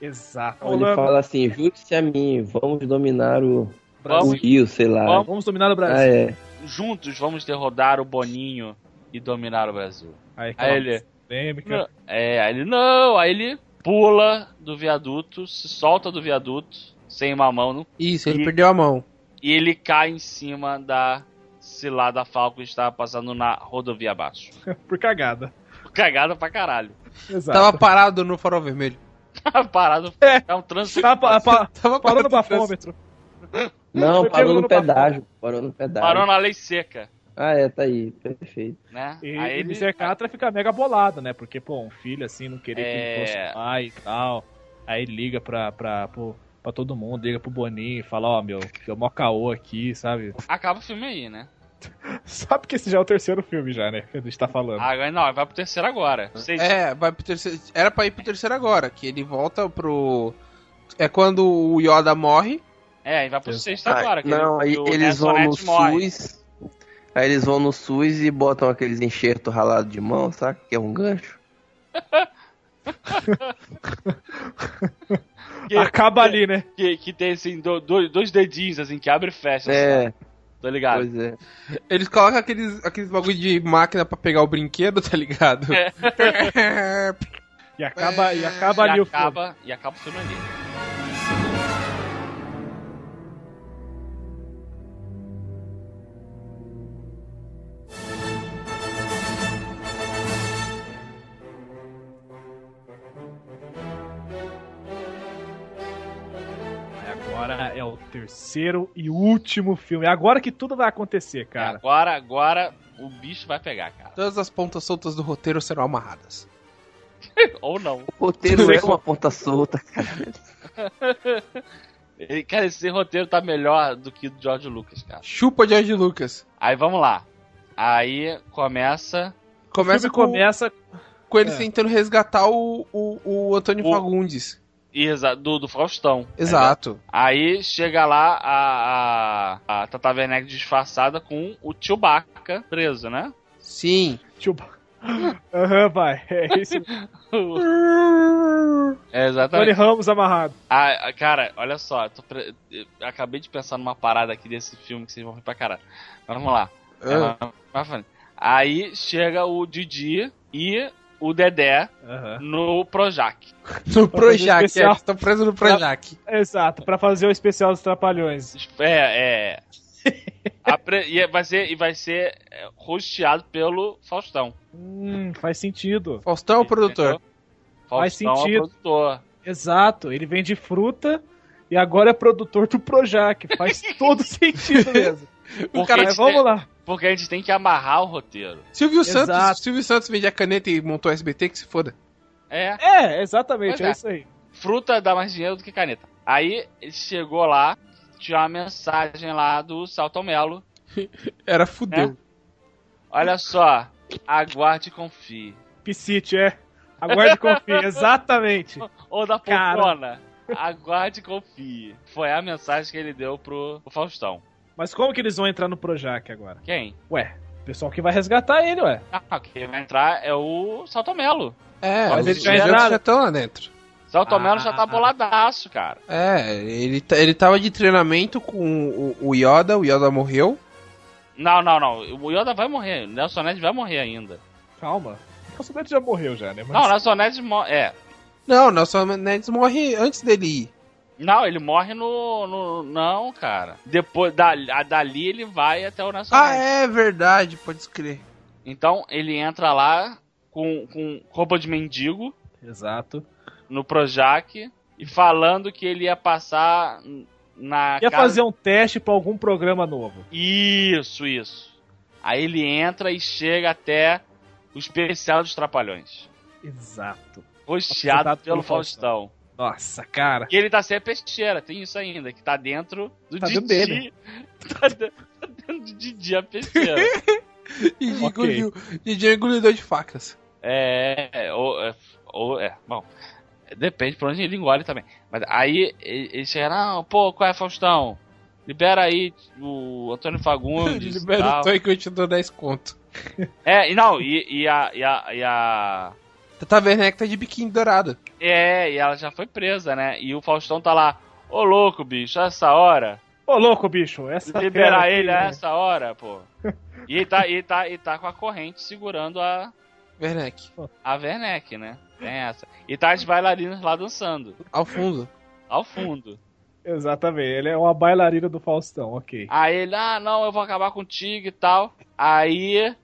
S3: Exato.
S6: Ele fala assim: junte-se a mim, vamos dominar o, o
S4: Vamos,
S6: Rio, sei lá.
S4: Vamos.
S3: Vamos dominar o
S6: Ah,
S3: Brasil.
S6: é.
S4: juntos vamos derrotar o Boninho e dominar o Brasil.
S3: Aí,
S4: Aí
S3: aquela
S4: ele.
S3: polêmica.
S4: Não. É, aí ele não, aí ele pula do viaduto, se solta do viaduto, sem uma mão, no-
S5: Isso, ele
S4: E-
S5: perdeu a mão.
S4: e ele cai em cima da cilada Falco que estava passando na rodovia abaixo.
S3: Por cagada.
S4: Cagada pra caralho.
S3: Exato.
S5: Tava parado no farol vermelho.
S4: Parado,
S3: É.
S4: é um trânsito.
S3: Tá, pa- pa-
S5: Tava
S3: parou no
S5: parado trânsito.
S3: bafômetro.
S6: Não,
S3: Foi
S6: parou
S3: pego
S6: no
S3: no
S6: pedágio. Parou no pedágio.
S4: Parou na lei seca,
S6: Ah, é, tá aí, perfeito.
S4: né?
S3: E é o Mr. Catra fica mega bolado, né? Porque, pô, um filho assim, não querer
S4: É.
S3: que ele fosse pai e tal. Aí ele liga pra, pra, pro- pra todo mundo, liga pro Boninho e fala, ó, meu, deu mó caô aqui, sabe?
S4: acaba o filme aí, né?
S3: Sabe que esse já é o terceiro filme já, né? Que a gente tá falando.
S4: Agora não, vai pro terceiro agora. Vocês-
S5: É, vai pro terceiro. Era pra ir pro terceiro agora, que ele volta pro. É quando o Yoda morre.
S4: É, e vai pro
S3: Exato.
S4: sexto agora. que
S6: não, aí
S4: que o
S6: eles vão no
S4: Nessonete morre.
S6: SUS. Aí eles vão no SUS e botam aqueles enxertos ralados de mão, saca? Que é um gancho.
S3: Ah,
S4: Que,
S3: Acaba ali, né?
S4: que, que tem assim, do- do- dois dedinhos assim, que abre e fecha. assim,
S6: É,
S4: tá ligado?
S6: pois é.
S5: Eles colocam aqueles, aqueles bagulho de máquina pra pegar o brinquedo, tá ligado?
S3: É. E acaba, e acaba ali
S4: e
S3: o filme.
S4: acaba, E acaba o filme ali.
S3: Aí Agora é o terceiro e último filme. É agora que tudo vai acontecer,
S4: É.
S3: cara.
S4: Agora, agora o bicho vai pegar, cara.
S5: Todas as pontas soltas do roteiro serão amarradas.
S4: Ou não.
S6: O roteiro é uma ponta solta, cara.
S4: E, Cara, esse roteiro tá melhor do que o do George Lucas, cara.
S5: Chupa George Lucas.
S4: Aí vamos lá. Aí começa.
S3: O
S5: Começa
S3: filme
S5: com,
S3: começa
S5: com eles
S3: é.
S5: tentando resgatar o, o, o Antônio
S4: O-
S5: Fagundes.
S4: Isa, do, do Faustão. tá
S5: Exato.
S4: Aí chega lá a, a, a Tata Werneck disfarçada com o Chewbacca preso, né?
S5: Sim.
S3: Chupa. Aham, pai. É isso.
S4: É,
S3: Tony
S4: exatamente.
S3: Ramos amarrado.
S4: Ah, ah, cara, olha só. tô pre- eu acabei de pensar numa parada aqui desse filme que vocês vão ver pra caralho. Mas vamos lá.
S5: Ah,
S4: Ela- vai falando. Aí chega o Didi e o Dedé
S3: Aham.
S4: no Projac.
S5: no Projac, é,
S3: especial.
S5: eles estão presos no Projac.
S3: Exato, pra fazer o especial dos Trapalhões.
S4: É, é. A pre- e é, vai ser, e vai ser é, rosteado pelo Faustão.
S3: Hum, faz sentido.
S5: Faustão é o produtor.
S4: entendeu? Faustão é o
S3: sentido.
S4: produtor.
S3: Exato, ele vende fruta e agora é produtor do Projac. Faz todo sentido mesmo.
S4: Porque, a
S3: Cara,
S4: gente
S3: vamos
S4: tem,
S3: lá.
S4: porque a gente tem que amarrar o roteiro.
S5: Silvio
S3: Exato.
S5: Santos, Silvio Santos vende a caneta e montou o SBT, que se foda.
S4: É,
S3: É, exatamente,
S4: Pois
S3: é
S4: é.
S3: isso aí.
S4: fruta dá mais dinheiro do que caneta. Aí ele chegou lá, tinha uma mensagem lá do Salto Melo.
S5: Era fudeu.
S4: Olha só, aguarde e confie.
S3: Piscite, é. Aguarde e confie, exatamente.
S4: Ou da
S3: Cara.
S4: poltrona, aguarde e confie. Foi a mensagem que ele deu pro, pro Faustão.
S3: Mas como que eles vão entrar no Projac agora?
S4: Quem?
S3: Ué, o pessoal que vai resgatar ele, ué.
S4: Ah, quem vai entrar é o Salto Melo.
S5: É,
S4: Mas
S5: os
S4: ele já
S5: outros
S4: entraram.
S5: já estão lá dentro.
S4: Salto Melo
S3: Ah.
S4: já tá boladaço, cara.
S5: É, ele, tá- ele tava de treinamento com o, o Yoda, o Yoda morreu.
S4: Não, não, não. O Yoda vai morrer. O Nelson Ned vai morrer ainda.
S3: Calma. O Calçadete já morreu já, né? Mas...
S4: Não, o Nelson Ned morre. É.
S5: Não, o Nelson Mendes morre antes dele ir.
S4: Não, ele morre no. no- não, cara. Depois. Da, a- dali ele vai até o Nelson
S5: Ah,
S4: Ned.
S5: é verdade, pode crer.
S4: Então ele entra lá com, com roupa de mendigo
S3: Exato.
S4: no Projac e falando que ele ia passar n- na.
S3: Ia
S4: casa-
S3: fazer um teste pra algum programa novo.
S4: Isso, isso. Aí ele entra e chega até o especial dos Trapalhões.
S3: Exato.
S4: Rosteado
S3: Apresentado pelo
S4: pelo Faustão.
S3: Nossa, cara.
S4: E ele tá sem a peixeira, tem isso ainda, que tá dentro do
S3: Tá dentro
S4: Didi.
S3: dele.
S4: Tá, de- tá dentro do Didi a peixeira.
S5: E
S3: Ok.
S5: engoliu. Didi é engolidor de facas.
S4: é, ou, é, ou, é, bom, depende pra onde ele engole também. Mas aí ele ele chega, não, pô, qual é, Faustão? Libera aí o Antônio Fagundes. e
S5: Libera
S4: tal."
S5: o Toy que eu te dou 10 conto.
S4: É, e não, e, e a, e, a, e a.
S5: Tata Werneck tá de biquíni dourado.
S4: É, e ela já foi presa, né? E o Faustão tá lá, ô louco, bicho, essa hora.
S3: Ô, louco, bicho. Essa
S4: liberar
S3: fera
S4: ele é. a
S3: aqui, né?
S4: essa hora, pô. E ele tá, e ele tá, ele tá com a corrente segurando a,
S5: Werneck,
S4: a Werneck, né? Tem essa. E tá as bailarinas lá dançando,
S5: ao fundo.
S4: ao fundo.
S3: né? Exatamente. Ele é uma bailarina do Faustão, ok.
S4: Aí ele, ah, não, eu vou acabar contigo e tal. Aí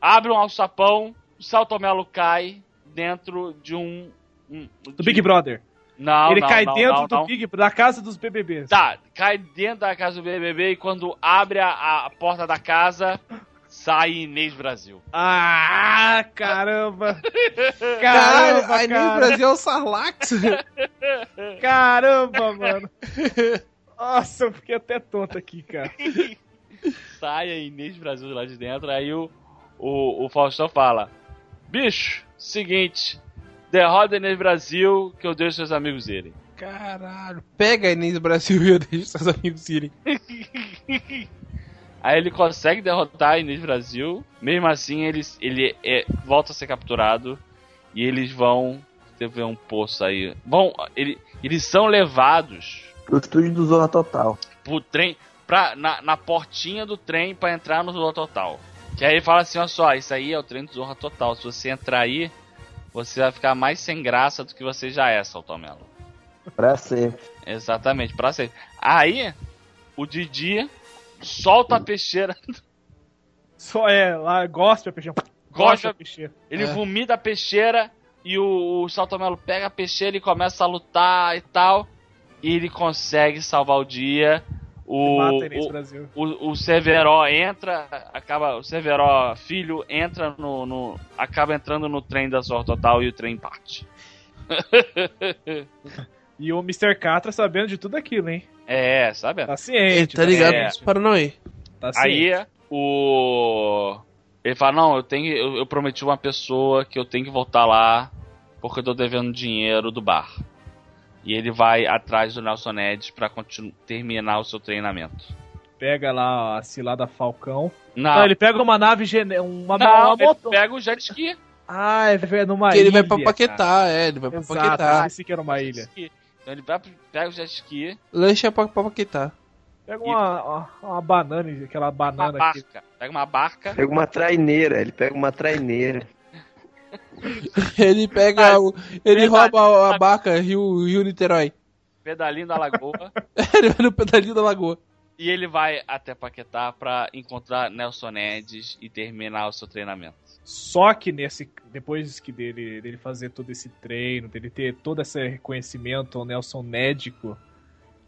S4: abre um alçapão, o Saltomelo cai dentro de um. um-
S3: Do
S4: de-
S3: Big Brother.
S4: Não,
S3: ele
S4: não,
S3: cai
S4: não,
S3: dentro
S4: não,
S3: do
S4: não.
S3: Big da casa dos BBBs.
S4: Tá, cai dentro da casa do BBB e quando abre a, a porta da casa, sai Inês Brasil.
S3: Ah, caramba.
S5: Caralho,
S3: Caramba,
S5: aí nem o
S3: cara.
S5: Brasil é o Sarlax.
S3: Caramba, mano. Nossa, eu fiquei até tonto aqui, cara.
S4: sai a Inês Brasil lá de dentro, aí o, o, o Faustão fala: Bicho, seguinte, derrota a Inês Brasil que eu deixo seus amigos irem.
S5: Caralho. Pega a Inês Brasil e eu deixo seus amigos irem.
S4: Aí ele consegue derrotar a Inês Brasil, mesmo assim ele, ele é, volta a ser capturado e eles vão. Teve um poço aí. Vão, ele, eles são levados
S6: O estúdio do Zorra Total.
S4: pro trem, pra, na, na portinha do trem pra entrar no Zorra Total. Que aí ele fala assim, olha só, isso aí é o trem do Zorra Total. Se você entrar aí, você vai ficar mais sem graça do que você já é, Saltomelo.
S6: Pra sempre.
S4: Exatamente, pra ser. Aí, o Didi solta a peixeira,
S3: Só é, lá gosta, peixinho.
S4: Gosta.
S3: peixinho.
S4: ele
S5: É.
S4: vomita a peixeira e o, o Saltomelo pega a peixeira e começa a lutar e tal. E ele consegue salvar o dia. O,
S3: Matem nesse
S4: o-
S3: Brasil.
S4: o, o Severo entra, acaba. O Severo filho entra no, no- acaba entrando no trem da Zorro Total e o trem parte.
S3: E o Mr. Catra sabendo de tudo aquilo, hein?
S4: É, sabe?
S3: Tá
S5: É,
S3: ciente.
S5: tá ligado?
S4: é.
S5: Os Paranauê.
S3: Tá ciente.
S4: Aí o. Ele fala, não, eu tenho. Eu, eu prometi uma pessoa que eu tenho que voltar lá porque eu tô devendo dinheiro do bar. E ele vai atrás do Nelson Edis pra continu- terminar o seu treinamento.
S3: Pega lá a cilada Falcão.
S4: Não,
S3: Não, Então ele pega uma nave gene... uma,
S4: Tá. não,
S3: uma
S4: ele
S3: moto.
S4: pega o jet ski.
S3: Ah, é verdade, numa
S5: Que ele vai
S3: ilha,
S5: pra Paquetá, é, ele vai
S3: cara.
S5: pra
S3: Exato, eu
S5: Paquetá.
S3: esqueci que era uma ilha.
S4: Então ele vai- pega o jet ski,
S5: Lancha é pra, pra Paquetá.
S3: Pega uma, uma, uma banana, aquela
S4: uma
S3: banana aqui.
S4: barca. Pega uma barca.
S6: Pega uma traineira, ele pega uma traineira.
S5: Ele pega
S4: Ah,
S5: o. Ele
S4: verdade.
S5: rouba a, a barca Rio, Rio Niterói.
S4: pedalinho da lagoa
S5: Ele vai no pedalinho da lagoa.
S4: e ele vai até Paquetá pra encontrar Nelson Nedes e terminar o seu treinamento.
S3: Só que nesse depois que dele, dele fazer todo esse treino, dele ter todo esse reconhecimento ao Nelson Nédico,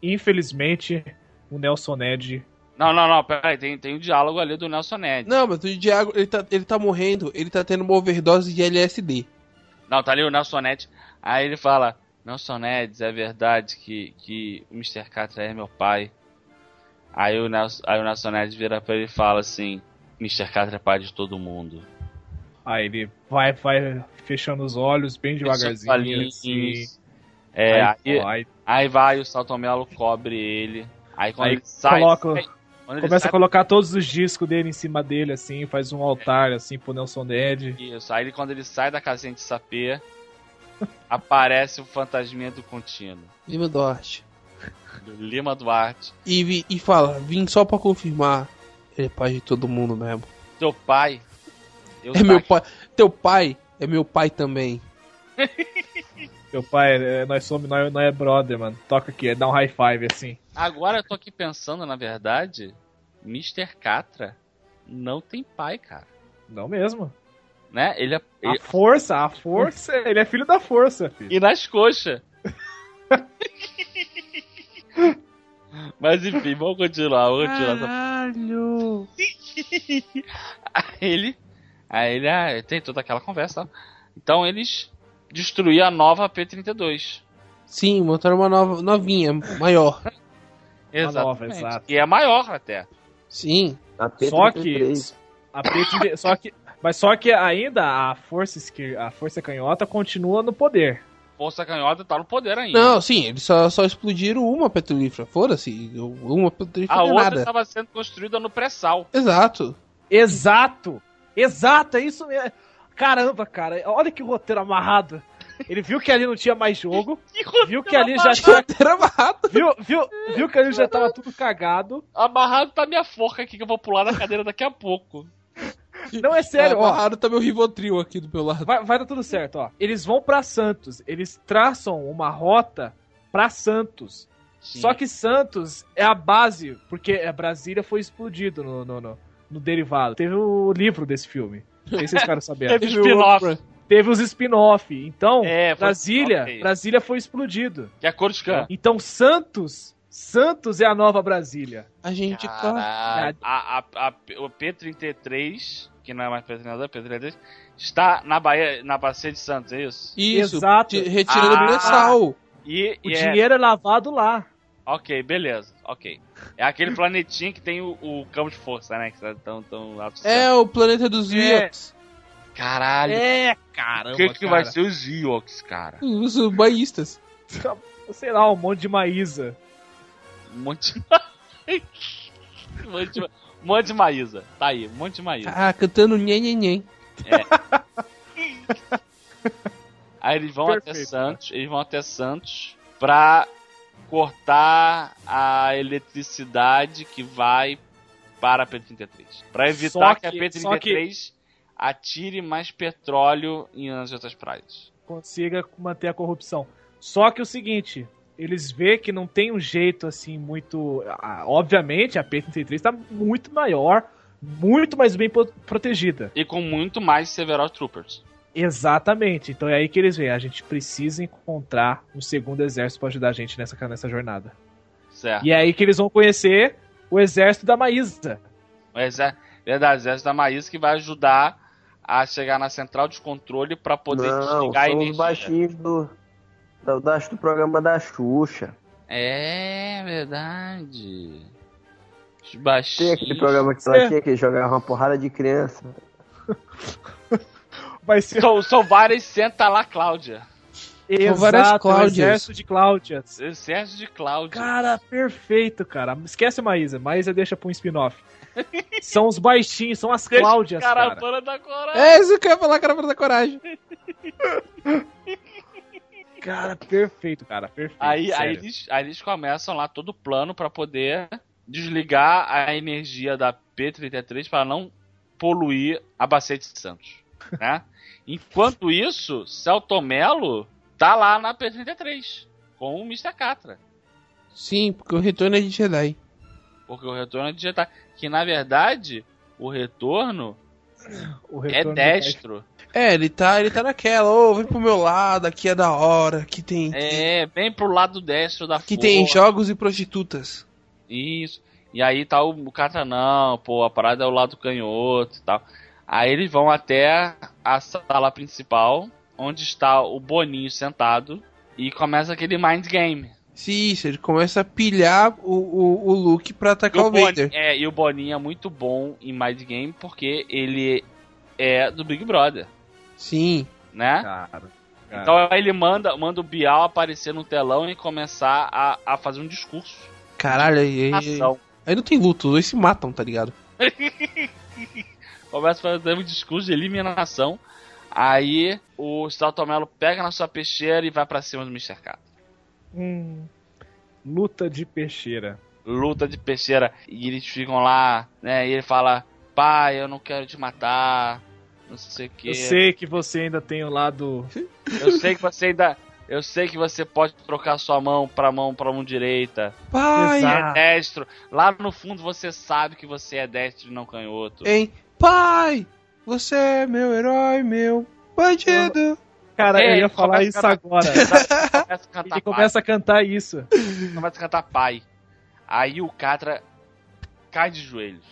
S3: infelizmente o Nelson Ned
S4: Não, não, não, peraí, tem, tem um diálogo ali do Nelson Nedes.
S5: Não, mas o Diago, ele tá, ele tá morrendo, ele tá tendo uma overdose de LSD.
S4: Não, tá ali o Nelson Nedes. Aí ele fala: Nelson Nedes, é verdade que, que o Mr. Catra é meu pai. Aí o Nelson, aí o Nelson Nedes vira pra ele e fala assim: Mr. Catra é pai de todo mundo.
S3: Aí ele vai, vai fechando os olhos bem devagarzinho. assim.
S4: É,
S3: aí,
S4: aí,
S3: vai,
S4: aí vai o Saltomelo cobre ele. Aí quando
S3: Aí
S4: ele sai.
S3: coloca-
S4: quando ele
S3: começa
S4: sai
S3: a colocar todos os discos dele em cima dele, assim, faz um altar assim pro Nelson Ned.
S4: Isso, aí ele- quando ele sai da casinha de sapê, aparece o fantasminha do contínuo,
S5: Lima do Norte.
S4: do Lima Duarte.
S5: E, vi- e fala, vim só pra confirmar. Ele é pai de todo mundo mesmo.
S4: Teu pai. Eu
S5: É meu pai. Teu pai é meu pai também.
S3: Meu pai, é, nós somos, nós, nós é brother, mano. Toca aqui, é dá um high five assim.
S4: Agora eu tô aqui pensando, na verdade, Mr. Catra não tem pai, cara.
S3: Não mesmo.
S4: Né? Ele é.
S3: A
S4: ele-
S3: força, a força, ele é filho da força, filho.
S4: E nas coxas. Mas enfim, vamos continuar, vamos continuar essa
S5: Caralho!
S4: ele. Aí ele ah, tem toda aquela conversa. tá? Então eles destruíram a nova P-32.
S5: Sim, montaram uma nova, novinha, maior.
S4: Exatamente.
S3: nova, exato.
S4: E é maior até.
S5: Sim.
S6: Na
S3: Só que.
S6: P33.
S3: A P-30 só que. Mas só que ainda a força, esquer- a força canhota continua no poder.
S4: Força canhota tá no poder ainda.
S5: Não, sim, eles só, só explodiram uma petrolífera. Foda-se, uma petrolífera
S4: a
S5: não é
S4: outra
S5: nada.
S4: estava sendo construída no pré-sal.
S5: Exato.
S3: Exato! Exato, é isso mesmo. Caramba, cara, olha que roteiro amarrado. Ele viu que ali não tinha mais jogo, viu que ali já tinha,
S5: Era barato.
S3: viu, viu, viu que ali já tava tudo cagado.
S4: Amarrado tá minha forca aqui que eu vou pular da cadeira daqui a pouco.
S3: Não é sério, ó.
S5: Amarrado tá meu Rivotril aqui do meu lado.
S3: Vai, vai dar tudo certo, ó. Eles vão pra Santos, eles traçam uma rota pra Santos. Só que Santos é a base, porque a Brasília foi explodido no, no, no- no derivado. Teve o livro desse filme. Não sei se vocês ficaram sabendo.
S4: Teve spin-off.
S3: Teve os spin-off. Então,
S4: É, foi
S3: Brasília,
S4: spin-off.
S3: Brasília foi explodido.
S4: Que é a Coruscant.
S3: Então Santos, Santos é a nova Brasília.
S5: A gente tá.
S4: Caralho. A, a- a- o P-33, que não é mais P-32, P-33, está na Bahia, na Bacia de Santos, é isso?
S5: Isso,
S3: Exato.
S5: ti- retirando
S4: Ah.
S5: o pré-sal.
S4: E,
S3: O
S4: e é-
S3: dinheiro é lavado lá.
S4: Ok, beleza, ok. É aquele planetinho que tem o, o campo de força, né? Que tá tão, tão associado.
S5: É o planeta dos Viox.
S4: Caralho,
S3: É,
S4: o
S3: caramba,
S4: que, que vai
S3: cara.
S4: ser os Ziox, cara?
S5: Os baístas.
S3: Sei lá, um monte de maísa.
S4: Um monte de... um monte de... um monte de Maísa. Tá aí, um monte de Maísa.
S5: Ah, cantando nhen nhen nhen.
S4: Aí eles vão até
S3: Perfeito,
S4: Santos, eles vão até Santos pra cortar a eletricidade que vai para a P33. Pra evitar
S3: Só
S4: que, a
S3: que- só
S4: P33 atire mais petróleo em nas outras praias.
S3: consiga manter a corrupção. Só que o seguinte, eles vê que não tem um jeito assim muito. ah, Obviamente, a P33 está tá muito maior, muito mais bem po- protegida.
S4: E com muito mais Severo Troopers.
S3: Exatamente. Então é aí que eles veem. A gente precisa encontrar um segundo exército para ajudar a gente nessa, nessa jornada.
S4: Certo.
S3: E é aí que eles vão conhecer o exército da Maísa.
S4: O exer- Verdade, o exército da Maísa que vai ajudar a chegar na central de controle pra poder
S6: Não,
S4: desligar a
S6: são os
S4: energia.
S6: baixinhos do, do, da- do programa da Xuxa.
S4: É verdade. Os
S6: Tem
S4: baixinhos.
S6: aquele programa que ela tinha que jogava uma porrada de criança.
S3: Vai ser
S4: São, são várias senta lá, Cláudia.
S5: São várias
S3: Exato, é o
S5: Cláudias.
S3: exército de Cláudias.
S4: Exército de Cláudia.
S3: Cara, perfeito, cara. Esquece Maísa. Maísa deixa pra um spin-off. são os baixinhos, são as
S4: Deixa
S3: Cláudias, cara.
S4: Caravana da coragem.
S5: É isso que eu ia falar, cara, da coragem.
S3: Cara, perfeito, cara. Perfeito.
S4: Aí, aí,
S3: sério.
S4: eles, aí eles começam lá todo o plano pra poder desligar a energia da P-33 para não poluir a bacia de Santos, né? Enquanto isso, Celto Melo tá lá na P-33 com o Mr. Catra,
S5: Sim, porque o retorno é de Jedi.
S4: porque o retorno é de Jedi, que na verdade o retorno,
S3: O retorno
S4: é
S3: do
S4: destro.
S5: É, ele tá, ele tá naquela, ô, vem pro meu lado, aqui é da hora, aqui tem.
S4: É, bem pro lado destro da
S5: Aqui tem
S4: força.
S5: jogos e prostitutas.
S4: Isso. E aí tá o, o cara, não, pô, a parada é o lado canhoto e tal. Aí eles vão até a sala principal, onde está o Boninho sentado, e começa aquele mind game.
S5: Se isso, ele começa a pilhar o, o, o Luke pra
S4: E
S5: atacar
S4: o,
S5: o
S4: Boninho,
S5: Vader.
S4: é, e o Boninho é muito bom em mind game porque ele é do Big Brother,
S5: Sim.
S4: né?
S3: Cara, cara.
S4: Então aí ele manda, manda o Bial aparecer no telão e começar a, a fazer um discurso.
S5: Caralho, aí, aí,
S4: Ação.
S5: aí não tem luto, os dois se matam, tá ligado?
S4: começa a fazer um discurso de eliminação. Aí o Celto Melo pega na sua peixeira e vai pra cima do Mr. K.
S3: Hum, luta de peixeira.
S4: Luta de peixeira. E eles ficam lá, né? E ele fala: Pai, eu não quero te matar. Não sei o que.
S3: Eu sei que você ainda tem o lado.
S4: eu sei que você ainda. Eu sei que você pode trocar sua mão pra mão pra mão direita.
S5: Pai,
S3: Ah.
S4: É destro. Lá no fundo você sabe que você é destro e não canhoto.
S3: É.
S5: hein? Pai, você é meu herói, meu bandido.
S3: Cara,
S4: É,
S3: eu
S4: ele
S3: ia falar
S4: começa
S3: isso
S4: a cantar.
S3: agora.
S4: Começa a cantar
S3: Ele
S4: paz.
S3: começa a cantar isso.
S4: começa a cantar pai. Aí o Catra cai de joelhos.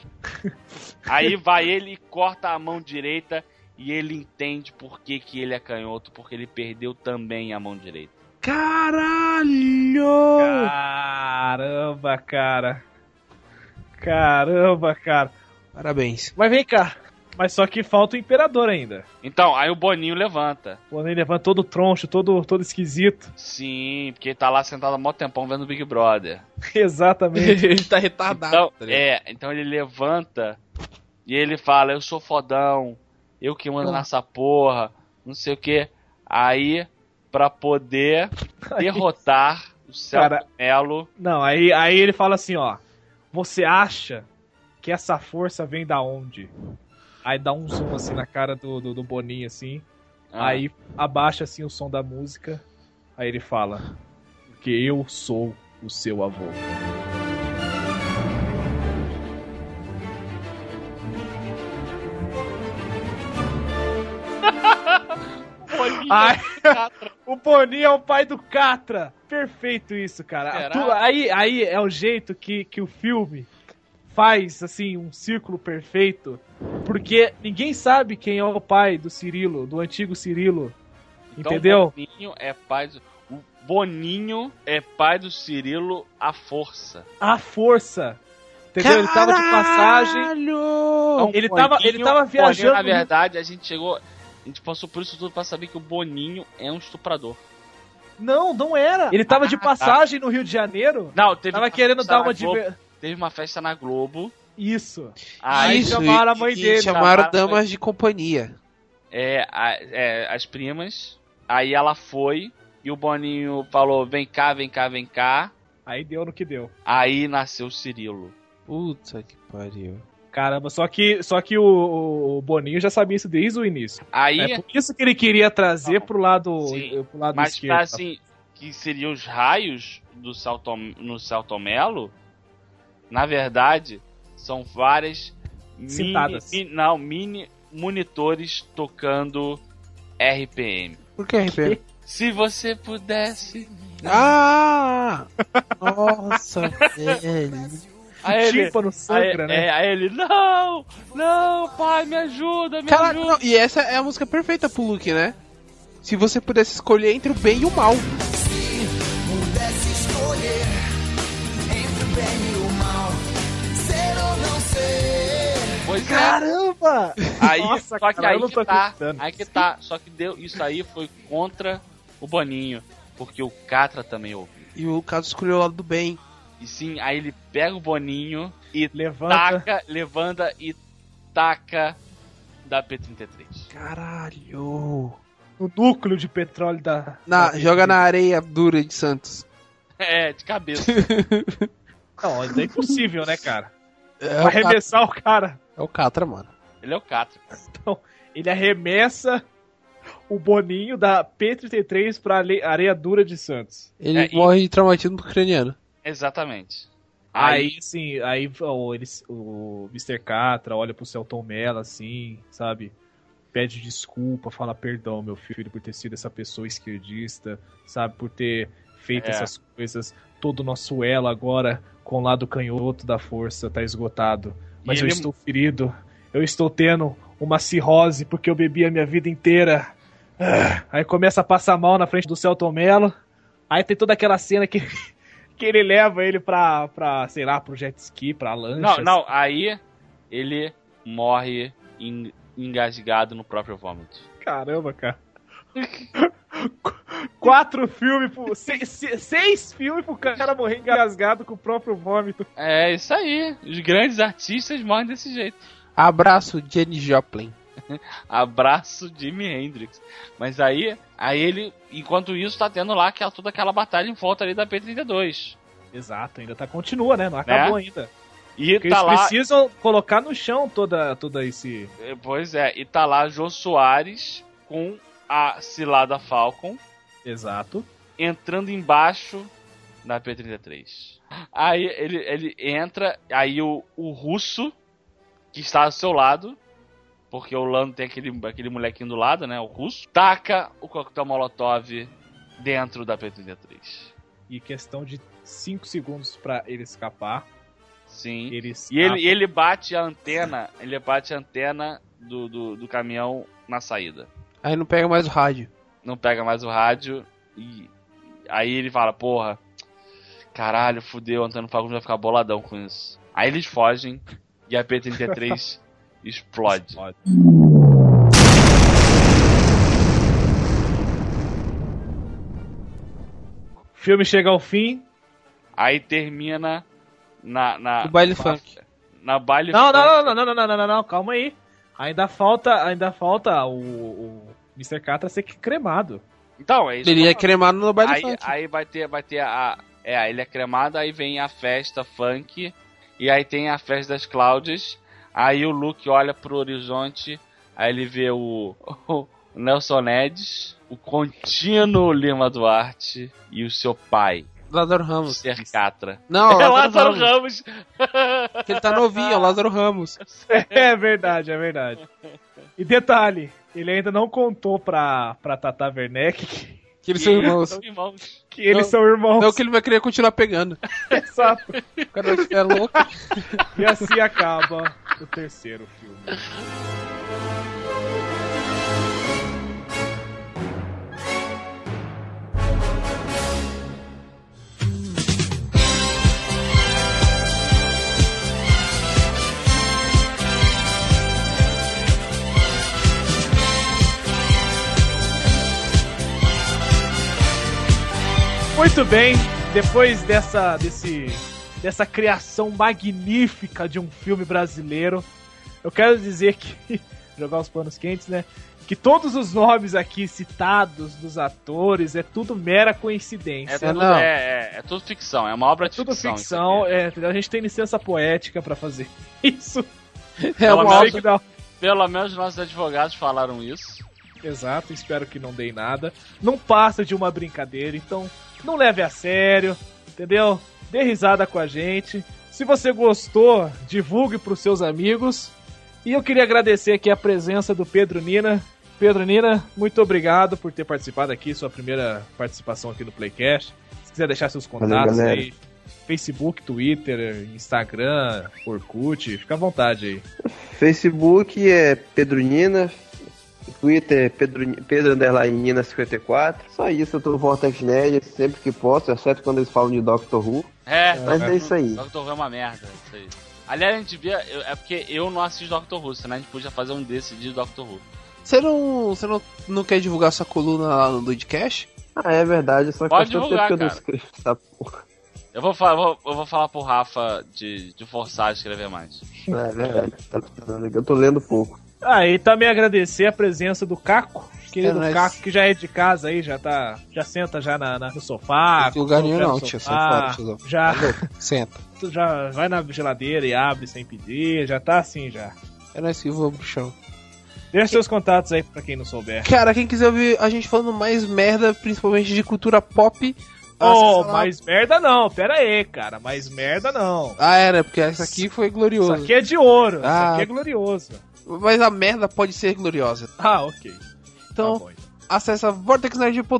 S4: Aí vai ele e corta a mão direita e ele entende por que, que ele é canhoto, porque ele perdeu também a mão direita.
S5: Caralho!
S3: Caramba, cara. Caramba, cara.
S5: Parabéns.
S3: Mas vem cá. Mas só que falta o imperador ainda.
S4: Então, aí o Boninho levanta.
S3: Quando ele levanta todo troncho, todo, todo esquisito.
S4: Sim, porque ele tá lá sentado há mó tempão vendo o Big Brother.
S3: Exatamente.
S5: ele tá retardado.
S4: Então,
S5: tá ligado?
S4: é, então ele levanta e ele fala: Eu sou fodão, eu que mando nessa porra, não sei o que. Aí, pra poder derrotar o Celso
S3: Cara.
S4: Melo,
S3: Não, aí, aí ele fala assim, ó. Você acha que essa força vem da onde? Aí dá um zoom assim na cara do, do, do Boninho, assim.
S4: ah,
S3: Aí abaixa assim o som da música. Aí ele fala: Porque eu sou o seu avô. Ai, o Boninho é o pai do Catra. Perfeito isso, cara.
S4: Será?
S3: Tu- aí, aí é o jeito que, que o filme faz assim um círculo perfeito, porque ninguém sabe quem é o pai do Cirilo, do antigo Cirilo.
S4: Então,
S3: entendeu?
S4: Boninho é pai do... O Boninho é pai do Cirilo à força.
S3: A força. Entendeu? Ele tava de passagem.
S5: Caralho!
S3: Ele tava, ele tava
S4: Então, Boninho, na
S3: viajando. no-
S4: verdade, a gente chegou. A gente passou por isso tudo pra saber que o Boninho é um estuprador.
S3: Não, não era. Ele tava de passagem no Rio de Janeiro.
S4: Não, teve
S3: Tava querendo
S4: festa
S3: dar
S4: na
S3: uma de.
S4: Globo, Teve uma festa na Globo.
S3: Isso.
S4: Aí
S3: Ah, Isso. chamaram a mãe
S5: e
S3: dele,
S5: Chamaram
S4: chamaram a
S5: damas de companhia.
S4: É, a- é, as primas. Aí ela foi e o Boninho falou: vem cá, vem cá, vem cá.
S3: Aí deu no que deu.
S4: Aí nasceu o Cirilo.
S5: Puta que pariu.
S3: Caramba, só que, só que o, o Boninho já sabia isso desde o início.
S4: Aí,
S3: É por isso que ele queria trazer pro lado,
S4: Sim.
S3: pro lado
S4: mas
S3: esquerdo. tá?
S4: pra, assim, que seriam os raios do Salto, no Saltomelo, na verdade, são várias mini-
S3: Cintadas.
S4: mi- não, mini monitores tocando RPM.
S5: Por que, RP?
S4: Se você pudesse
S5: Ah! Nossa, velho.
S3: Aí ele- Tímpano Tipo sangra,
S4: aí,
S3: né?
S4: é, aí ele, não, não, pai, me ajuda, me
S5: Caraca,
S4: ajuda.
S5: não, e essa é a música perfeita pro Luke, né? Se você pudesse escolher entre o bem e o mal.
S4: Pois é.
S5: Caramba!
S4: Aí,
S3: Nossa,
S4: só que
S3: cara, eu
S4: aí
S3: não tô
S4: que tá,
S3: acreditando.
S4: aí que tá. Só que deu, isso aí foi contra o Boninho, porque o Catra também ouviu.
S5: E o caso escolheu o lado do bem.
S4: E sim, aí ele pega o Boninho e
S3: Levanta.
S4: taca, levanta e taca da P33.
S5: Caralho.
S3: o núcleo de petróleo da.
S5: Na,
S3: da-
S5: joga na areia dura de Santos.
S4: É, de cabeça.
S3: Não, isso é impossível, né, cara?
S5: É o, Catra,
S3: Arremessar o cara.
S5: é o Catra, mano.
S4: Ele é o Catra.
S3: Ele arremessa o Boninho da P33 pra ale- areia dura de Santos.
S5: Ele
S4: É, e-
S5: morre de traumatismo craniano.
S4: Exatamente. Aí,
S3: Aí, assim, aí ó, eles, o Mr. Catra olha pro Celton Mello, assim, sabe? Pede desculpa, fala perdão, meu filho, por ter sido essa pessoa esquerdista, sabe? Por ter feito
S4: É.
S3: essas coisas. Todo o nosso elo agora com o lado canhoto da força tá esgotado. Mas
S4: E
S3: eu
S4: ele- é
S3: estou ferido. Eu estou tendo uma cirrose porque eu bebi a minha vida inteira. Ah, Aí começa a passar mal na frente do Celton Mello. Aí tem toda aquela cena que, que ele leva ele pra, pra, sei lá, pro jet ski, pra lancha.
S4: não, não, aí ele morre en- engasgado no próprio vômito.
S3: Caramba, cara. Qu- Quatro filmes, pro, seis, seis- seis filmes pro cara morrer engasgado com o próprio vômito.
S4: É isso aí. Os grandes artistas morrem desse jeito.
S5: Abraço, Jenny Joplin.
S4: Abraço Jimi Hendrix. Mas aí, aí ele, enquanto isso, tá tendo lá aquela, toda aquela batalha em volta ali da P32.
S3: Exato, ainda tá, continua, né? Não acabou ainda.
S4: E
S3: Porque
S4: tá
S3: eles
S4: lá,
S3: precisam colocar no chão toda, toda esse.
S4: eh, pois é, e tá lá Jô Soares com a cilada Falcon
S3: Exato.
S4: entrando embaixo da P33. Aí ele, ele entra, aí o, o russo que está ao seu lado, porque o Lando tem aquele, aquele molequinho do lado, né, o russo, taca o coquetel Molotov dentro da P33.
S3: E questão de cinco segundos pra ele escapar.
S4: Sim.
S3: Ele
S4: E ele, ele bate a antena, ele bate a antena do, do, do caminhão na saída.
S5: Aí não pega mais o rádio.
S4: Não pega mais o rádio e aí ele fala, porra, caralho, fudeu, Antônio Fagundes vai ficar boladão com isso. Aí eles fogem e a P-33 explode.
S3: Explode. O filme chega ao fim.
S4: Aí termina na... na
S5: O baile
S4: na-
S5: funk.
S4: Na baile
S3: Não,
S4: funk.
S3: não, não, não, não, não, não, não, não, calma aí. Ainda falta, ainda falta o, o Mr. Catra ser cremado.
S4: Então, é isso. que
S5: Ele
S4: eu
S5: ia
S4: falo.
S5: cremado no baile
S4: aí,
S5: funk.
S4: aí vai ter, vai ter a. É, a ilha cremada, aí vem a festa funk, e aí tem a festa das Cláudias. Aí o Luke olha pro horizonte, aí ele vê o, o Nelson Nedes, o contínuo Lima Duarte e o seu pai,
S5: Lázaro
S4: o
S5: Ramos.
S4: Ser Catra.
S5: Não,
S4: é
S5: Lázaro,
S4: Lázaro
S5: Ramos.
S4: Ramos!
S5: que Ele tá novinho, é o Lázaro Ramos.
S3: É verdade, é verdade. E detalhe, ele ainda não contou pra, pra Tata Werneck que,
S5: Que eles são irmãos.
S4: São irmãos.
S3: que eles
S5: Não,
S3: são irmãos.
S5: Não que ele vai querer continuar pegando.
S3: Exato.
S5: O cara é louco.
S3: E assim acaba o terceiro filme. Muito bem, depois dessa desse dessa criação magnífica de um filme brasileiro. Eu quero dizer que. jogar os panos quentes, né? Que todos os nomes aqui citados dos atores é tudo mera coincidência.
S4: É tudo,
S5: não.
S4: é, é- é tudo ficção, é uma obra de
S3: tudo
S4: ficção. isso
S3: ficção,
S4: aqui.
S3: é, entendeu? a gente tem licença poética pra fazer isso.
S5: É
S4: Ela
S5: uma
S4: vai-
S5: obra.
S3: Espero que não-
S4: Pelo menos nossos advogados falaram isso.
S3: Exato, espero que não dei nada. Não passa de uma brincadeira, então não leve a sério, entendeu? Dê risada com a gente. Se você gostou, divulgue para os seus amigos. E eu queria agradecer aqui a presença do Pedro Nina, Pedro Nina, muito obrigado por ter participado aqui, sua primeira participação aqui no Playcast. Se quiser deixar seus
S6: Valeu,
S3: contatos
S6: galera.
S3: aí, Facebook, Twitter, Instagram, Orkut, fica à vontade aí.
S6: Facebook é Pedronina, Twitter é Pedro, Pedro Underline Nina 54. Só isso, eu tô no Vortex Nerd sempre que posso, exceto quando eles falam de Doctor Who.
S4: É,
S6: Mas é isso aí.
S4: Doctor Who é uma merda, isso aí. Aliás, a gente devia. eu- é porque eu não assisto Doctor Who, senão a gente podia fazer um desse de Doctor Who.
S5: Você não, você não, não quer divulgar sua coluna lá no Ludcast?
S6: Ah, é verdade, só que
S4: Pode
S6: faz tanto tempo
S4: divulgar,
S6: que eu não
S4: cara.
S6: escrevo essa porra.
S4: Eu vou, fa- eu vou, eu vou falar pro Rafa de, de forçar a escrever mais.
S6: É verdade, tá precisando, eu tô lendo pouco.
S3: Ah, e também agradecer a presença do Caco, querido
S5: É nóis.
S3: Caco, que já é de casa aí, já tá. Já senta já na, na- no sofá.
S5: Tem lugar nenhum
S3: já no
S5: não, tio, sai
S3: sofá,
S5: fora, Tá tiozão.
S3: Já,
S5: Senta.
S3: tu já vai na geladeira e abre sem pedir, já tá assim já.
S5: É nóis que vamos pro chão.
S3: Deixa seus contatos aí pra quem não souber.
S5: Cara, quem quiser ouvir a gente falando mais merda, principalmente de cultura pop.
S3: Oh,
S5: acessa Ah, tá lá.
S3: mais merda não, pera aí, cara, mais merda não.
S5: Ah, era, porque essa aqui foi
S3: Isso
S5: gloriosa.
S3: aqui é de ouro, isso
S5: Ah.
S3: aqui é glorioso.
S5: Mas a merda pode ser gloriosa.
S3: Ah, ok.
S5: Então,
S3: tá bom, então.
S5: acessa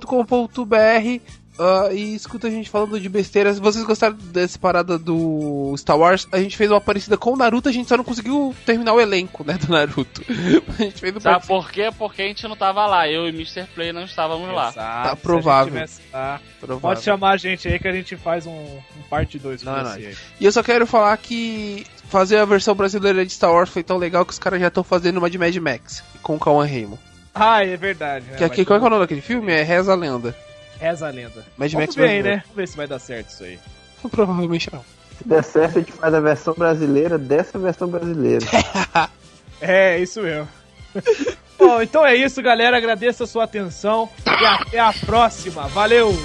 S5: vortexnerd.com.br ah, e escuta a gente falando de besteiras. Se vocês gostaram dessa parada do Star Wars, a gente fez uma parecida com o Naruto, a gente só não conseguiu terminar o elenco, né, do Naruto. a gente fez um uma
S3: Tá.
S4: Sabe por quê? Porque a gente não tava lá. Eu e Mr. Play não estávamos lá.
S3: então. Exato, se a gente
S5: Tá provável.
S3: tivesse lá,
S5: parecida.
S3: Pode chamar a gente aí que a gente faz um, um parte 2 com
S5: Não, é não,
S3: você aí.
S5: E eu só quero falar que fazer a versão brasileira de Star Wars foi tão legal que os caras já estão fazendo uma de Mad Max com o Kawan Raymond.
S3: Ah, é verdade. Né?
S5: Que
S3: Vai
S5: aqui,
S3: ter
S5: qual é, que é o nome daquele filme? É Reza a Lenda.
S3: Reza a lenda.
S5: Mad
S3: Vamos
S5: Max
S3: ver aí,
S5: brasileiro.
S3: né? Vamos ver se vai dar certo isso aí.
S5: Provavelmente não.
S6: Se der certo, a gente faz a versão brasileira dessa versão brasileira.
S3: É, isso mesmo. Bom, então é isso, galera. Agradeço a sua atenção e até a próxima. Valeu!